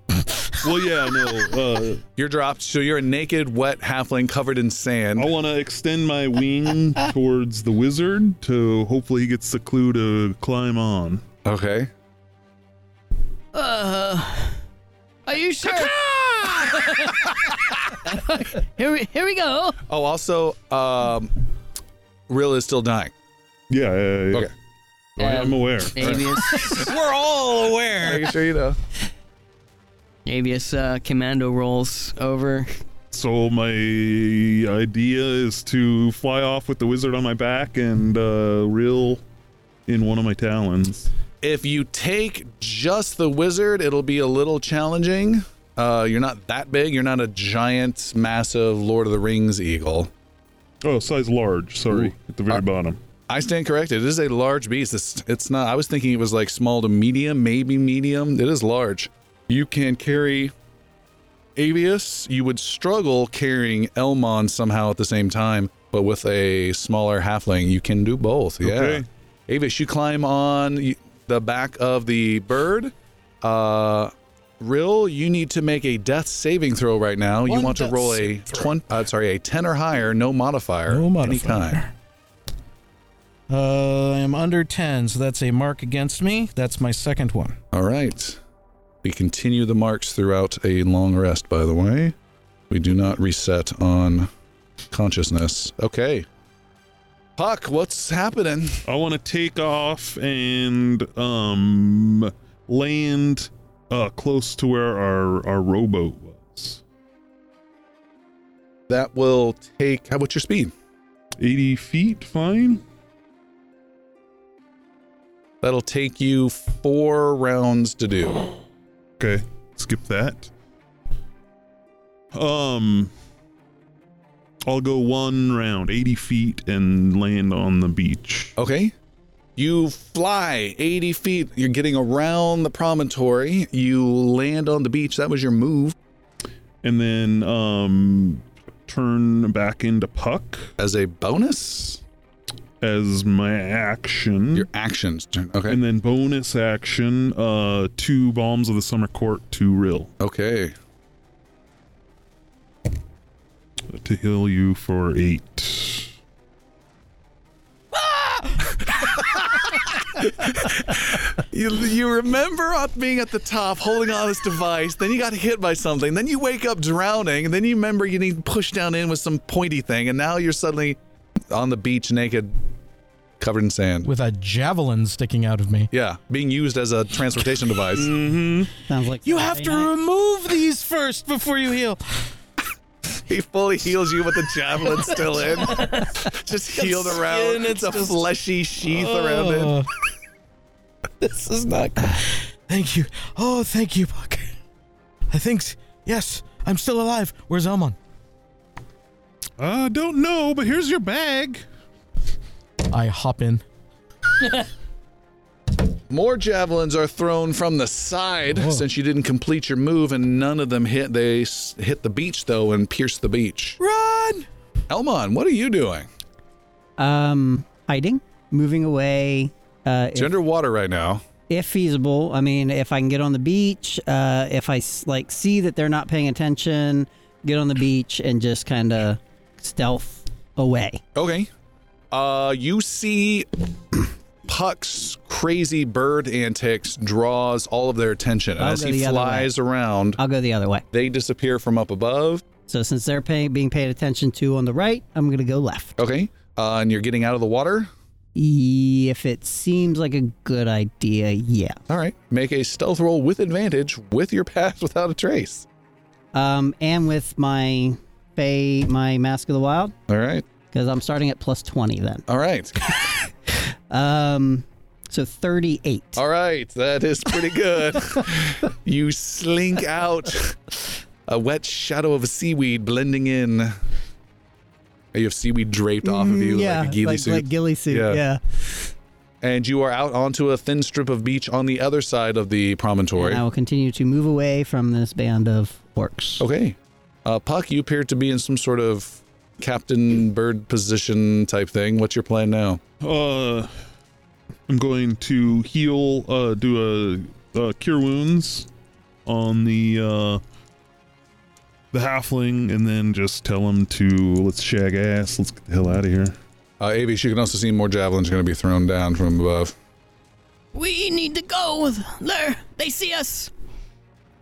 Speaker 5: Well, yeah, no.
Speaker 1: You're dropped, so you're a naked, wet halfling covered in
Speaker 5: Uh, I
Speaker 1: sand.
Speaker 5: wanna extend my wing towards the wizard to hopefully he gets the clue to climb on.
Speaker 1: Okay.
Speaker 2: Uh, are you sure? here, we, here we go.
Speaker 1: Oh, also, um, Rill is still dying.
Speaker 5: Yeah. yeah, yeah.
Speaker 1: Okay.
Speaker 5: Oh, yeah, I'm aware.
Speaker 2: Avius,
Speaker 4: We're all
Speaker 1: *laughs*
Speaker 4: aware.
Speaker 1: Making sure you know.
Speaker 9: Avius uh, Commando rolls over.
Speaker 5: So my idea is to fly off with the wizard on my back and uh, reel in one of my talons.
Speaker 1: If you take just the wizard, it'll be a little challenging. Uh, you're not that big. You're not a giant, massive Lord of the Rings eagle.
Speaker 5: Oh, size large. Sorry,
Speaker 1: Ooh.
Speaker 5: at the very
Speaker 1: Uh,
Speaker 5: bottom.
Speaker 1: I stand corrected. It is a large beast. It's, it's not. I was thinking it was like small to medium, maybe medium. It is large. You can carry Avius. You would struggle carrying Elmon somehow at the same time, but with a smaller halfling, you can do both. Yeah.
Speaker 5: Okay.
Speaker 1: Avius, you climb on y- the back of the bird. Uh, Rill, you need to make a death saving throw right now. you
Speaker 4: One
Speaker 1: want to
Speaker 4: death
Speaker 1: roll a
Speaker 4: saving
Speaker 1: twen- uh, sorry, a ten or higher, no modifier,
Speaker 4: No
Speaker 1: any
Speaker 4: modifier.
Speaker 1: kind.
Speaker 4: Uh, I am under 10, so that's a mark against me. That's my second one.
Speaker 1: All right. We continue the marks throughout a long rest, by the way. We do not reset on consciousness. Okay. Puck, what's happening?
Speaker 5: I want to take off and um land uh close to where our our rowboat was.
Speaker 1: That will take. How what's your speed?
Speaker 5: 80 feet, fine.
Speaker 1: That'll take you four rounds to do.
Speaker 5: Okay, skip that. Um, I'll go one round, 80 feet, and land on the beach.
Speaker 1: Okay. You fly 80 feet. You're getting around the promontory. You land on the beach. That was your move.
Speaker 5: And then um, turn back into Puck
Speaker 1: As a bonus,
Speaker 5: as my action.
Speaker 1: your actions turn. Okay.
Speaker 5: And then bonus action, uh, two bombs of the summer court to Rill
Speaker 1: Okay.
Speaker 5: to heal you for eight.
Speaker 1: you, you remember up being at the top holding on this device, then you got hit by something, then you wake up drowning, and then you remember you need pushed down in with some pointy thing, and now you're suddenly on the beach naked, covered in sand.
Speaker 4: with a javelin sticking out of me.
Speaker 1: yeah, being used as a transportation device.
Speaker 4: Mm.
Speaker 6: Sounds like
Speaker 4: You have to remove these first before you *laughs* heal.
Speaker 1: He fully heals you with the javelin still
Speaker 4: *laughs*
Speaker 1: in. just healed around.
Speaker 4: skin,
Speaker 1: it's
Speaker 4: it's
Speaker 1: a
Speaker 4: just-
Speaker 1: fleshy sheath around it.
Speaker 4: Oh. *laughs* this is not good. Thank you. Oh, thank you, Buck. I think, s- yes, I'm still alive. Where's Elmon?
Speaker 5: I Uh, don't know, but here's your bag.
Speaker 4: I hop in.
Speaker 1: More javelins are thrown from the side since you didn't complete your move, and none of them hit. They s- hit the beach though and pierce the beach.
Speaker 4: Run!
Speaker 1: Elmon, what are you doing?
Speaker 6: Um, hiding, moving away. Uh,
Speaker 1: It's underwater right now.
Speaker 6: if feasible. I mean, if I can get on the beach, uh, if I s- like see that they're not paying attention, get on the beach and just kind of stealth away.
Speaker 1: Okay. Uh, you see *clears throat* Puck's crazy bird antics draws all of their attention. And
Speaker 6: I'll
Speaker 1: as
Speaker 6: go
Speaker 1: he
Speaker 6: the other way.
Speaker 1: flies around,
Speaker 6: I'll go the other way.
Speaker 1: they disappear from up above.
Speaker 6: So since they're paying, being paid attention to on the right, I'm gonna go left.
Speaker 1: Okay. Uh, and you're getting out of the water.
Speaker 6: If it seems like a good idea, yeah.
Speaker 1: All right. Make a stealth roll with advantage with your pass *laughs* without a trace.
Speaker 6: Um, and with my fey, my mask of the wild,
Speaker 1: All right.
Speaker 6: because I'm starting at plus twenty then.
Speaker 1: All right.
Speaker 6: Um, so thirty-eight.
Speaker 1: All right. That is pretty
Speaker 6: *laughs*
Speaker 1: good. you slink out, a wet shadow of seaweed blending in. You have seaweed draped off of you like a ghillie
Speaker 6: Mm, like,
Speaker 1: suit.
Speaker 6: like ghillie suit.
Speaker 1: Yeah.
Speaker 6: yeah.
Speaker 1: and you are out onto a thin strip of beach on the other side of the promontory.
Speaker 6: And I will continue to move away from this band of orcs.
Speaker 1: Okay. Uh, Puck, you appear to be in some sort of captain bird position type thing. What's your plan now?
Speaker 5: Uh, I'm going to heal, uh, do a, uh cure wounds on the uh, the halfling, and then just tell him to let's shag ass, let's get the hell out of here.
Speaker 1: Uh, Avish, you can also see more javelins going to be thrown down from above.
Speaker 2: We need to go. There, they see us.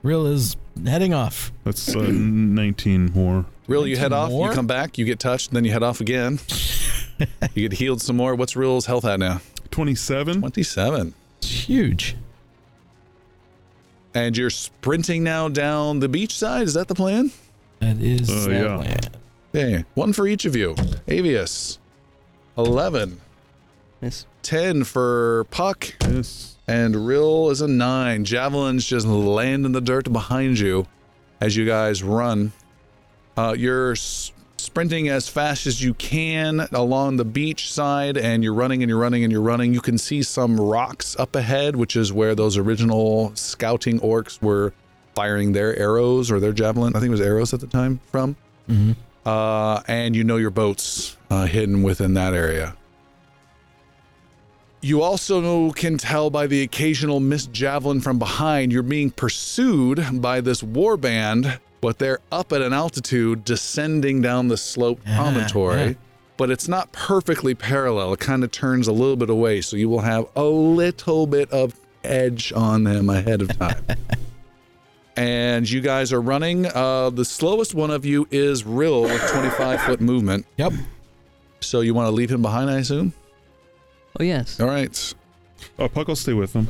Speaker 4: Real is heading off.
Speaker 5: That's uh,
Speaker 1: *clears throat*
Speaker 5: 19 more.
Speaker 1: Real, you head off,
Speaker 4: more?
Speaker 1: you come back, you get touched, then you head off again. you get healed some more. What's Real's health at now?
Speaker 5: 27.
Speaker 1: 27.
Speaker 4: It's huge.
Speaker 1: And you're sprinting now down the beach side. Is that the plan?
Speaker 4: That is.
Speaker 1: Oh,
Speaker 5: Uh,
Speaker 4: that
Speaker 5: yeah.
Speaker 4: way.
Speaker 1: Yeah. One for each of you. Avius, 11.
Speaker 9: Yes.
Speaker 1: 10 for Puck,
Speaker 5: Yes.
Speaker 1: and Rill is a 9. Javelins just land in the dirt behind you as you guys run. Uh, you're s- sprinting as fast as you can along the beach side, and you're running and you're running and you're running. You can see some rocks up ahead, which is where those original scouting orcs were firing their arrows or their javelin. I think it was arrows at the time from. Uh, and you know your boats uh, hidden within that area. You also can tell by the occasional missed javelin from behind, you're being pursued by this warband, but they're up at an altitude descending down the slope promontory.
Speaker 4: yeah.
Speaker 1: But it's not perfectly parallel. It kind of turns a little bit away, so you will have a little bit of edge on them ahead of
Speaker 4: *laughs*
Speaker 1: time. and you guys are running. Uh, the slowest one of you is Rill with 25 foot movement.
Speaker 4: Yep.
Speaker 1: So you want to leave him behind, I assume?
Speaker 9: Oh yes.
Speaker 1: All right.
Speaker 5: Oh, Puck will stay with him.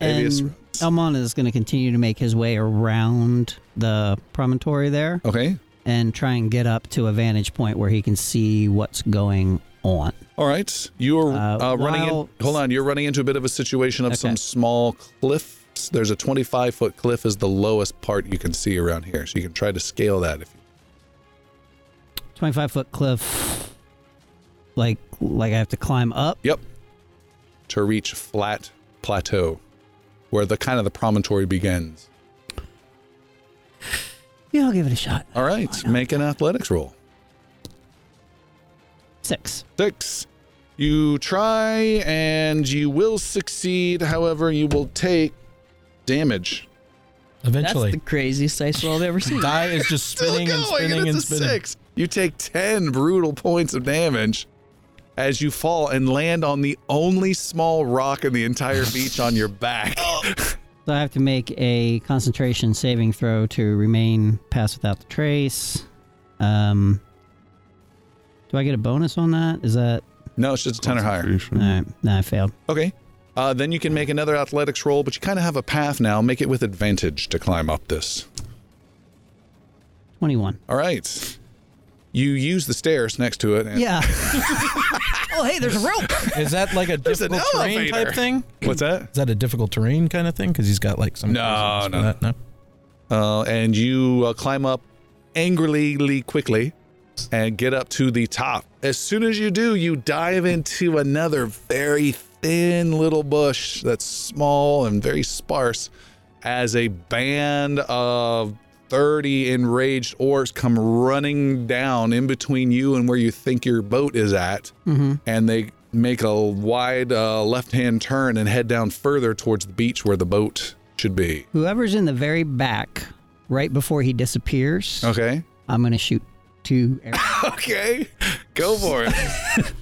Speaker 1: Maybe it's-
Speaker 6: And Elmon is going to continue to make his way around the promontory there
Speaker 1: Okay.
Speaker 6: and try and get up to a vantage point where he can see what's going on.
Speaker 1: All right. You're uh,
Speaker 6: Uh,
Speaker 1: running
Speaker 6: while-
Speaker 1: in. Hold on. You're running into a bit of a situation of some
Speaker 6: Okay.
Speaker 1: small cliffs. There's a 25 foot cliff is the lowest part you can see around here, so you can try to scale that. If
Speaker 6: 25 foot cliff. Like, like I have to climb up.
Speaker 1: you, yep. To reach a flat plateau, where the kind of the promontory begins.
Speaker 6: Yeah, I'll give it a shot.
Speaker 1: All right. Make an athletics roll.
Speaker 6: Six.
Speaker 1: Six. You try and you will succeed. However, you will take damage.
Speaker 4: Eventually.
Speaker 9: That's the craziest ice roll I've
Speaker 1: *laughs*
Speaker 9: ever seen.
Speaker 4: *laughs* Die is just spinning and spinning and
Speaker 1: it's a
Speaker 4: spinning.
Speaker 1: six. You take ten brutal points of damage. as you fall and land on the only small rock in the
Speaker 4: *laughs*
Speaker 1: entire beach on your back.
Speaker 6: So I have to make a concentration saving throw to remain pass without the trace. Um, do I get a bonus on that? Is that
Speaker 1: No, it's just a ten or higher.
Speaker 6: all
Speaker 4: Mm-hmm.
Speaker 6: right? No, I failed.
Speaker 1: Okay. Uh, then you can make another athletics roll, but you kind of have a path now. Make it with advantage to climb up this.
Speaker 6: Twenty-one.
Speaker 1: All right. You use the stairs next to it. And
Speaker 6: Yeah. oh, hey, there's a rope.
Speaker 4: *laughs* Is that like a
Speaker 1: an
Speaker 4: difficult terrain
Speaker 1: elevator.
Speaker 4: type thing?
Speaker 1: What's that?
Speaker 4: Is that a difficult terrain kind of thing? Because he's got like some.
Speaker 1: No,
Speaker 4: craziness for
Speaker 1: no.
Speaker 4: that. no.
Speaker 1: Uh, and you uh, climb up angrily quickly and get up to the top. As soon as you do, you dive into another very thin little bush that's small and very sparse as a band of 30 enraged orcs come running down in between you and where you think your boat is at. And they make a wide uh, left hand turn and head down further towards the beach where the boat should be.
Speaker 6: Whoever's in the very back, right before he disappears,
Speaker 4: Oh.
Speaker 1: Okay.
Speaker 6: I'm gonna shoot two.
Speaker 4: *laughs*
Speaker 6: arrows.
Speaker 1: Okay, go for it.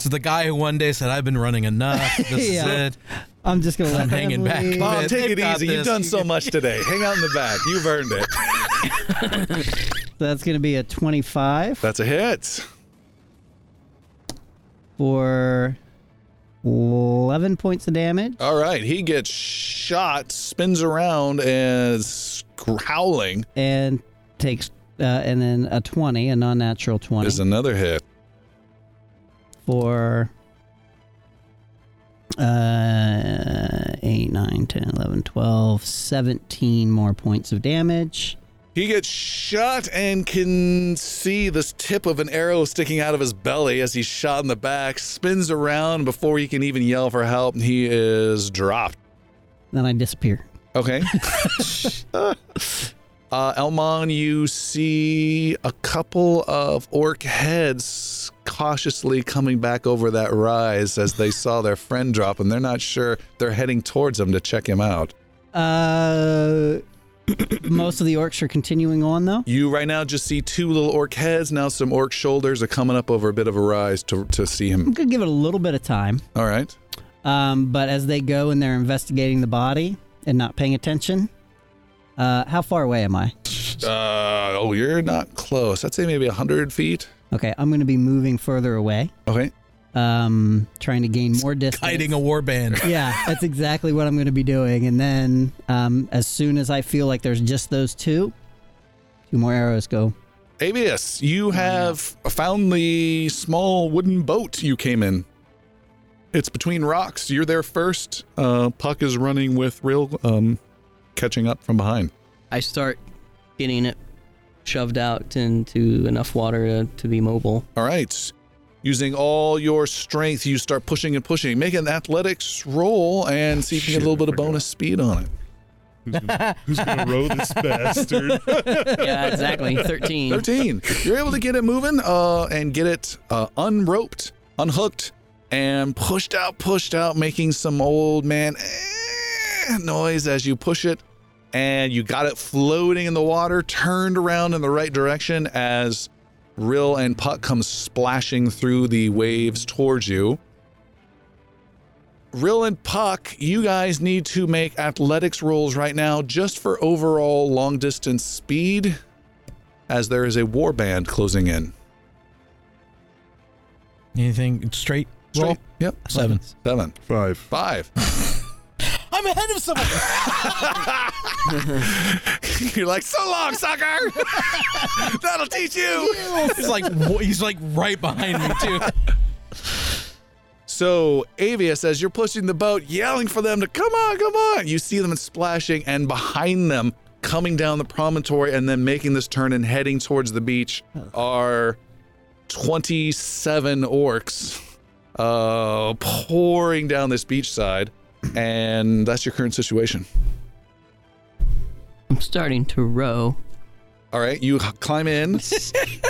Speaker 4: So the guy who one day said, "I've been running
Speaker 6: *laughs*
Speaker 4: enough. This
Speaker 6: Yeah.
Speaker 4: is it.
Speaker 6: I'm just gonna let
Speaker 4: I'm hanging back."
Speaker 1: *laughs*
Speaker 6: Emily-
Speaker 1: Bob,
Speaker 4: Man,
Speaker 1: take
Speaker 4: they've
Speaker 1: it
Speaker 4: got
Speaker 1: easy. You've
Speaker 4: this.
Speaker 1: done so much today. Hang out in the back. You've earned it.
Speaker 6: That's gonna be a twenty-five
Speaker 1: That's a hit.
Speaker 6: for eleven points of damage.
Speaker 1: All right, he gets shot, spins around, and is howling
Speaker 6: and takes uh, and then a 20 a non-natural 20
Speaker 1: is another hit.
Speaker 6: for uh 8 9 10 11 12 17 more points of damage
Speaker 1: He gets shot and can see this tip of an arrow sticking out of his belly as he's shot in the back, spins around before he can even yell for help, and he is dropped.
Speaker 6: then i disappear
Speaker 1: Okay. *laughs* uh, Elmon, you see a couple of orc heads cautiously coming back over that rise as they saw their friend drop, and they're not sure they're heading towards him to check him out.
Speaker 6: uh *coughs* most of the orcs are continuing on though
Speaker 1: You right now just see two little orc heads. Now some orc shoulders are coming up over a bit of a rise to, to see him.
Speaker 6: i'm gonna give it a little bit of time
Speaker 1: All right.
Speaker 6: um but as they go and they're investigating the body and not paying attention uh how far away am i
Speaker 1: Uh, oh, you're not close. I'd say maybe 100 feet.
Speaker 6: okay i'm gonna be moving further away
Speaker 1: Okay.
Speaker 6: um trying to gain more distance
Speaker 4: Hiding a warband.
Speaker 6: yeah, that's exactly what I'm going to be doing. And then, um, as soon as I feel like there's just those two, two more arrows go.
Speaker 1: Avius, you have found the small wooden boat you came in. It's between rocks. You're there first. Uh, Puck is running with Real, um, catching up from behind.
Speaker 9: I start getting it shoved out into enough water to, to
Speaker 2: *laughs*
Speaker 9: be mobile.
Speaker 1: All right. Using all your strength, you start pushing and pushing. Make an athletics roll and see if you can get a little bit of bonus speed on it.
Speaker 5: Who's gonna, who's gonna
Speaker 1: *laughs*
Speaker 5: row this bastard?
Speaker 9: yeah, exactly. 13.
Speaker 1: 13. You're able to get it moving uh, and get it uh, unroped, unhooked, and pushed out, pushed out, making some old man eh, noise as you push it. And you got it floating in the water, turned around in the right direction as Rill and Puck come splashing through the waves towards you. Rill and Puck, you guys need to make athletics rolls right now just for overall long distance speed as there is a war band closing in.
Speaker 4: Anything straight?
Speaker 1: Straight.
Speaker 4: Roll?
Speaker 1: Yep.
Speaker 4: Seven.
Speaker 1: Seven.
Speaker 5: Five.
Speaker 1: Five. *laughs*
Speaker 4: I'm ahead of someone.
Speaker 1: You're like, so long, sucker! *laughs* That'll teach you!
Speaker 4: *laughs* he's like wh- he's like right behind me too.
Speaker 1: So, Avius, as you're pushing the boat, yelling for them to come on, come on, you see them splashing, and behind them, coming down the promontory and then making this turn and heading towards the beach, are 27 orcs uh, pouring down this beachside. And that's your current situation.
Speaker 9: I'm starting to row.
Speaker 1: All right, you h- climb in.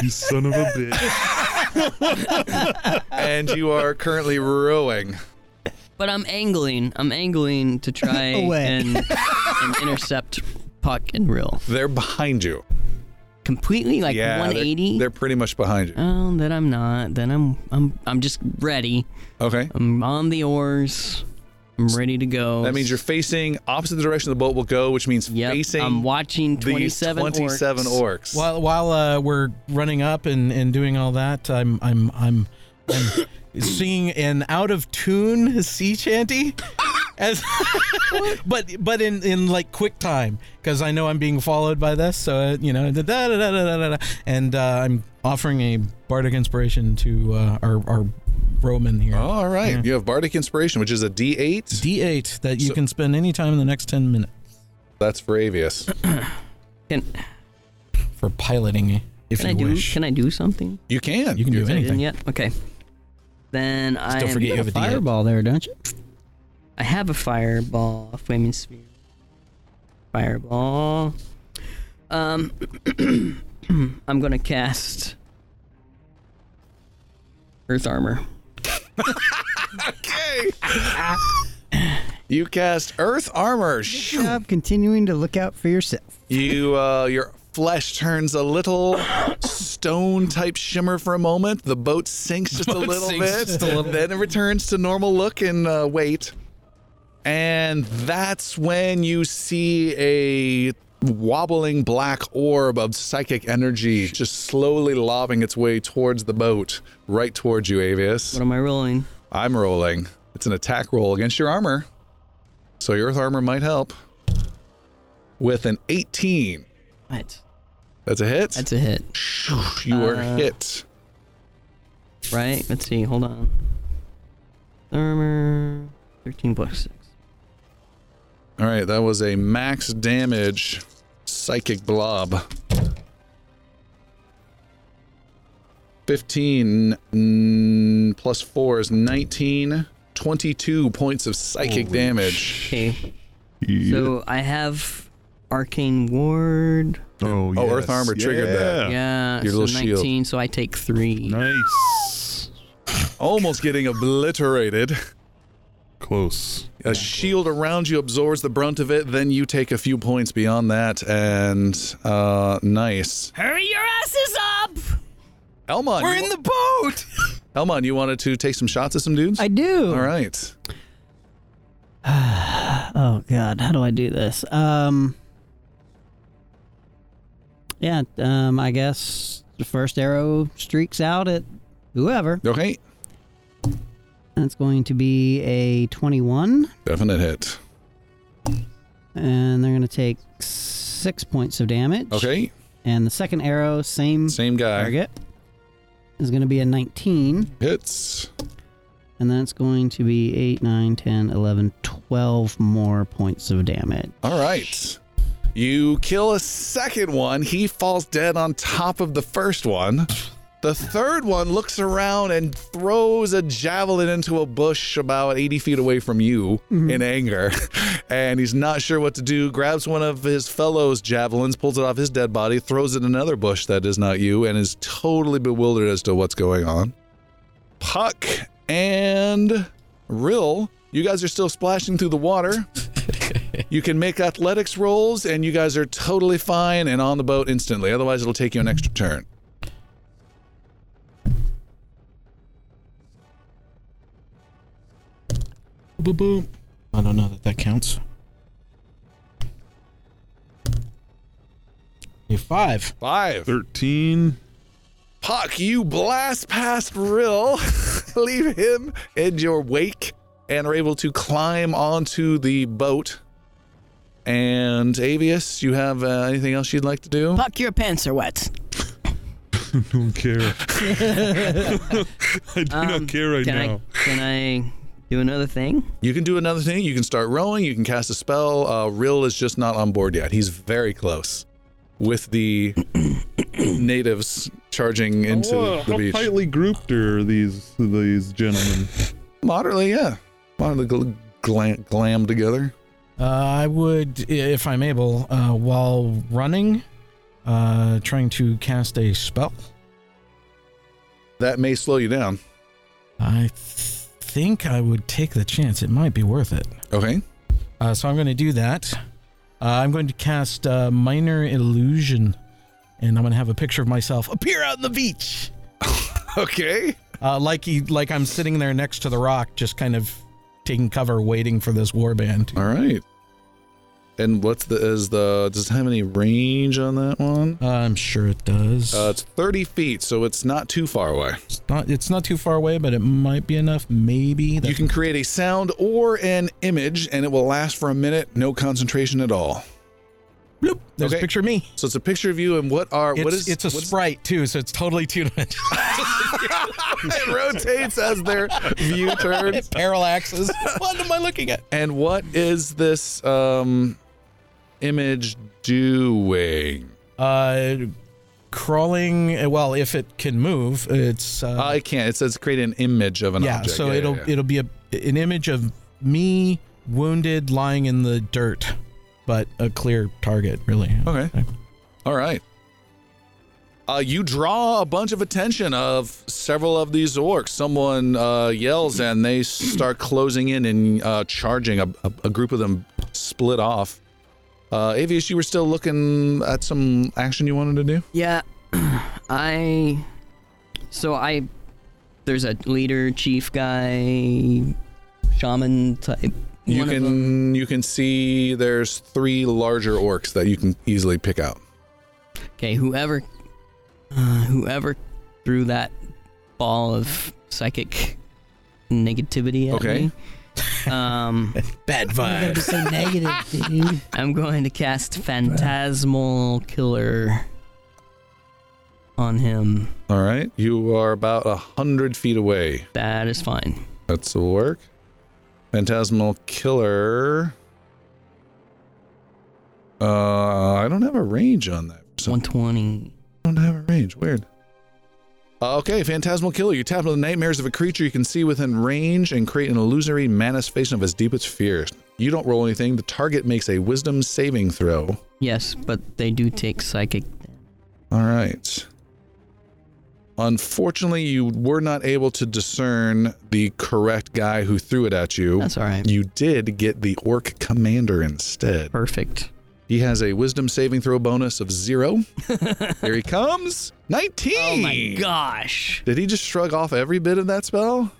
Speaker 5: You son of a bitch.
Speaker 1: and you are currently rowing.
Speaker 9: But I'm angling. I'm angling to try
Speaker 6: Away.
Speaker 9: and, and intercept Puck and Rill.
Speaker 1: They're behind you.
Speaker 9: completely? Like
Speaker 1: yeah, they're-
Speaker 9: 180?
Speaker 1: They're, pretty much behind you.
Speaker 9: Oh, then I'm not. Then I'm I'm I'm just ready.
Speaker 1: Okay.
Speaker 9: I'm on the oars. I'm ready to go.
Speaker 1: That means you're facing opposite the direction the boat will go, which means
Speaker 9: Yep,
Speaker 1: facing
Speaker 9: I'm watching
Speaker 1: these
Speaker 9: 27 orcs.
Speaker 1: 27 orcs.
Speaker 4: While while uh, we're running up and, and doing all that, I'm I'm I'm, I'm *coughs* singing an out of tune sea shanty, *laughs* as but but in, in like quick time because I know I'm being followed by this, so uh, you know da da da da da da, da and uh, I'm offering a bardic inspiration to uh, our our Roman here.
Speaker 1: All right. You have Bardic Inspiration, which is a D8.
Speaker 4: D8 that you
Speaker 1: So-
Speaker 4: can spend any time in the next 10 minutes
Speaker 1: That's for Avius.
Speaker 9: Can,
Speaker 4: for piloting if
Speaker 9: can I
Speaker 4: you
Speaker 9: do
Speaker 4: wish.
Speaker 9: can I do something?
Speaker 1: You can.
Speaker 4: you can do
Speaker 9: I
Speaker 4: anything.
Speaker 9: didn't yet. Okay. Then I
Speaker 4: don't
Speaker 9: am-
Speaker 4: forget you have a D8.
Speaker 6: Fireball there, don't you?
Speaker 9: I have a fireball, a flaming sphere. Fireball. Um, *clears throat* I'm gonna cast Earth Armor.
Speaker 1: You cast Earth Armor.
Speaker 6: Good job continuing to look out for yourself.
Speaker 1: You, uh, your flesh turns a little stone type shimmer for a moment. The boat sinks just a little
Speaker 4: sinks
Speaker 1: bit.
Speaker 4: just a little.
Speaker 1: Then it returns to normal look and uh, weight. And that's when you see a wobbling black orb of psychic energy just slowly lobbing its way towards the boat, right towards you,
Speaker 9: What
Speaker 1: Avius.
Speaker 9: am I rolling?
Speaker 1: I'm rolling. It's an attack roll against your armor. So your earth armor might help. With an 18.
Speaker 9: What?
Speaker 1: That's a hit.
Speaker 9: That's a hit,
Speaker 1: You are hit.
Speaker 9: right? Let's see. Hold on. Armor. Thirteen plus six.
Speaker 1: All right, that was a max damage psychic blob. 15 mm, plus 4 is 19, 22 points of psychic damage.
Speaker 9: Okay.
Speaker 5: Yeah.
Speaker 9: So I have arcane ward.
Speaker 5: oh,
Speaker 1: Oh, Earth
Speaker 5: yes.
Speaker 1: Armor triggered that.
Speaker 9: Yeah.
Speaker 1: Your
Speaker 9: so
Speaker 1: little shield.
Speaker 9: 19, So I take three.
Speaker 5: Nice.
Speaker 1: Almost getting obliterated.
Speaker 5: Close.
Speaker 1: A shield around you absorbs the brunt of it, then you take a few points beyond that, and uh, nice.
Speaker 2: Hurry your asses up!
Speaker 1: Elmon, you,
Speaker 4: the boat.
Speaker 1: *laughs* Elmon, you wanted to take some shots at some dudes?
Speaker 6: I do.
Speaker 1: All right.
Speaker 6: Oh God, how do I do this? Um, yeah, um, I guess the first arrow streaks out at whoever.
Speaker 1: Okay.
Speaker 6: That's going to be a twenty-one,
Speaker 1: Definite hit.
Speaker 6: and they're going to take six points of damage.
Speaker 1: Okay.
Speaker 6: And the second arrow, same,
Speaker 1: Same guy.
Speaker 6: target, is going to be a nineteen,
Speaker 1: Hits.
Speaker 6: and that's going to be 8, 9, 10, 11, 12 more points of damage.
Speaker 1: All right. You kill a second one. He falls dead on top of the first one. The third one looks around and throws a javelin into a bush about 80 feet away from you in anger. And he's not sure what to do, grabs one of his fellow's javelins, pulls it off his dead body, throws it in another bush that is not you, and is totally bewildered as to what's going on. Puck and Rill, you guys are still splashing through the water. You can make athletics rolls, and you guys are totally fine and on the boat instantly. Otherwise, it'll take you an extra turn.
Speaker 4: Boom, boom. I don't know that that counts. A five.
Speaker 1: Five.
Speaker 5: 13.
Speaker 1: Puck, you blast past Rill, *laughs* leave him in your wake, and are able to climb onto the boat. And Avius, you have uh, anything else you'd like to do?
Speaker 2: Puck, your pants are wet.
Speaker 5: Don't *laughs* care. I do
Speaker 9: Um,
Speaker 5: not care right
Speaker 9: can
Speaker 5: now.
Speaker 9: I can I do another thing?
Speaker 1: You can do another thing. You can start rowing. You can cast a spell. Uh, Rill is just not on board yet. He's very close with the *clears throat* natives charging into
Speaker 5: Whoa,
Speaker 1: the
Speaker 5: Oh, how
Speaker 1: beach.
Speaker 5: tightly grouped are these these gentlemen?
Speaker 1: Moderately, yeah. Moderately gl- glam, glam together.
Speaker 4: Uh, I would, i- if I'm able, uh, while running, uh, trying to cast a spell.
Speaker 1: That may slow you down.
Speaker 4: I th- think I would take the chance. It might be worth it. *laughs*
Speaker 1: Okay.
Speaker 4: Uh, so I'm going to do that. Uh, I'm going to cast uh, Minor Illusion and I'm gonna have a picture of myself appear out in the beach.
Speaker 1: okay.
Speaker 4: Uh, like he, like I'm sitting there next to the rock, just kind of taking cover, waiting for this warband.
Speaker 1: All right. And what's the is the does it have any range on that one?
Speaker 4: Uh, I'm sure it does.
Speaker 1: Uh, it's 30 feet, so it's not too far away.
Speaker 4: it's not, it's not too far away, but it might be enough. Maybe
Speaker 1: You can create a sound or an image, and it will last for a minute. No concentration at all.
Speaker 4: Bloop, there's
Speaker 1: Okay.
Speaker 4: a picture of me.
Speaker 1: So it's a picture of you, and what are
Speaker 4: It's,
Speaker 1: what is
Speaker 4: it's a
Speaker 1: what's-
Speaker 4: sprite too, so it's totally two dimensional.
Speaker 1: *laughs* it rotates as their
Speaker 4: *laughs*
Speaker 1: view turns.
Speaker 4: Parallaxes. What am I looking at?
Speaker 1: And what is this um image doing?
Speaker 4: Uh, crawling. Well, if it can move, it's uh,
Speaker 1: I can't. It says create an image of an
Speaker 4: yeah.
Speaker 1: object.
Speaker 4: So it'll
Speaker 1: yeah.
Speaker 4: it'll be a, an image of me wounded, lying in the dirt, but a clear target. Really.
Speaker 1: Okay. All right. Uh, you draw a bunch of attention of several of these orcs. Someone uh, yells and they start closing in and uh, charging. A, a, a group of them split off. Uh, Avius, you were still looking at some action you wanted to do?
Speaker 9: Yeah. *clears throat* I. So I. There's a leader, chief guy, shaman type.
Speaker 1: You
Speaker 9: one of them.
Speaker 1: can you can see there's three larger orcs that you can easily pick out.
Speaker 9: Okay, whoever. Uh, whoever threw that ball of psychic negativity at
Speaker 1: Okay.
Speaker 9: me. Um,
Speaker 1: *laughs*
Speaker 4: Bad vibe.
Speaker 6: I'm gonna be so *laughs* negative, dude.
Speaker 9: I'm going to cast Phantasmal Killer on him.
Speaker 1: All right, you are about a hundred feet away.
Speaker 9: That is fine.
Speaker 1: That's the work. Phantasmal killer. Uh, I don't have a range on that. So
Speaker 9: 120.
Speaker 1: I don't have a range. Weird. Uh, okay, Phantasmal Killer. You tap on the nightmares of a creature you can see within range and create an illusory manifestation of its deepest fears. You don't roll anything. The target makes a wisdom saving throw.
Speaker 9: Yes, but they do take psychic.
Speaker 1: All right. Unfortunately, you were not able to discern the correct guy who threw it at you.
Speaker 9: That's all right.
Speaker 1: You did get the orc commander instead. *laughs*
Speaker 9: Perfect.
Speaker 1: He has a wisdom saving throw bonus of zero. Here
Speaker 9: *laughs*
Speaker 1: he comes. 19.
Speaker 9: Oh my gosh.
Speaker 1: Did he just shrug off every bit of that spell?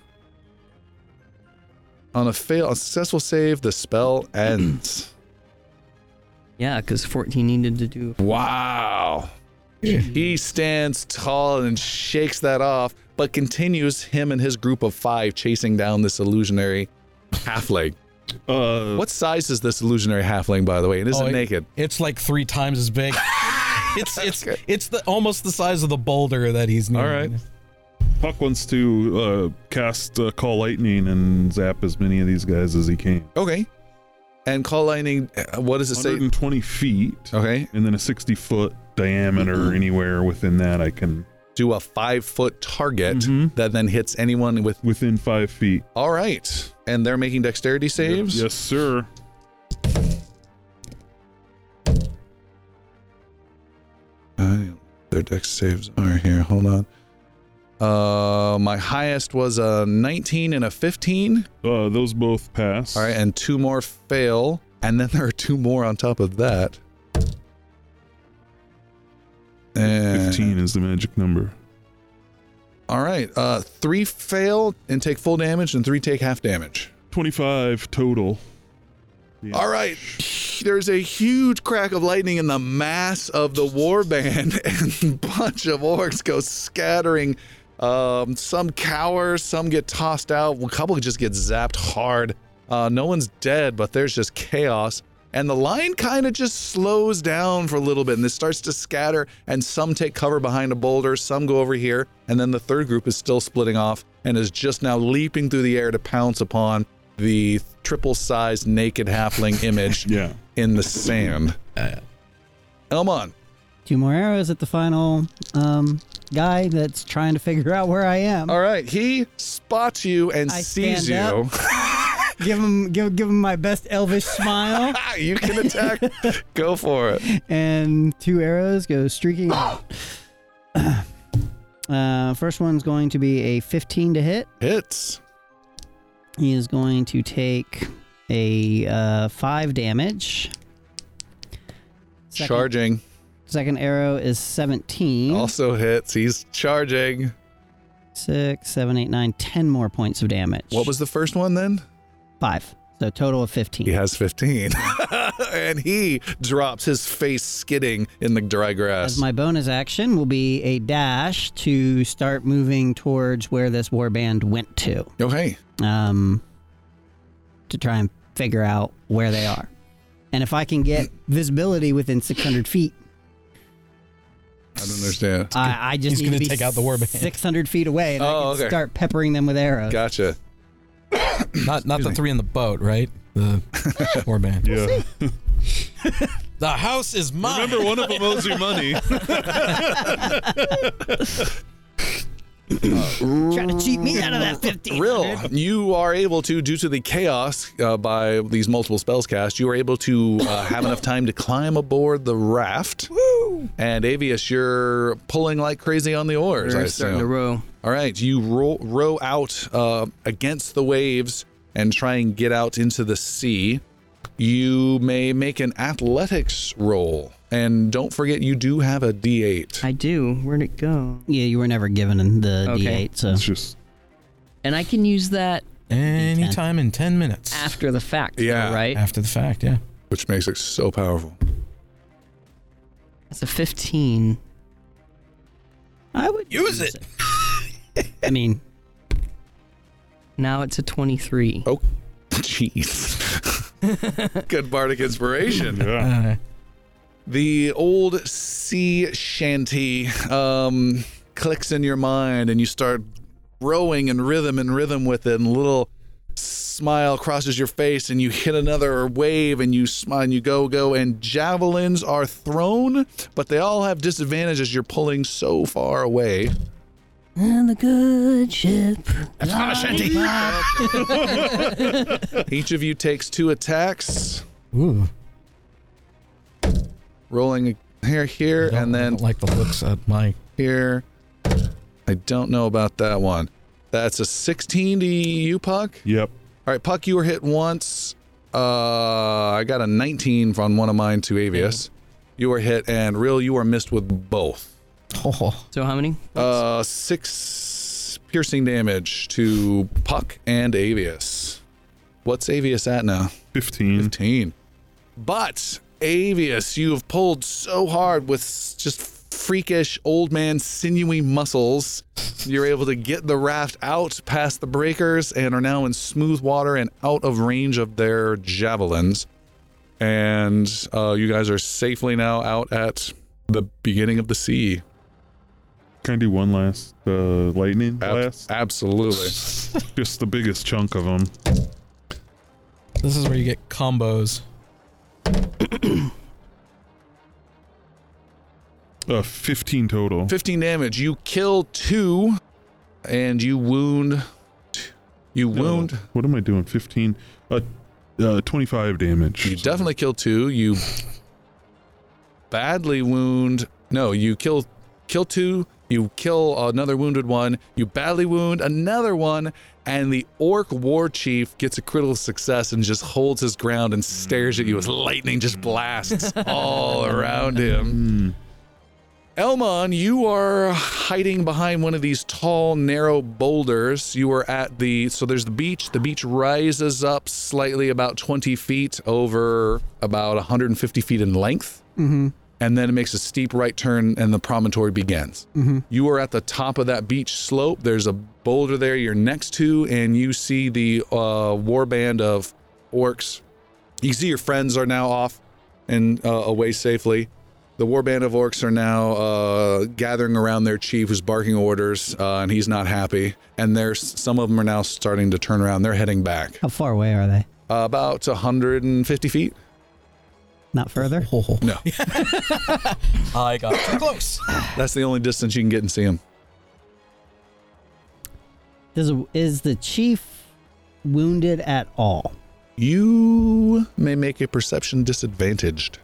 Speaker 1: On a fail, a successful save, the
Speaker 9: *clears throat*
Speaker 1: spell ends.
Speaker 9: Yeah, because 14 needed to do.
Speaker 1: Wow. He stands tall and shakes that off, but continues him and his group of five chasing down this illusionary halfling.
Speaker 5: Uh,
Speaker 1: What size is this illusionary halfling, by the way? It isn't
Speaker 4: Oh, it-
Speaker 1: naked.
Speaker 4: It's like three times
Speaker 1: *laughs*
Speaker 4: as big. it's it's it's the almost the size of the boulder that he's near.
Speaker 1: All right.
Speaker 5: Puck wants to uh, cast uh, Call Lightning and zap as many of these guys as he can.
Speaker 1: Okay. And call lightning. uh, What does it say?
Speaker 5: 120 feet,
Speaker 1: Okay.
Speaker 5: and then a 60 foot diameter anywhere within that I can,
Speaker 1: Do a five foot target
Speaker 5: Mhm.
Speaker 1: that then hits anyone with.
Speaker 5: within five feet.
Speaker 1: All right. And they're making dexterity saves.
Speaker 5: Yes, sir.
Speaker 1: I- Uh, their dex saves are here. Hold on. Uh, my highest was a 19 and a 15.
Speaker 5: Uh, those both pass.
Speaker 1: All right, and two more fail, and then *laughs* there are two more on top of that. And,
Speaker 5: 15 is the magic number.
Speaker 1: All right, uh, three fail and take full damage, and three take half damage.
Speaker 5: 25 total.
Speaker 1: All right, there's a huge crack of lightning, and the mass of the warband *laughs* and bunch of orcs go scattering. Um, some cower, some get tossed out. A couple just get zapped hard. Uh, no one's dead, but there's just chaos. And the line kind of just slows down for a little bit, and this starts to scatter. And some take cover behind a boulder, some go over here, and then the third group is still splitting off and is just now leaping through the air to pounce upon the triple-sized naked *laughs* halfling image
Speaker 5: Yeah.
Speaker 1: in the sand. Elmon,
Speaker 6: Two more arrows at the final um, guy that's trying to figure out where I am.
Speaker 1: all right, he spots you and
Speaker 6: I
Speaker 1: sees you.
Speaker 6: stand Give him, give, give him my best
Speaker 1: *laughs*
Speaker 6: elvish smile,
Speaker 1: Ah, you can attack. *laughs* go for it.
Speaker 6: and two arrows go streaking out. Uh, first one's going to be a 15 to hit.
Speaker 1: Hits.
Speaker 6: He is going to take a uh, five damage. Second- Hmm?
Speaker 1: Charging.
Speaker 6: Second arrow is 17.
Speaker 1: Also hits. He's charging.
Speaker 6: Six, seven, eight, nine, ten more points of damage.
Speaker 1: What was the first one then?
Speaker 6: Five. So total of 15.
Speaker 1: He has 15. *laughs* and he drops his face skidding in the dry grass.
Speaker 6: As my bonus action will be a dash to start moving towards where this warband went to.
Speaker 1: okay.
Speaker 6: um, to try and figure out where they are. And if I can get visibility within 600 feet,
Speaker 1: I don't understand.
Speaker 6: *laughs* I, I
Speaker 4: He's
Speaker 6: just need to
Speaker 4: gonna
Speaker 6: be
Speaker 4: take out the warband.
Speaker 6: 600 feet away, and
Speaker 1: Oh,
Speaker 6: I can
Speaker 1: okay.
Speaker 6: start peppering them with arrows.
Speaker 1: Gotcha.
Speaker 4: Not not the three in the boat, right? The
Speaker 1: *laughs*
Speaker 4: warband.
Speaker 5: Yeah.
Speaker 4: *laughs* The house is mine.
Speaker 5: Remember, one of them owes you money.
Speaker 2: Trying to cheat me out of that 15.
Speaker 1: Rill, you are able to, due to the chaos uh, by these multiple spells cast, you are able to uh, have enough time to climb aboard the raft. And Avius, you're pulling like crazy on the oars. I
Speaker 9: We're starting to
Speaker 1: assume.
Speaker 9: row.
Speaker 1: All right, you row, row out uh, against the waves and try and get out into the sea. You may make an athletics roll. And don't forget, you do have a d8.
Speaker 9: I do. Where'd it go?
Speaker 6: Yeah, you were never given the
Speaker 9: Okay.
Speaker 6: D8,
Speaker 5: *laughs*
Speaker 6: so
Speaker 5: It's just
Speaker 9: And I can use that
Speaker 4: Anytime in ten minutes.
Speaker 9: after the fact. though,
Speaker 1: Yeah.
Speaker 9: right?
Speaker 4: After the fact, yeah.
Speaker 1: which makes it so powerful.
Speaker 9: That's a 15.
Speaker 6: I would
Speaker 4: Use it.
Speaker 6: I mean,
Speaker 9: Now it's a 23.
Speaker 1: Oh, *laughs* jeez. Good bardic inspiration.
Speaker 4: Uh,
Speaker 5: yeah.
Speaker 1: The old sea shanty um, clicks in your mind, and you start rowing in rhythm and rhythm with it. And a little smile crosses your face, and you hit another wave, and you smile, and you go, go. And javelins are thrown, but they all have disadvantages. You're pulling so far away.
Speaker 2: And the good ship.
Speaker 1: *laughs* Each of you takes two attacks,
Speaker 4: ooh.
Speaker 1: rolling here, here,
Speaker 4: I don't-
Speaker 1: and
Speaker 4: I
Speaker 1: then
Speaker 4: don't like the looks of
Speaker 1: *laughs*
Speaker 4: my
Speaker 1: here. I don't know about that one. That's a 16 to you, Puck.
Speaker 5: Yep.
Speaker 1: All right, Puck, you were hit once. Uh, I got a 19 on one of mine to
Speaker 4: Mm-hmm.
Speaker 1: Avius. You were hit, and Real, you were missed with both.
Speaker 4: oh,
Speaker 9: So how many?
Speaker 1: Uh, six piercing damage to Puck and Avius. What's Avius at now?
Speaker 5: 15.
Speaker 1: 15. But Avius, you have pulled so hard with s- just freakish old man sinewy muscles. You're able to get the raft out past the breakers and are now in smooth water and out of range of their javelins. And uh, you guys are safely now out at the beginning of the sea.
Speaker 5: Can I do one last uh, lightning
Speaker 1: Ab-
Speaker 5: blast?
Speaker 1: Absolutely.
Speaker 5: Just the biggest chunk of them.
Speaker 4: this is where you get combos.
Speaker 5: Uh, 15 total.
Speaker 1: 15 damage. You kill two and you wound. You
Speaker 5: No, no, no.
Speaker 1: wound.
Speaker 5: What am I doing? 15. Uh, uh 25 damage.
Speaker 1: You definitely kill two. You badly wound. No, you kill kill two. You kill another wounded one. You badly wound another one, and the orc war chief gets a critical success and just holds his ground and stares at you as lightning just blasts all around him.
Speaker 5: Hmm.
Speaker 1: Elmon, you are hiding behind one of these tall, narrow boulders. You are at the so there's the beach. The beach rises up slightly, about 20 feet over about 150 feet in length, and then it makes a steep right turn, and the promontory begins. You are at the top of that beach slope. There's a boulder there you're next to, and you see the uh, war band of orcs. You see your friends are now off and uh, away safely. The warband of orcs are now uh, gathering around their chief, who's barking orders, uh, and he's not happy. And there's some of them are now starting to turn around. They're heading back
Speaker 6: how far away are they?
Speaker 1: uh, about 150 feet.
Speaker 6: Not further?
Speaker 4: *laughs* Oh.
Speaker 1: No.
Speaker 4: I got too close.
Speaker 1: *laughs* That's the only distance you can get and see him.
Speaker 6: Does, is the chief wounded at all?
Speaker 1: You may make a perception disadvantaged.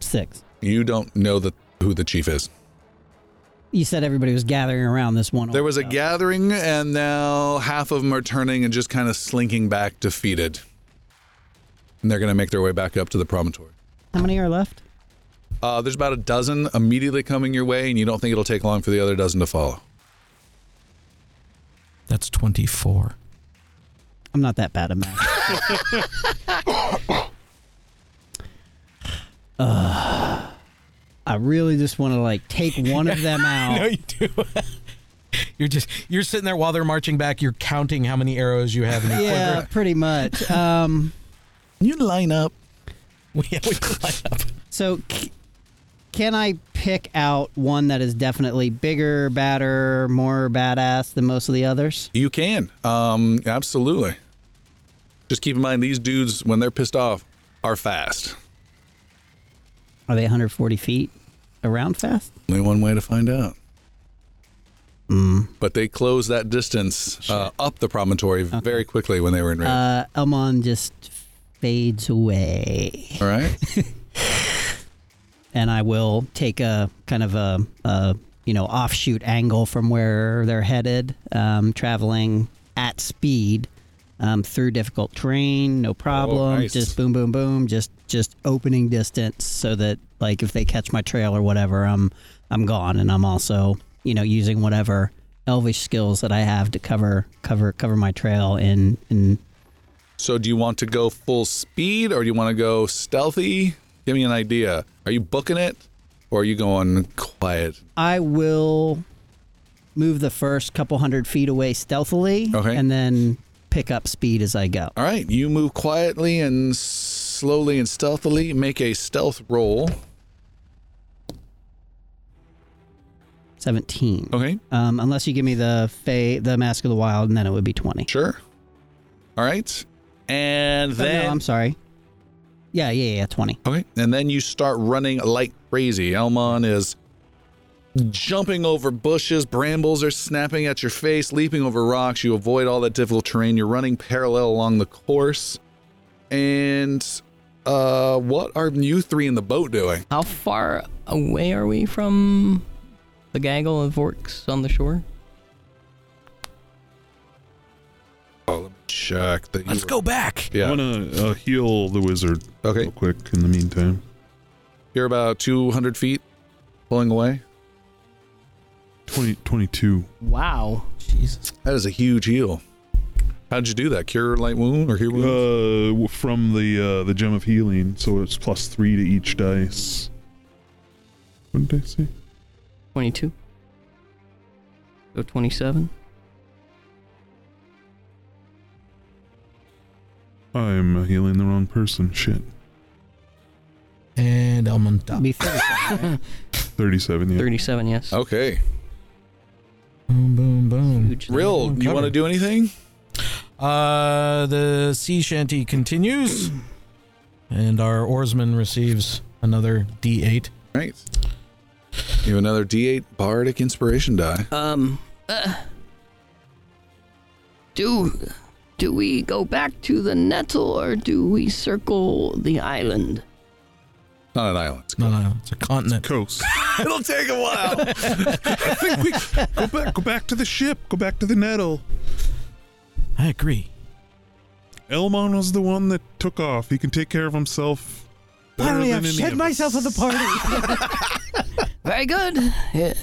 Speaker 6: Six.
Speaker 1: You don't know the, who the chief is.
Speaker 6: You said everybody was gathering around this one.
Speaker 1: There was a
Speaker 6: orc, though.
Speaker 1: gathering, and now half of them are turning and just kind of slinking back, defeated. And they're going to make their way back up to the promontory.
Speaker 6: How many are left?
Speaker 1: Uh, there's about a dozen immediately coming your way, and you don't think it'll take long for the other dozen to follow.
Speaker 4: That's 24.
Speaker 6: I'm not that bad at math. Ugh. Uh, I really just want to like take one of them
Speaker 4: No,
Speaker 6: out.
Speaker 4: you do. Oh. *laughs* you're just you're sitting there while they're marching back. You're counting how many arrows you have in your
Speaker 6: yeah, pretty much. Um,
Speaker 1: You line up.
Speaker 4: quiver. *laughs* We, we line up.
Speaker 6: so c- can I pick out one that is definitely bigger, badder, more badass than most of the others?
Speaker 1: You can. Um, absolutely. Just keep in mind these dudes, when they're pissed off, are fast.
Speaker 6: Are they 140 feet around fast?
Speaker 1: Only one way to find out. But they closed that distance uh, up the promontory very quickly when they were in range.
Speaker 6: Uh, Elmon just fades away.
Speaker 1: All right.
Speaker 6: and I will take a kind of a, a you know offshoot angle from where they're headed, um, traveling at speed um, through difficult terrain, no problem.
Speaker 1: nice.
Speaker 6: Just boom, boom, boom. Just just opening distance so that like if they catch my trail or whatever, I'm I'm gone, and I'm also you know using whatever elvish skills that I have to cover cover cover my trail in in
Speaker 1: So, do you want to go full speed or do you want to go stealthy? Give me an idea. Are you booking it or are you going quiet?
Speaker 6: I will move the first couple hundred feet away stealthily,
Speaker 1: Okay.
Speaker 6: and then pick up speed as I go.
Speaker 1: All right. You move quietly and slowly and stealthily. Make a stealth roll.
Speaker 6: Seventeen.
Speaker 1: Okay.
Speaker 6: Um, unless you give me the fey, the mask of the wild, and then it would be twenty.
Speaker 1: Sure. All right. And
Speaker 6: Oh,
Speaker 1: then
Speaker 6: no, I'm sorry. Yeah, yeah, yeah, twenty.
Speaker 1: Okay. And then you start running like crazy. Elmon is jumping over bushes, brambles are snapping at your face, leaping over rocks. You avoid all that difficult terrain. You're running parallel along the course. And uh what are you three in the boat doing?
Speaker 9: How far away are we from the gaggle of orcs on the shore?
Speaker 1: Oh, let me check the
Speaker 4: Let's go back.
Speaker 5: I
Speaker 1: Yeah.
Speaker 5: want to uh, heal the wizard
Speaker 1: Okay.
Speaker 5: real quick in the meantime.
Speaker 1: You're about 200 feet pulling away.
Speaker 5: 20, 22.
Speaker 9: Wow.
Speaker 4: Jesus.
Speaker 1: That is a huge heal. How'd you do that? Cure light wound or heal
Speaker 5: Uh,
Speaker 1: wound?
Speaker 5: w- from the uh, the gem of healing, so it's plus three to each dice. What did I say?
Speaker 9: 22. So 27.
Speaker 5: I'm uh, healing the wrong person. Shit.
Speaker 4: And Elmon died.
Speaker 6: Be finished.
Speaker 5: 37, yeah.
Speaker 9: 37, yes.
Speaker 1: okay.
Speaker 4: Boom, boom, boom.
Speaker 9: Huge.
Speaker 1: Rill, you want to do anything?
Speaker 4: Uh, the sea shanty continues, and our oarsman receives another D8.
Speaker 1: Right. You have another D8 bardic inspiration die.
Speaker 2: Um, uh,
Speaker 9: Do do we go back to the nettle or do we circle the island?
Speaker 1: Not an island. It's
Speaker 4: No, no, no, it's a continent.
Speaker 5: Coast.
Speaker 1: *laughs* It'll take a while.
Speaker 5: I think we go back. Go back to the ship. Go back to the nettle.
Speaker 4: I agree.
Speaker 5: Elmon was the one that took off. He can take care of himself. better than any of
Speaker 4: *laughs*
Speaker 5: us.
Speaker 6: party.
Speaker 9: Very good. Yeah.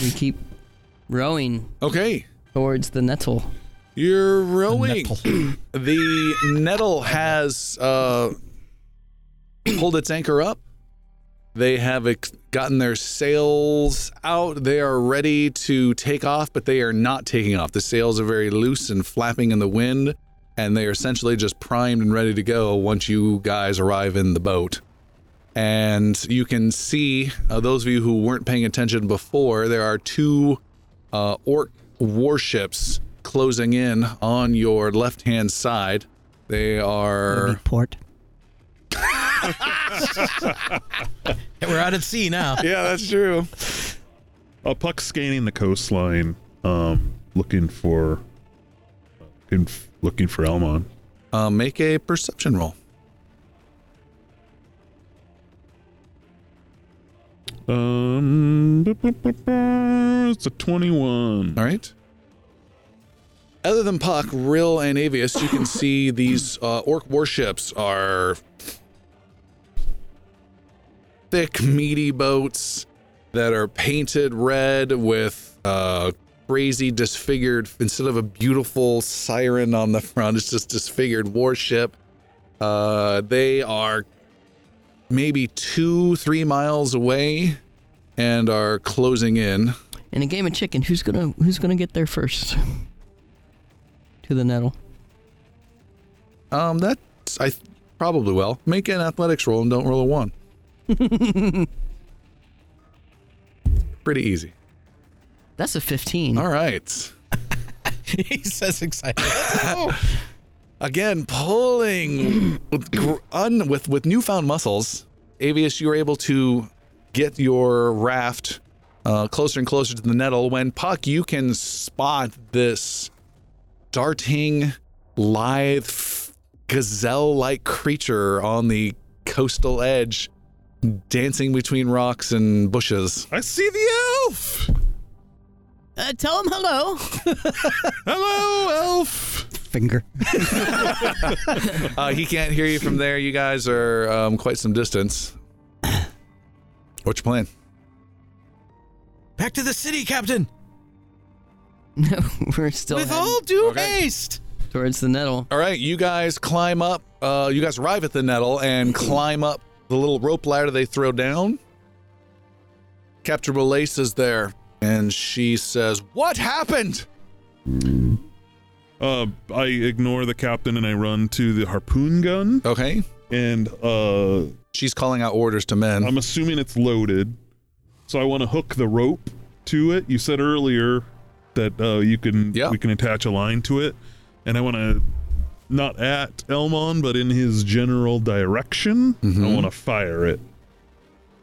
Speaker 9: We keep rowing
Speaker 1: okay.
Speaker 9: towards the nettle.
Speaker 1: You're
Speaker 4: A
Speaker 1: rowing.
Speaker 4: nettle.
Speaker 1: The nettle has uh, pulled its anchor up. They have ex- gotten their sails out. They are ready to take off, but they are not taking off. The sails are very loose and flapping in the wind, and they are essentially just primed and ready to go once you guys arrive in the boat. And you can see, uh, those of you who weren't paying attention before, there are two uh, orc warships closing in on your left hand side. They are.
Speaker 6: Port.
Speaker 4: Hey, *laughs* We're out at sea now.
Speaker 1: Yeah, that's true.
Speaker 5: Uh, Puck scanning the coastline, um, looking for, looking, f- looking for Elmon.
Speaker 1: Uh, make a perception roll.
Speaker 5: Um, bu- bu- bu- bu- it's a twenty-one.
Speaker 1: All right. Mm. Other than Puck, Rill, and Avius, you can see these uh, orc warships are thick, meaty boats that are painted red with uh, crazy, disfigured, instead of a beautiful siren on the *laughs* front, it's just disfigured warship. Uh, they are maybe two, three miles away and are closing in.
Speaker 9: In a game of chicken, who's gonna who's gonna get there first? *laughs* To the nettle.
Speaker 1: Um, that's I probably will make an athletics roll and don't roll a one. Pretty easy.
Speaker 9: That's a fifteen.
Speaker 1: All right.
Speaker 4: *laughs* he says excited.
Speaker 1: Again, pulling with, gr- un, with with newfound muscles, Avius, you were able to get your raft uh, closer and closer to the nettle. When Puck, you can spot this darting, lithe, gazelle-like creature on the coastal edge, dancing between rocks and bushes.
Speaker 5: I see the elf.
Speaker 2: Uh, tell him hello.
Speaker 5: *laughs* Hello, elf.
Speaker 6: Finger. *laughs*
Speaker 1: Uh, he can't hear you from there. You guys are um, quite some distance. What's your plan?
Speaker 4: Back to the city, Captain.
Speaker 9: *laughs* No, we're still
Speaker 4: With
Speaker 9: heading
Speaker 4: all due
Speaker 1: Okay.
Speaker 4: haste.
Speaker 9: towards the nettle.
Speaker 1: All right, you guys climb up. Uh, you guys arrive at the nettle and climb up the little rope ladder they throw down. Captain Relace is there, and she says, "What happened?"
Speaker 5: Uh, I ignore the captain and I run to the harpoon gun,
Speaker 1: Okay,
Speaker 5: and uh,
Speaker 1: she's calling out orders to men.
Speaker 5: I'm assuming it's loaded. So I want to hook the rope to it. You said earlier that uh, you can
Speaker 1: Yeah.
Speaker 5: we can attach a line to it, and I want to not at Elmon, but in his general direction. I want to fire it.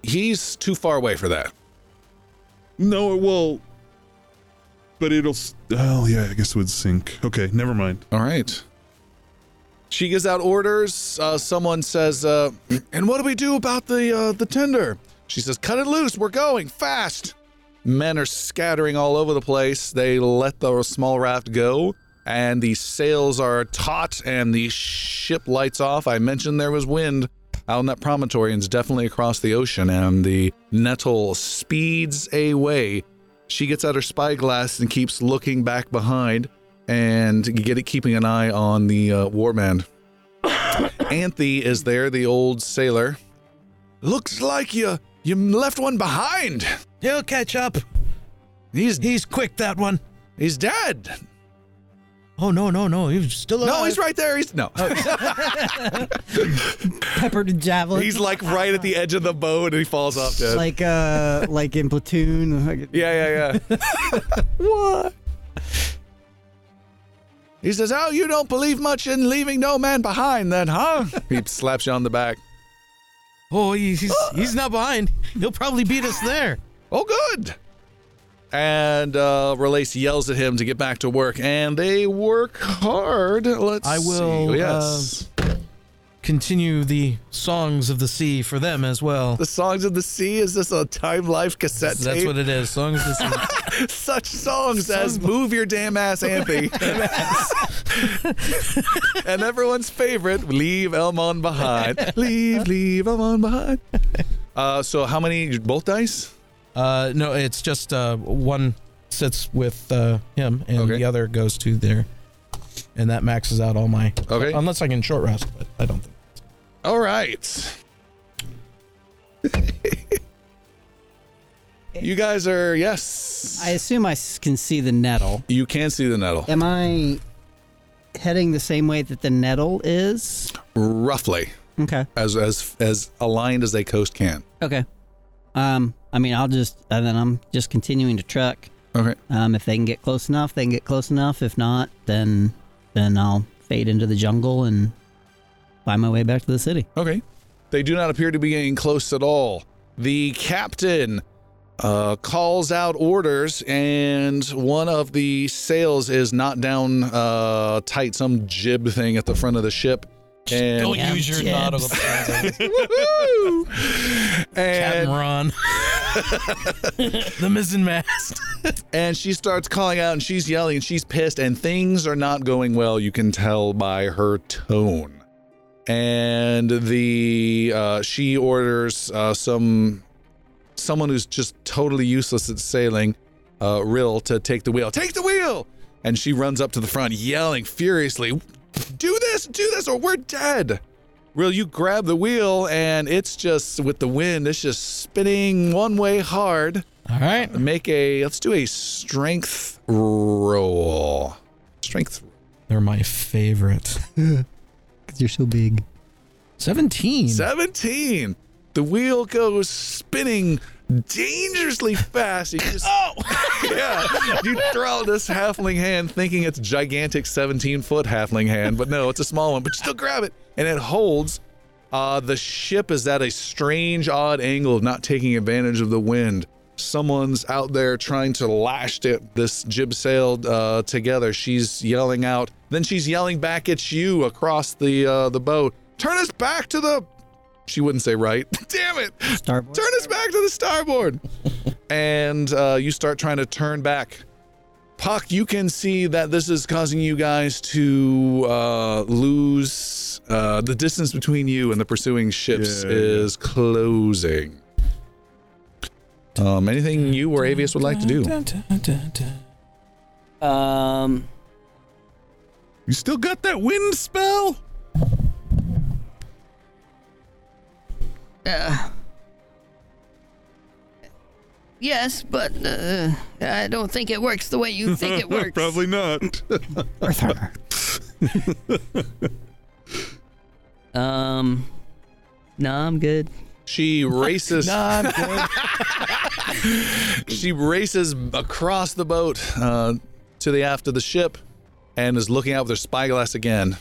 Speaker 1: He's too far away for that.
Speaker 5: No, it will. But it'll. s- Oh yeah, I guess it would sink. Okay, never mind.
Speaker 1: All right. She gives out orders. Uh, someone says, uh, "And what do we do about the uh, the tender?" She says, "Cut it loose. We're going fast." Men are scattering all over the place. They let the small raft go, and the sails are taut, and the ship lights off. I mentioned there was wind out on that promontory, and it's definitely across the ocean. And the nettle speeds away. She gets out her spyglass and keeps looking back behind, and you get it keeping an eye on the uh, warband. Anthe is there, the old sailor. Looks like you you left one behind.
Speaker 4: He'll catch up.
Speaker 1: He's
Speaker 4: He's quick, that one.
Speaker 1: he's dead.
Speaker 4: Oh, no, no, no. He's still alive.
Speaker 1: No, he's right there. He's no. *laughs*
Speaker 6: Peppered javelin.
Speaker 1: he's like right at the edge of the boat and he falls off dead.
Speaker 6: like uh, like in platoon. like-
Speaker 1: yeah, yeah, yeah. what? He says, "Oh, you don't believe much in leaving no man behind, then, huh?" he slaps you on the back.
Speaker 4: Oh, he's, *gasps* he's, he's not behind. He'll probably beat us there.
Speaker 1: Oh, good. And uh, Relace yells at him to get back to work, and they work hard. Let's.
Speaker 4: I will, uh,
Speaker 1: See. Oh, Yes,
Speaker 4: Continue the songs of the sea for them as well.
Speaker 1: the songs of the sea is this a Time Life cassette
Speaker 4: That's
Speaker 1: tape?
Speaker 4: what it is. Songs of the *laughs* sea.
Speaker 1: Such songs as "Move Your Damn Ass,
Speaker 4: *laughs*
Speaker 1: Anthy," *laughs* and everyone's favorite, "Leave Elmon Behind."
Speaker 4: *laughs*
Speaker 1: Leave, leave Elmon behind. Uh, so, how many? Both dice.
Speaker 4: Uh, no, it's just uh, one sits with uh, him, and
Speaker 1: Okay.
Speaker 4: the other goes to there, and that maxes out all my.
Speaker 1: Okay.
Speaker 4: Unless I can short rest, but I don't think.
Speaker 1: All right. you guys are yes.
Speaker 6: I assume I s- can see the nettle.
Speaker 1: you can see the nettle
Speaker 6: Am I heading the same way that the nettle is?
Speaker 1: roughly
Speaker 6: Okay.
Speaker 1: as as as aligned as a coast can.
Speaker 6: Okay. Um, I mean, I'll just and then I'm just continuing to truck.
Speaker 1: Okay.
Speaker 6: Um, if they can get close enough, they can get close enough. If not, then then I'll fade into the jungle and find my way back to the city.
Speaker 1: Okay. They do not appear to be getting close at all. The captain uh, calls out orders, and one of the sails is not down uh, tight, some jib thing at the front of the ship. And
Speaker 4: Don't use your *laughs* nautical terms,
Speaker 1: Woo-hoo!
Speaker 4: Captain
Speaker 1: and
Speaker 4: *laughs* Ron. the mizzen mast.
Speaker 1: And she starts calling out and she's yelling and she's pissed and things are not going well. You can tell by her tone. and the uh, she orders uh, some someone who's just totally useless at sailing, uh, Rill, to take the wheel. Take the wheel! And she runs up to the front, yelling furiously, "Do this! Do this, or we're dead!" Rill, you grab the wheel, and it's just with the wind, it's just spinning one way hard.
Speaker 4: All right.
Speaker 1: Make a let's do a strength roll. Strength.
Speaker 4: They're my
Speaker 6: *laughs*
Speaker 4: favorite.
Speaker 6: because you're so big.
Speaker 4: 17.
Speaker 1: 17. The wheel goes spinning dangerously fast. You just, oh! *laughs* yeah. You throw out this halfling hand thinking it's a gigantic 17 foot halfling hand, but no, it's a small one, but you still grab it and it holds. Uh, the ship is at a strange, odd angle of not taking advantage of the wind. Someone's out there trying to lash it, this jib sail uh, together. She's yelling out. Then she's yelling back at you across the uh, the boat. Turn us back to the. She wouldn't say right. *laughs* Damn it!
Speaker 6: Starboard.
Speaker 1: Turn us back to the
Speaker 5: *laughs*
Speaker 1: starboard. and uh, you start trying to turn back. Puck, you can see that this is causing you guys to uh, lose. Uh, the distance between you and the pursuing ships
Speaker 5: Yeah.
Speaker 1: is closing. Um, anything you or Avius would like to do?
Speaker 9: Um,
Speaker 5: You still got that wind spell?
Speaker 2: Uh, yes, but uh, I don't think it works the way
Speaker 9: *laughs*
Speaker 2: you think
Speaker 5: *laughs*
Speaker 2: it works. *laughs*
Speaker 5: Probably not.
Speaker 6: Earth armor.
Speaker 9: um, no, I'm good.
Speaker 1: She races.
Speaker 4: Nah, I'm good.
Speaker 1: She races across the boat uh, to the aft of the ship, and is looking out with her spyglass again.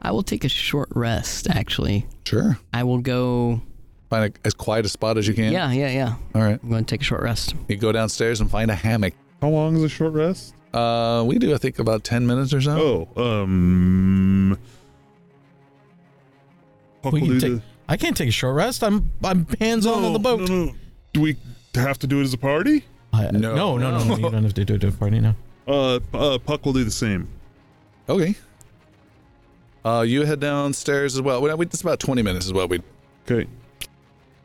Speaker 9: I will take a short rest. Actually,
Speaker 1: Sure.
Speaker 9: I will go.
Speaker 1: Find a, as quiet a spot as you can.
Speaker 9: Yeah, yeah, yeah.
Speaker 1: All right.
Speaker 9: I'm going to take a short rest.
Speaker 1: You go downstairs and find a hammock.
Speaker 5: How long is a short rest?
Speaker 1: Uh, we do, I think, about 10 minutes or so.
Speaker 5: Oh, um. Puck
Speaker 4: We
Speaker 5: will
Speaker 4: can
Speaker 5: do
Speaker 4: take-
Speaker 5: the- Oh,
Speaker 4: I can't take a short rest. I'm I'm hands on on the boat.
Speaker 5: No, no. Do we have to do it as a party?
Speaker 4: I-
Speaker 1: No.
Speaker 4: no, no, no, no, You don't have to do it to a party now.
Speaker 5: Uh, uh, Puck will do the same.
Speaker 4: Oh.
Speaker 1: Okay. Uh, you head downstairs as well. We, we, it's about 20 minutes is what we.
Speaker 5: Okay.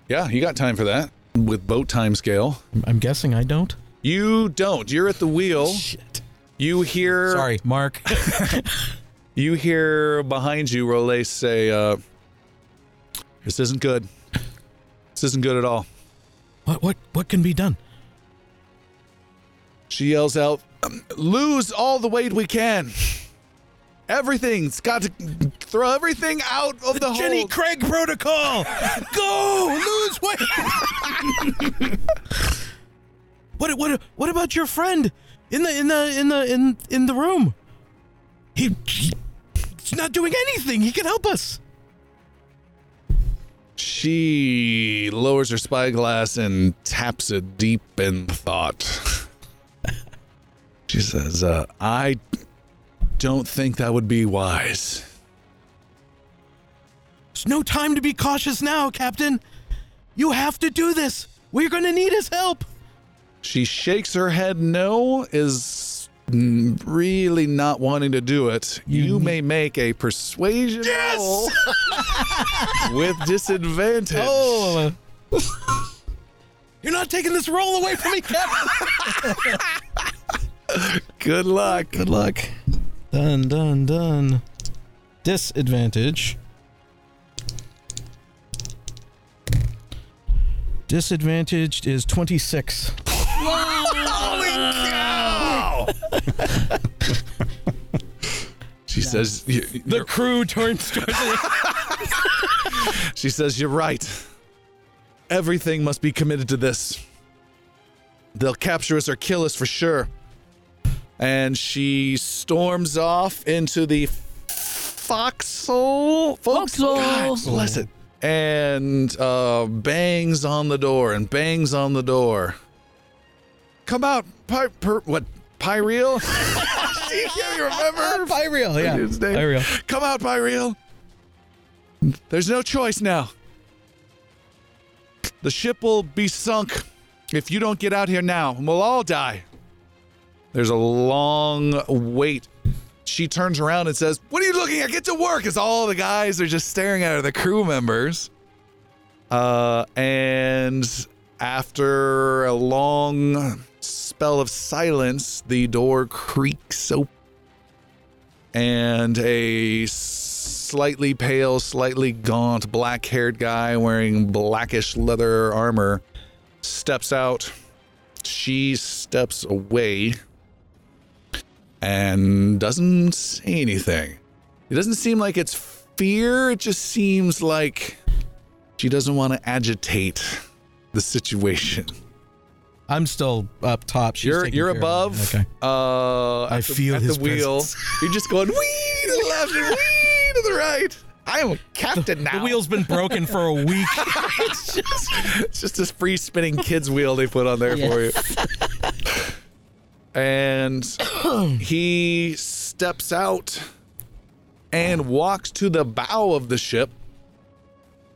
Speaker 1: Yeah, you got time for that with boat time scale.
Speaker 4: I'm, I'm guessing I don't.
Speaker 1: You don't. You're at the wheel.
Speaker 4: Shit.
Speaker 1: You hear.
Speaker 4: Sorry,
Speaker 1: *laughs*
Speaker 4: Mark.
Speaker 1: You hear behind you Rolais say, uh, This isn't good. This isn't good at all.
Speaker 4: what what what can be done?
Speaker 1: She yells out, "Um, Lose all the weight we can. Everything's got to throw everything out of the,
Speaker 4: Jenny
Speaker 1: hold."
Speaker 4: Craig protocol. Go lose weight. what what what about your friend in the in the in the in in the room? He, he- he's not doing anything. He can help us.
Speaker 1: She lowers her spyglass and taps it deep in thought. she says, uh, I don't think that would be wise.
Speaker 4: There's no time to be cautious now, Captain. You have to do this. We're going to need his help.
Speaker 1: She shakes her head no, is mm, really not wanting to do it. You, may make a persuasion roll with disadvantage.
Speaker 4: You're not taking this roll away from me, Captain.
Speaker 1: Good luck.
Speaker 4: Good luck. Done, done, done. Disadvantage. Disadvantaged is 26.
Speaker 1: She says "You- you-
Speaker 4: The crew turns towards it.
Speaker 1: she says you're right. Everything must be committed to this. They'll capture us or kill us for sure. And she storms off into the foxhole. Foxhole. God bless it. And uh, bangs on the door and bangs on the door. Come out, Pi- per- what? *laughs* Pyreal? Can't you remember?
Speaker 4: Pyreal, yeah.
Speaker 1: Dude's name.
Speaker 4: Pyreal.
Speaker 1: Come out, Byreal. There's no choice now. The ship will be sunk if you don't get out here now, and we'll all die. There's a long wait. She turns around and says, What are you you looking at? Get to work!" As all the guys are just staring at her, the crew members. Uh, and after a long spell of silence, the door creaks open, and a slightly pale, slightly gaunt, black-haired guy wearing blackish leather armor steps out. She steps away and doesn't say anything. It doesn't seem like it's fear, it just seems like she doesn't want to agitate the situation.
Speaker 4: *laughs* I'm still up top. She's
Speaker 1: you're
Speaker 4: taking
Speaker 1: you're
Speaker 4: care of me.
Speaker 1: above.
Speaker 4: Okay.
Speaker 1: Uh,
Speaker 4: I
Speaker 1: at the-
Speaker 4: feel
Speaker 1: at
Speaker 4: his
Speaker 1: the wheel.
Speaker 4: presence. *laughs*
Speaker 1: You're just going wee to the left and wee to the right. I am captain now.
Speaker 4: The wheel's been broken for a week.
Speaker 1: it's, just, it's just this free spinning kids wheel they put on there for you.
Speaker 4: *laughs*
Speaker 1: And he steps out and walks to the bow of the ship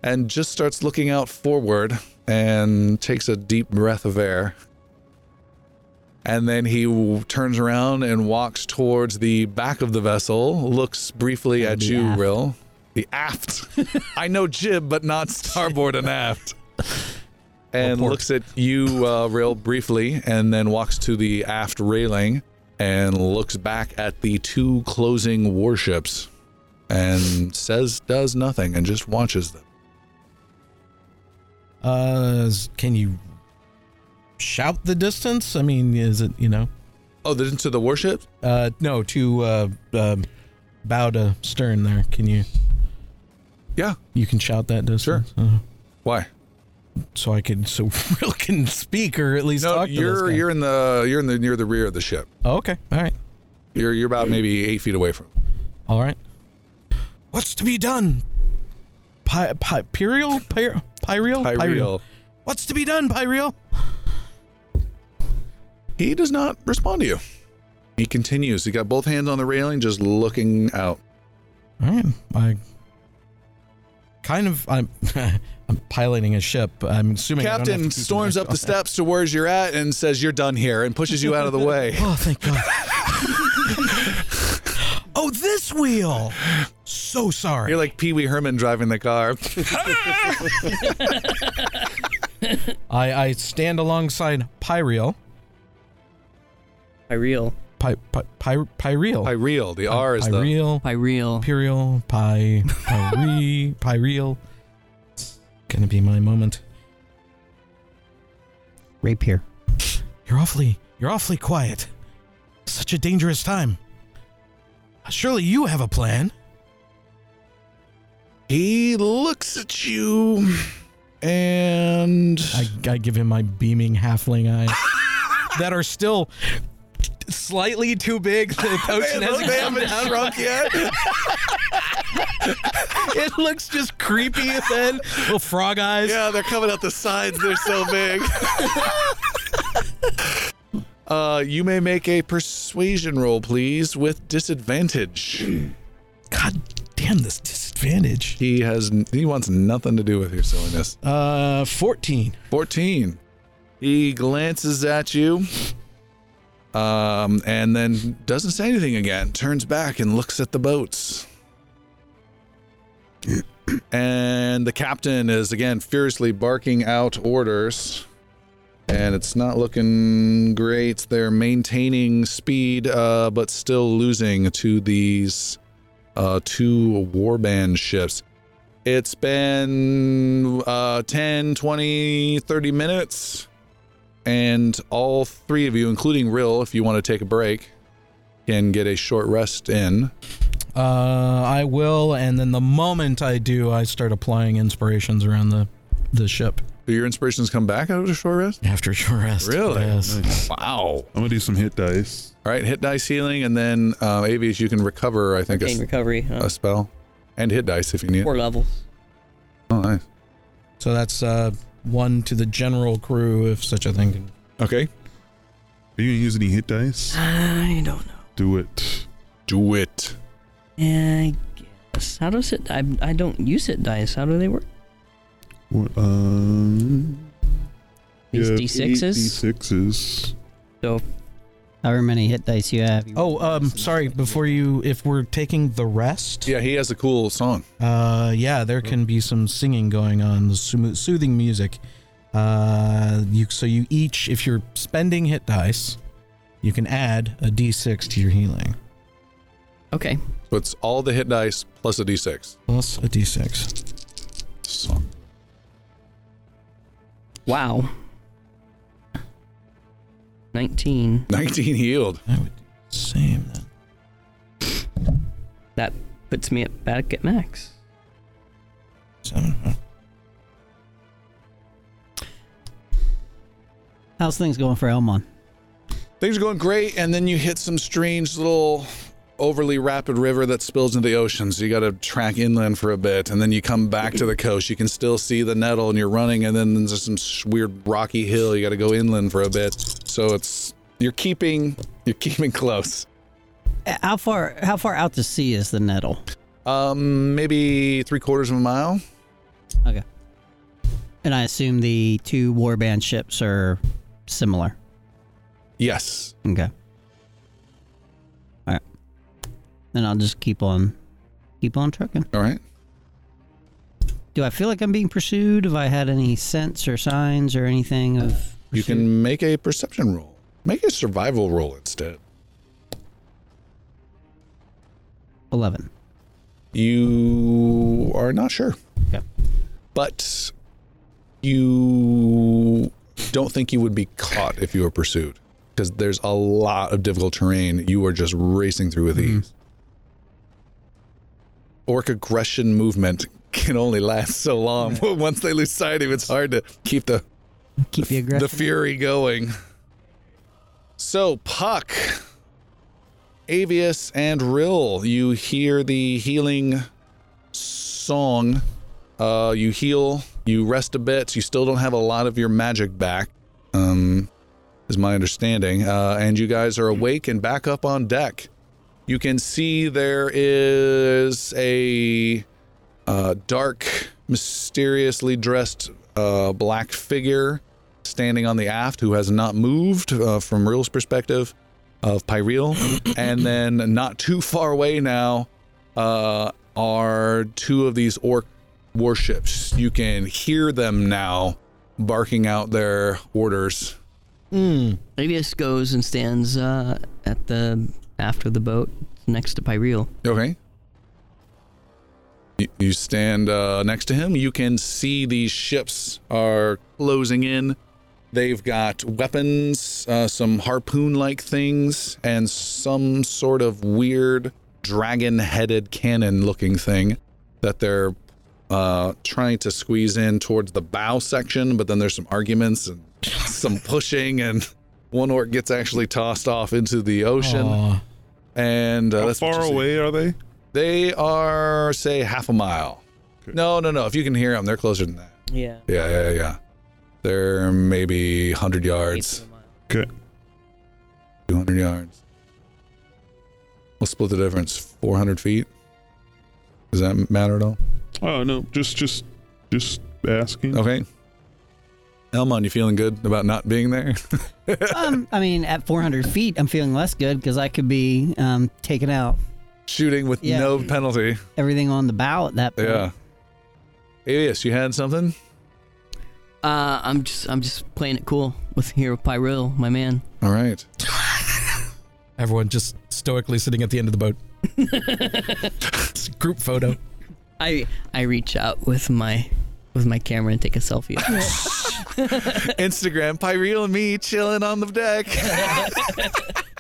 Speaker 1: and just starts looking out forward and takes a deep breath of air. And then he w- turns around and walks towards the back of the vessel, looks briefly at you, Rill. The aft. I know jib, but not starboard and aft. And looks at you, uh, Rill, briefly, and then walks to the aft railing and looks back at the two closing warships and says, does nothing, and just watches them.
Speaker 4: *laughs* Uh, s- can you shout the distance? I mean, is it you know?
Speaker 1: Oh, then to the warship?
Speaker 4: Uh, no, to uh, um bow to stern. There, can you?
Speaker 1: Yeah.
Speaker 4: You can shout that distance. Uh-huh. Sure.
Speaker 1: Why?
Speaker 4: So I can so *laughs* real can speak or at least
Speaker 1: No,
Speaker 4: talk to this
Speaker 1: you're
Speaker 4: guy.
Speaker 1: you're in the you're in the near the rear of the ship.
Speaker 4: Oh, okay. All right.
Speaker 1: You're you're about maybe eight feet away from. him.
Speaker 4: All right. What's to be done? Pi- pi- Pyrial? Pyr- Pyrial?
Speaker 1: Pyrial.
Speaker 4: What's to be done, Pyrial?
Speaker 1: He does not respond to you. He continues. He got both hands on the railing, just looking out.
Speaker 4: All right. I kind of I'm *laughs* I'm piloting a ship. I'm assuming I don't have to
Speaker 1: Captain
Speaker 4: keep an
Speaker 1: storms
Speaker 4: eye-
Speaker 1: up the steps to where you're at and says, "You're done here," and pushes you out of the
Speaker 4: *laughs*
Speaker 1: way.
Speaker 4: Oh,
Speaker 1: *laughs*
Speaker 4: thank God. oh, this wheel. So sorry.
Speaker 1: You're like Pee Wee Herman driving the car.
Speaker 4: I I stand alongside Pyrial.
Speaker 9: Pyreal.
Speaker 4: Py, py, py, Pyrial.
Speaker 1: Pyreal. The R is the
Speaker 4: Pyrial.
Speaker 9: Pyreal.
Speaker 4: Pyrial. Py.
Speaker 1: *laughs*
Speaker 4: Pyre. Pyrial. It's gonna be my moment.
Speaker 6: Rapier.
Speaker 4: You're awfully, you're awfully quiet. Such a dangerous time. Surely you have a plan.
Speaker 1: He looks at you and
Speaker 4: I, I give him my beaming
Speaker 1: *laughs*
Speaker 4: halfling eyes that are still slightly too big. The
Speaker 1: *laughs*
Speaker 4: potion
Speaker 1: look,
Speaker 4: hasn't
Speaker 1: they
Speaker 4: come
Speaker 1: haven't
Speaker 4: down.
Speaker 1: shrunk yet.
Speaker 4: It looks just creepy then. Little frog eyes.
Speaker 1: Yeah, they're coming out the sides. They're so big. uh, you may make a persuasion roll, please, with disadvantage.
Speaker 4: God damn this disadvantage.
Speaker 1: He has he wants nothing to do with your silliness.
Speaker 4: Uh, fourteen.
Speaker 1: 14. He glances at you um, and then doesn't say anything again, turns back and looks at the boats. and the captain is again furiously barking out orders. And it's not looking great. They're maintaining speed, uh, but still losing to these uh, two warband ships. It's been uh, 10, 20, 30 minutes. And all three of you, including Rill, if you want to take a break, can get a short rest in.
Speaker 4: Uh, I will, and then the moment I do, I start applying inspirations around the the ship
Speaker 1: Do your inspirations come back out of the short rest?
Speaker 4: after short rest.
Speaker 1: Really?
Speaker 4: Yes.
Speaker 1: Wow.
Speaker 5: I'm gonna do some hit dice.
Speaker 1: All right, hit dice healing, and then uh, Avius, you can recover, I think, a,
Speaker 9: Pain
Speaker 1: s-
Speaker 9: recovery. huh?
Speaker 1: a spell. And hit dice if you need it.
Speaker 9: Four levels.
Speaker 1: Oh, nice.
Speaker 4: So that's uh, one to the general crew, if such a thing. can-
Speaker 1: Okay.
Speaker 5: Are you gonna use any hit dice?
Speaker 9: I don't know.
Speaker 5: Do it.
Speaker 1: Do it.
Speaker 9: I guess. How does it? I, I don't use it dice. How do they work?
Speaker 5: What, um,
Speaker 9: These
Speaker 5: yeah,
Speaker 9: D6s?
Speaker 5: D sixes.
Speaker 9: So
Speaker 6: However many hit dice you have. You
Speaker 4: Oh, um, sorry. Before you, if we're taking the rest,
Speaker 1: Yeah, he has a cool song.
Speaker 4: uh, yeah, there can be some singing going on, soo- soothing music. Uh, you so you each, if you're spending hit dice, you can add a d6 to your healing
Speaker 9: Okay.
Speaker 1: So it's all the hit dice plus a *laughs* d6.
Speaker 4: plus a d6.
Speaker 1: Song.
Speaker 9: Wow. 19.
Speaker 1: 19 healed.
Speaker 4: I would do the same then.
Speaker 9: That puts me at back at max.
Speaker 4: Seven.
Speaker 6: How's things going for Elmon?
Speaker 1: Things are going great, and then you hit some strange little overly rapid river that spills into the ocean. So you got to track inland for a bit, and then you come back to the coast. You can still see the nettle, and you're running, and then there's some sh- weird rocky hill. You got to go inland for a bit. So it's you're keeping you're keeping close.
Speaker 6: Uh, How far how far out to sea is the nettle?
Speaker 1: Um, maybe three quarters of a mile.
Speaker 6: Okay. And I assume the two warband ships are similar.
Speaker 1: Yes.
Speaker 6: Okay. All right. Then I'll just keep on keep on trucking.
Speaker 1: All right.
Speaker 6: Do I feel like I'm being pursued? Have I had any sense or signs or anything of
Speaker 1: You can make a perception roll. Make a survival roll instead.
Speaker 6: 11?
Speaker 1: You are not sure.
Speaker 6: Okay.
Speaker 1: But you don't think you would be caught if you were pursued because there's a lot of difficult terrain. You are just racing through with ease. Orc aggression movement can only last so long. *laughs* Once they lose sight of you, it's hard to keep the
Speaker 6: Keep the
Speaker 1: the
Speaker 6: aggression.
Speaker 1: fury going. So Puck, Avius, and Rill, you hear the healing song. Uh, you heal, you rest a bit. You still don't have a lot of your magic back, um, is my understanding. Uh, and you guys are awake and back up on deck. You can see there is a uh, dark, mysteriously dressed uh, black figure standing on the aft who has not moved uh, from Real's perspective of Pyreal. and then not too far away now uh, are two of these orc warships. You can hear them now barking out their orders.
Speaker 9: Avius goes and stands uh, at the aft of the boat next to Pyreal.
Speaker 1: Okay. You- You stand uh, next to him. You can see these ships are closing in. They've got weapons, uh, some harpoon like things, and some sort of weird dragon headed cannon looking thing that they're uh, trying to squeeze in towards the bow section. But then there's some arguments and *laughs* some pushing, and one orc gets actually tossed off into the ocean.
Speaker 4: Aw.
Speaker 1: And uh,
Speaker 5: How
Speaker 1: that's what
Speaker 5: far
Speaker 1: you see.
Speaker 5: away are they?
Speaker 1: They are, say, half a mile. No, no, no. If you can hear them, they're closer than that.
Speaker 9: Yeah.
Speaker 1: Yeah, yeah, yeah. They're maybe 100 yards,
Speaker 5: Okay.
Speaker 1: 200 yards. We'll split the difference 400 feet. Does that matter at all?
Speaker 5: Oh no, just just just asking.
Speaker 1: Okay. Elmon, you feeling good about not being there? *laughs*
Speaker 6: um, I mean, at 400 feet, I'm feeling less good because I could be um, taken out.
Speaker 1: Shooting with
Speaker 6: Yeah.
Speaker 1: no penalty.
Speaker 6: Everything on the bow at that point.
Speaker 1: Yeah. Alias, you had something?
Speaker 9: Uh, I'm just I'm just playing it cool with here with Pyreal, my man.
Speaker 1: All right.
Speaker 4: Everyone just stoically sitting at the end of the boat. *laughs* It's a group photo.
Speaker 9: I I reach out with my with my camera and take a selfie.
Speaker 1: *laughs* Instagram, Pyreal and me chilling on the deck.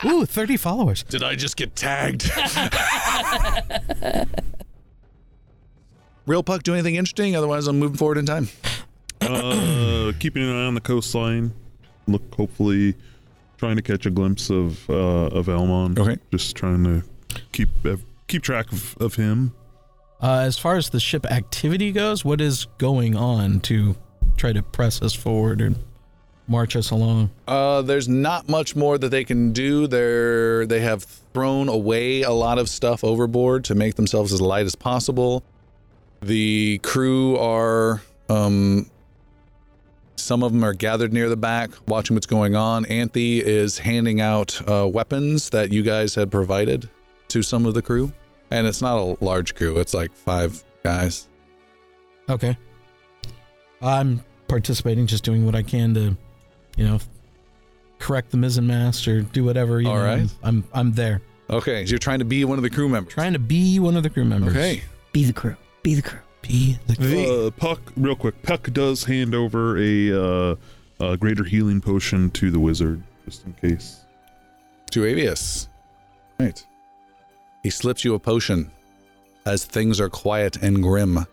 Speaker 4: Ooh, 30 followers.
Speaker 1: Did I just get tagged? Real Puck, do anything interesting? Otherwise, I'm moving forward in time.
Speaker 5: Uh, keeping an eye on the coastline. Look, hopefully, trying to catch a glimpse of uh, of Elmon.
Speaker 1: Okay.
Speaker 5: Just trying to keep uh, keep track of, of him.
Speaker 4: Uh, as far as the ship activity goes, what is going on to try to press us forward and march us along?
Speaker 1: Uh, there's not much more that they can do. They're they have thrown away a lot of stuff overboard to make themselves as light as possible. The crew are um, Some of them are gathered near the back, watching what's going on. Anthe is handing out uh, weapons that you guys had provided to some of the crew. And it's not a large crew, it's like five guys.
Speaker 4: Okay. I'm participating, just doing what I can to, you know, correct the mizzen mast or do whatever. You
Speaker 1: All
Speaker 4: know,
Speaker 1: right.
Speaker 4: I'm, I'm I'm there.
Speaker 1: Okay, so you're trying to be one of the crew members.
Speaker 4: Trying to be one of the crew members.
Speaker 1: Okay.
Speaker 6: Be the crew. Be the crew.
Speaker 4: Be the
Speaker 5: Uh, Puck, real quick. Puck does hand over a, uh, a greater healing potion to the wizard, just in case.
Speaker 1: To Avius. Right. He slips you a potion as things are quiet and grim.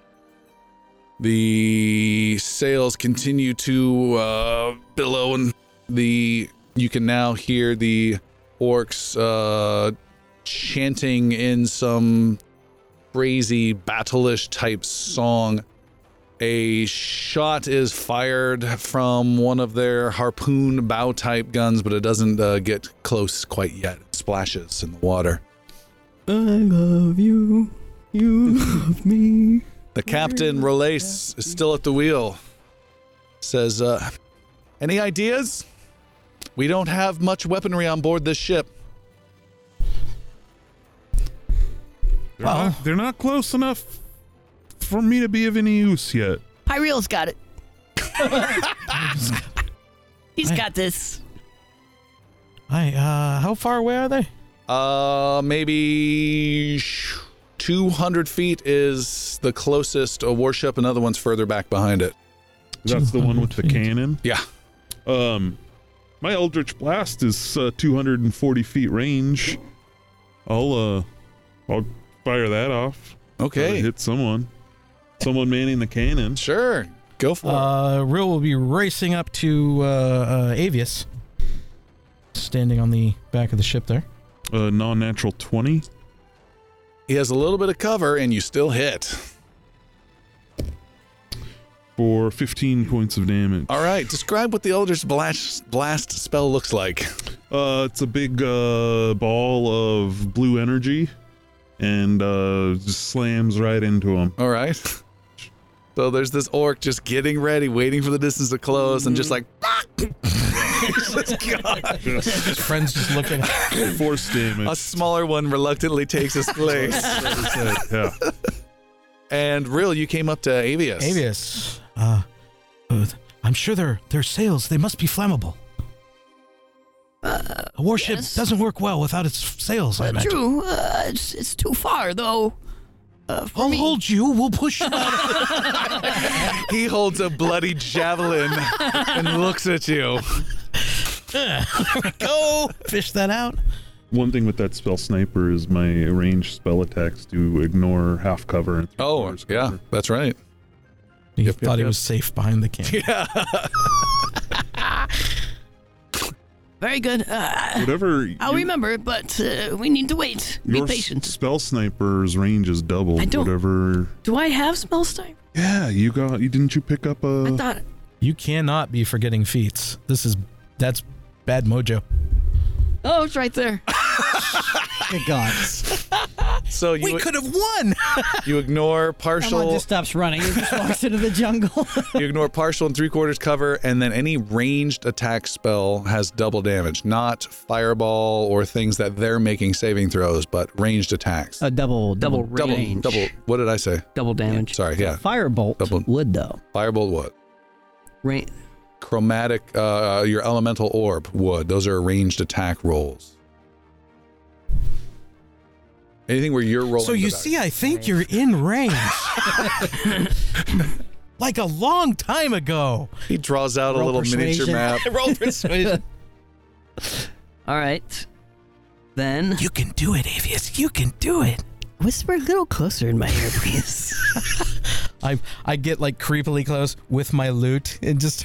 Speaker 1: The sails continue to uh, billow, and the you can now hear the orcs uh, chanting in some crazy battleish type song. A shot is fired from one of their harpoon bow type guns, but it doesn't uh, get close quite yet. It splashes in the water.
Speaker 6: I love you. You love me.
Speaker 1: The captain, Relace, is still at the wheel. Says, uh, any ideas? We don't have much weaponry on board this ship.
Speaker 5: They're, not, they're not close enough for me to be of any use yet.
Speaker 2: Pyreal's got
Speaker 6: *laughs*
Speaker 2: it. He's got this.
Speaker 4: Hi. Uh, how far away are they?
Speaker 1: Uh, maybe 200 feet is the closest a warship. Another one's further back behind it.
Speaker 5: That's the one with the
Speaker 4: 200 feet.
Speaker 5: cannon.
Speaker 1: Yeah.
Speaker 5: Um, my Eldritch Blast is uh, 240 feet range. I'll uh, I'll fire that off. Try to
Speaker 1: Okay.
Speaker 5: hit someone. Someone manning the cannon.
Speaker 1: Sure. Go for it.
Speaker 4: Uh, Rill will be racing up to uh, uh, Avius, standing on the back of the ship there.
Speaker 5: A Uh, non-natural 20.
Speaker 1: He has a little bit of cover, and you still hit.
Speaker 5: for 15 points of damage.
Speaker 1: All right. Describe what the Eldritch Blast, blast spell looks like.
Speaker 5: Uh, it's a big uh, ball of blue energy and uh, just slams right into him.
Speaker 1: All right. So there's this orc just getting ready, waiting for the distance to close, and just like,
Speaker 4: His friends just looking.
Speaker 5: Force
Speaker 1: *laughs*
Speaker 5: damage.
Speaker 1: a smaller one reluctantly takes his place.
Speaker 5: yeah.
Speaker 1: and Rill, you came up to Avius.
Speaker 4: Avius. Uh, uh, I'm sure they're they're sails. They must be flammable. a warship
Speaker 2: Uh, yes.
Speaker 4: doesn't work well without its sails.
Speaker 2: Uh,
Speaker 4: I imagine.
Speaker 2: true. Uh, it's, it's too far, though. Uh, for
Speaker 4: I'll
Speaker 2: me.
Speaker 4: Oh, hold you. We'll push you
Speaker 1: *laughs*
Speaker 4: out.
Speaker 1: He holds a bloody javelin and looks at you.
Speaker 4: Go fish that out.
Speaker 5: One thing with that spell sniper is my ranged spell attacks do ignore half cover. And
Speaker 1: Oh,
Speaker 5: three-quarters
Speaker 1: yeah,
Speaker 5: cover.
Speaker 1: that's right.
Speaker 4: He
Speaker 1: Yep,
Speaker 4: thought
Speaker 1: yep,
Speaker 4: he
Speaker 1: yep.
Speaker 4: was safe behind the camera.
Speaker 2: Very good. Uh,
Speaker 5: Whatever.
Speaker 2: I'll
Speaker 5: you-
Speaker 2: remember, but uh, we need to wait. Be
Speaker 5: Your s-
Speaker 2: patient.
Speaker 5: spell sniper's range is double.
Speaker 2: I don't-
Speaker 5: Whatever.
Speaker 2: Do I have spell sniper?
Speaker 5: Yeah, you got. You didn't you pick up a?
Speaker 9: Mm.
Speaker 2: I thought.
Speaker 4: You cannot be forgetting feats. This is that's bad mojo.
Speaker 2: Oh, it's right there.
Speaker 6: Good God.
Speaker 1: So you
Speaker 4: have won.
Speaker 1: you ignore
Speaker 6: Someone
Speaker 1: partial,
Speaker 6: just stops running and just walks into the jungle.
Speaker 1: you ignore partial and three quarters cover, and then any ranged attack spell has double damage, not fireball or things that they're making saving throws, but ranged attacks.
Speaker 6: *laughs* A double,
Speaker 9: Double
Speaker 6: double,
Speaker 1: double,
Speaker 9: range.
Speaker 1: double. What did I say?
Speaker 9: Double damage.
Speaker 1: Sorry, yeah.
Speaker 6: firebolt
Speaker 1: Double.
Speaker 6: would though.
Speaker 1: Firebolt wood,
Speaker 9: Right.
Speaker 1: chromatic, uh, your elemental orb wood. Those are ranged attack rolls. Anything where you're rolling.
Speaker 4: So you
Speaker 1: the die.
Speaker 4: see, I think you're in range. *laughs* like a long time ago.
Speaker 1: he draws out a
Speaker 6: Roll
Speaker 1: little miniature
Speaker 6: persuasion.
Speaker 1: map.
Speaker 4: Roll persuasion.
Speaker 9: All right. Then
Speaker 4: you can do it, Avius. You can do it.
Speaker 9: whisper a little closer in my ear, *laughs* please.
Speaker 4: I I get like creepily close with my lute and just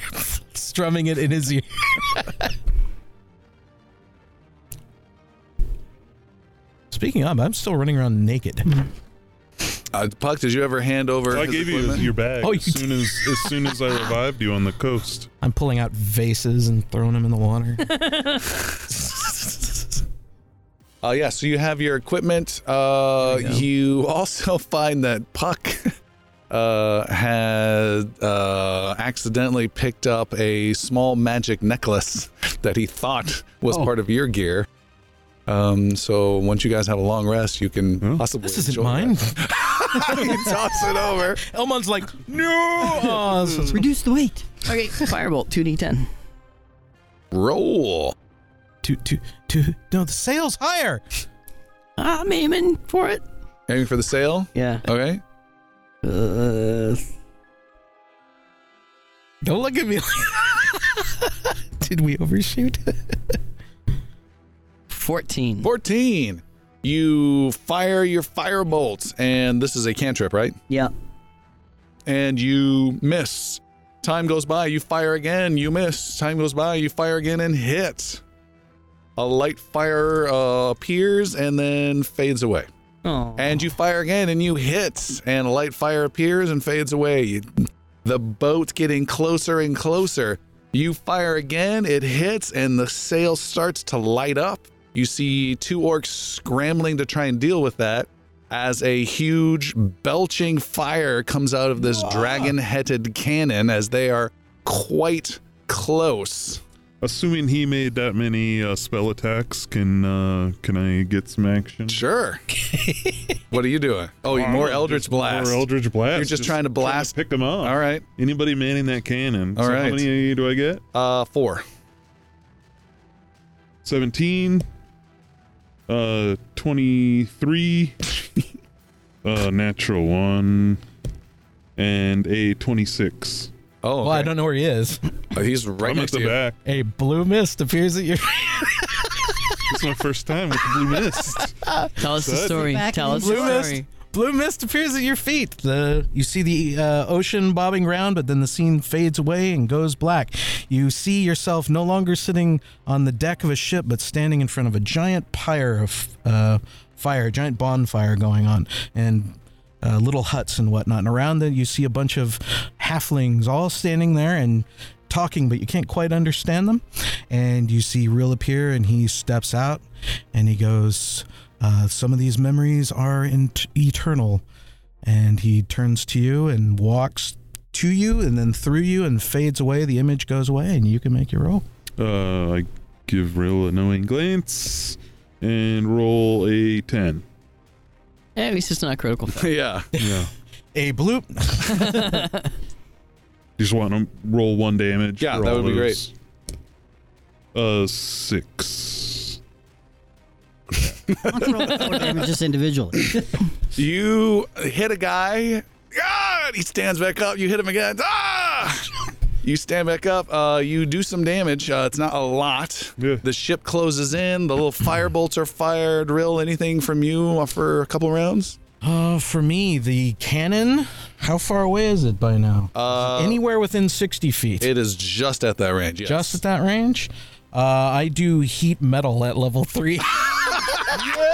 Speaker 4: *laughs* strumming it in his ear. *laughs* Speaking of, I'm still running around naked.
Speaker 1: Uh, Puck, did you ever hand over?
Speaker 5: I
Speaker 1: his
Speaker 5: gave you
Speaker 1: equipment?
Speaker 5: your bag
Speaker 4: Oh,
Speaker 5: as
Speaker 4: you
Speaker 5: soon as as
Speaker 2: *laughs*
Speaker 5: soon as I revived you on the coast.
Speaker 4: I'm pulling out vases and throwing them in the water.
Speaker 1: Uh, yeah, *laughs* so you have your equipment. Uh, you also find that Puck *laughs* uh, had uh, accidentally picked up a small magic necklace *laughs* that he thought was
Speaker 4: Oh.
Speaker 1: part of your gear. Um, so once you guys have a long rest, you can possibly.
Speaker 4: This isn't
Speaker 1: enjoy *laughs*
Speaker 4: mine.
Speaker 1: you toss it over.
Speaker 4: *laughs* Elmon's like, no. Oh, this is-
Speaker 6: Reduce the weight.
Speaker 9: Okay, firebolt two d ten.
Speaker 1: that. Roll.
Speaker 4: two, two, two. No, the sail's higher.
Speaker 9: I'm aiming for it.
Speaker 1: Aiming for the sail.
Speaker 9: Yeah.
Speaker 1: Okay.
Speaker 9: Uh,
Speaker 4: Don't look at me. *laughs* Did we overshoot?
Speaker 9: fourteen.
Speaker 1: 14. You fire your fire bolts, and this is a cantrip, right?
Speaker 9: Yeah.
Speaker 1: And you miss. Time goes by, you fire again, you miss. Time goes by, you fire again and hit. A light fire uh, appears and then fades away.
Speaker 9: Oh.
Speaker 1: And you fire again and you hit, and a light fire appears and fades away. You- The boat getting closer and closer. You fire again, it hits, and the sail starts to light up. You see two orcs scrambling to try and deal with that as a huge belching fire comes out of this dragon headed cannon as they are quite close.
Speaker 5: Assuming he made that many uh, spell attacks, can uh, can I get some action?
Speaker 1: Sure. *laughs* what are you doing? Oh,
Speaker 5: I'm
Speaker 1: more
Speaker 5: just-
Speaker 1: Eldritch Blast.
Speaker 5: More Eldritch Blast.
Speaker 1: You're just trying to blast-
Speaker 5: pick them up.
Speaker 1: All right.
Speaker 5: Anybody manning that cannon.
Speaker 1: All
Speaker 5: so
Speaker 1: right.
Speaker 5: How many do I get?
Speaker 1: Uh, four.
Speaker 5: 17 uh
Speaker 1: *laughs*
Speaker 5: 23 uh natural one and a 26
Speaker 1: Oh,
Speaker 4: Well, I don't know where he is.
Speaker 1: know. He's right
Speaker 5: i'm at
Speaker 1: next
Speaker 5: the
Speaker 1: to you.
Speaker 5: back
Speaker 4: A blue mist appears at your.
Speaker 5: it's my first time with the blue
Speaker 1: *laughs*
Speaker 5: mist
Speaker 9: Tell us the
Speaker 5: Good.
Speaker 9: story.
Speaker 6: Back
Speaker 9: Tell
Speaker 6: in
Speaker 9: us
Speaker 6: the
Speaker 9: the
Speaker 4: blue mist.
Speaker 9: story.
Speaker 4: Blue mist appears at your feet. The you see the uh, ocean bobbing around, but then the scene fades away and goes black. You see yourself no longer sitting on the deck of a ship, but standing in front of a giant pyre of uh, fire, a giant bonfire going on, and uh, little huts and whatnot. And around that, you see a bunch of halflings all standing there and talking, but you can't quite understand them. And you see Real appear, and he steps out, and he goes, uh, "Some of these memories are in- eternal." And he turns to you and walks to you, and then through you, and fades away. The image goes away, and you can make your roll.
Speaker 5: uh i give real a knowing glance and roll
Speaker 1: *laughs*
Speaker 5: a 10
Speaker 9: Eh, at least it's not critical.
Speaker 1: yeah.
Speaker 5: yeah
Speaker 4: A bloop.
Speaker 5: just want to roll one damage
Speaker 1: Yeah,
Speaker 5: for
Speaker 1: that
Speaker 5: all
Speaker 1: would be
Speaker 5: those. uh six
Speaker 6: Why don't you roll the four damage *laughs* just individually?
Speaker 1: You hit a guy. Ah! He stands back up. You hit him again. Ah! You stand back up. Uh, you do some damage. Uh, it's not a lot.
Speaker 5: Yeah.
Speaker 1: The ship closes in. The little fire bolts are fired. Rill, anything from you for a couple rounds?
Speaker 4: Uh, for me, the cannon. How far away is it by now?
Speaker 1: Uh,
Speaker 4: Anywhere within sixty feet.
Speaker 1: It is just at that range. Yes.
Speaker 4: Just at that range. Uh, I do heat metal at level three. *laughs*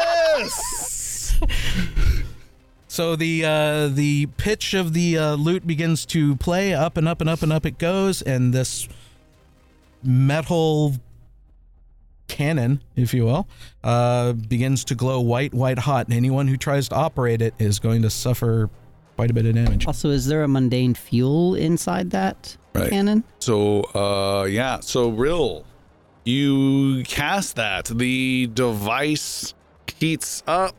Speaker 1: yes.
Speaker 4: So the uh, the pitch of the uh, lute begins to play up and up and up and up it goes, and this metal cannon, if you will, uh, begins to glow white, white hot. And anyone who tries to operate it is going to suffer quite a bit of damage.
Speaker 6: Also, is there a mundane fuel inside that
Speaker 1: Right.
Speaker 6: cannon?
Speaker 1: So, uh, yeah. So, Rill, you cast that. The device heats up.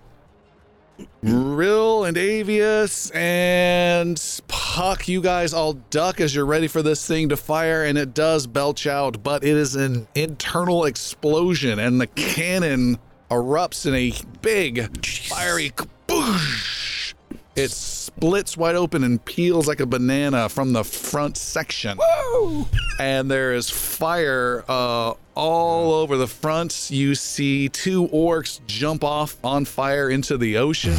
Speaker 1: Rill and Avius and Puck, you guys all duck as you're ready for this thing to fire, and it does belch out, but it is an internal explosion, and the cannon erupts in a big, fiery kaboosh. It splits wide open and peels like a banana from the front section and there is fire uh, all over the front. You see two orcs jump off on fire into the ocean.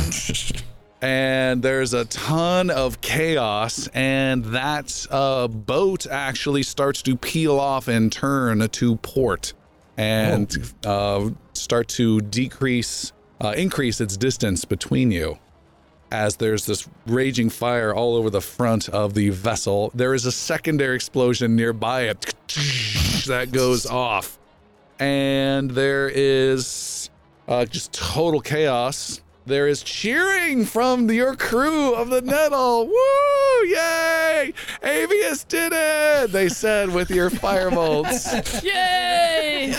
Speaker 1: and there's a ton of chaos, and that uh, boat actually starts to peel off and turn to port and uh, start to decrease, uh, increase its distance between you as there's this raging fire all over the front of the vessel. There is a secondary explosion nearby it *laughs* that goes off. And there is uh, just total chaos. There is cheering from your crew of the Nettle. *laughs* Woo! Yay! Avius did it! They said with your *laughs* firebolts.
Speaker 9: Yay!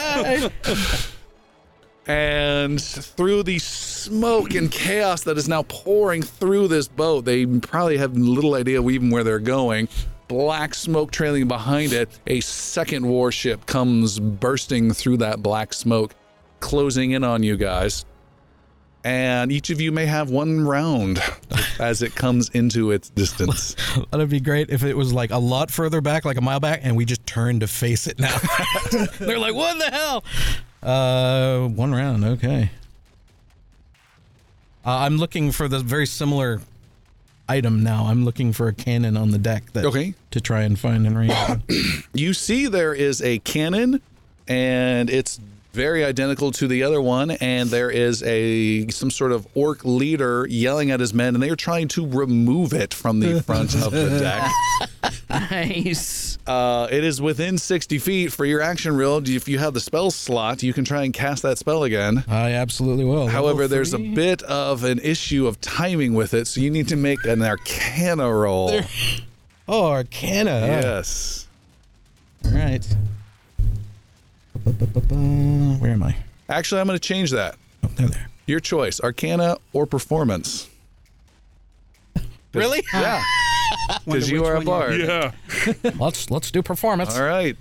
Speaker 1: and through the smoke and chaos that is now pouring through this boat, they probably have little idea even where they're going. Black smoke trailing behind it. A second warship comes bursting through that black smoke, closing in on you guys and each of you may have one round *laughs* as it comes into its distance.
Speaker 4: That'd be great if it was like a lot further back, like a mile back, and we just turned to face it now. *laughs* They're like, "What the hell?" Uh, one round, okay. Uh, I'm looking for the very similar item now. I'm looking for a cannon on the deck that
Speaker 1: Okay.
Speaker 4: to try and find
Speaker 1: *coughs*
Speaker 4: and range.
Speaker 1: you see, there is a cannon, and it's very identical to the other one, and there is a some sort of orc leader yelling at his men, and they are trying to remove it from the front of the deck.
Speaker 9: *laughs* nice.
Speaker 1: Uh, it is within 60 feet for your action reel. If you have the spell slot, you can try and cast that spell again.
Speaker 4: I absolutely will.
Speaker 1: However, there's a bit of an issue of timing with it, so you need to make an Arcana roll.
Speaker 4: Oh, Arcana.
Speaker 1: Yes.
Speaker 4: All right. Ba-ba-ba-ba. Where am I?
Speaker 1: Actually, I'm going to change that.
Speaker 4: Oh, there, there.
Speaker 1: Your choice: Arcana or *laughs* Performance.
Speaker 4: Really?
Speaker 1: *laughs* Yeah. Because you are a bard.
Speaker 5: Yeah.
Speaker 4: let's let's do performance.
Speaker 1: All right.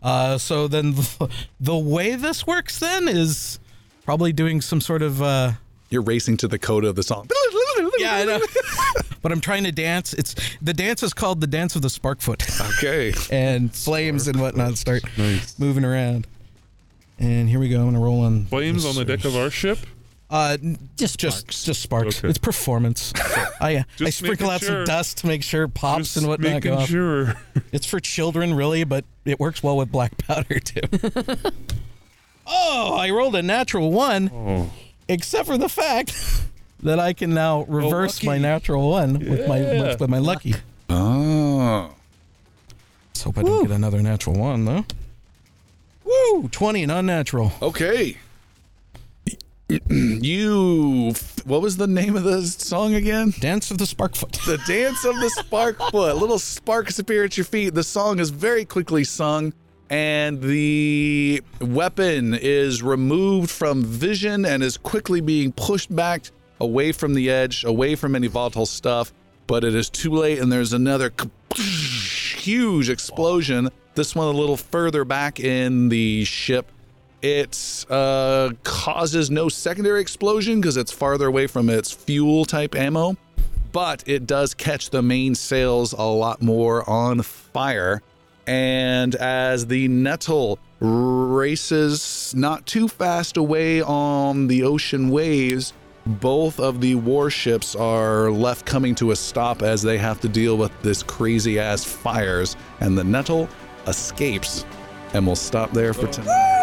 Speaker 4: Uh, so then *laughs* the, the way this works then is probably doing some sort of uh,
Speaker 1: You're racing to the coda of the *laughs* song.
Speaker 4: yeah, I know. *laughs* but I'm trying to dance. It's the dance is called the dance of the sparkfoot,
Speaker 1: Okay.
Speaker 4: and flames and whatnot start moving around. And here we go. I'm gonna roll on
Speaker 5: Flames on the deck of our ship.
Speaker 4: Uh, n-
Speaker 11: Just
Speaker 4: just just sparks.
Speaker 5: Okay.
Speaker 4: It's
Speaker 5: *laughs*
Speaker 4: performance. I uh, I
Speaker 5: Just
Speaker 4: sprinkle
Speaker 5: making
Speaker 4: out
Speaker 5: sure.
Speaker 4: some dust to make sure it pops
Speaker 5: Just
Speaker 4: and whatnot. go
Speaker 5: making
Speaker 1: *laughs*
Speaker 4: off.
Speaker 5: sure.
Speaker 4: It's for children, really, but it works well with black *laughs* powder too. oh, I rolled a natural one,
Speaker 5: Oh.
Speaker 4: except for the fact *laughs* that I can now reverse my
Speaker 5: lucky.
Speaker 4: natural one with my
Speaker 5: Yeah.
Speaker 4: with my lucky.
Speaker 1: Oh.
Speaker 4: Let's hope I don't get another natural one though. Woo, twenty and unnatural.
Speaker 1: Okay. *clears throat* you. What was the name of the song again?
Speaker 4: Dance of the Sparkfoot.
Speaker 1: The dance of the spark foot. Little sparks appear at your feet. The song is very quickly sung, and the weapon is removed from vision and is quickly being pushed back away from the edge, away from any volatile stuff. But it is too late, and there's another huge explosion. This one a little further back in the ship. It uh, causes no secondary explosion because it's farther away from its fuel type ammo but it does catch the main sails a lot more on fire. And as the Nettle races not too fast away on the ocean waves, both of the warships are left coming to a stop as they have to deal with this crazy ass fires. And the Nettle escapes. And we'll stop there for tonight.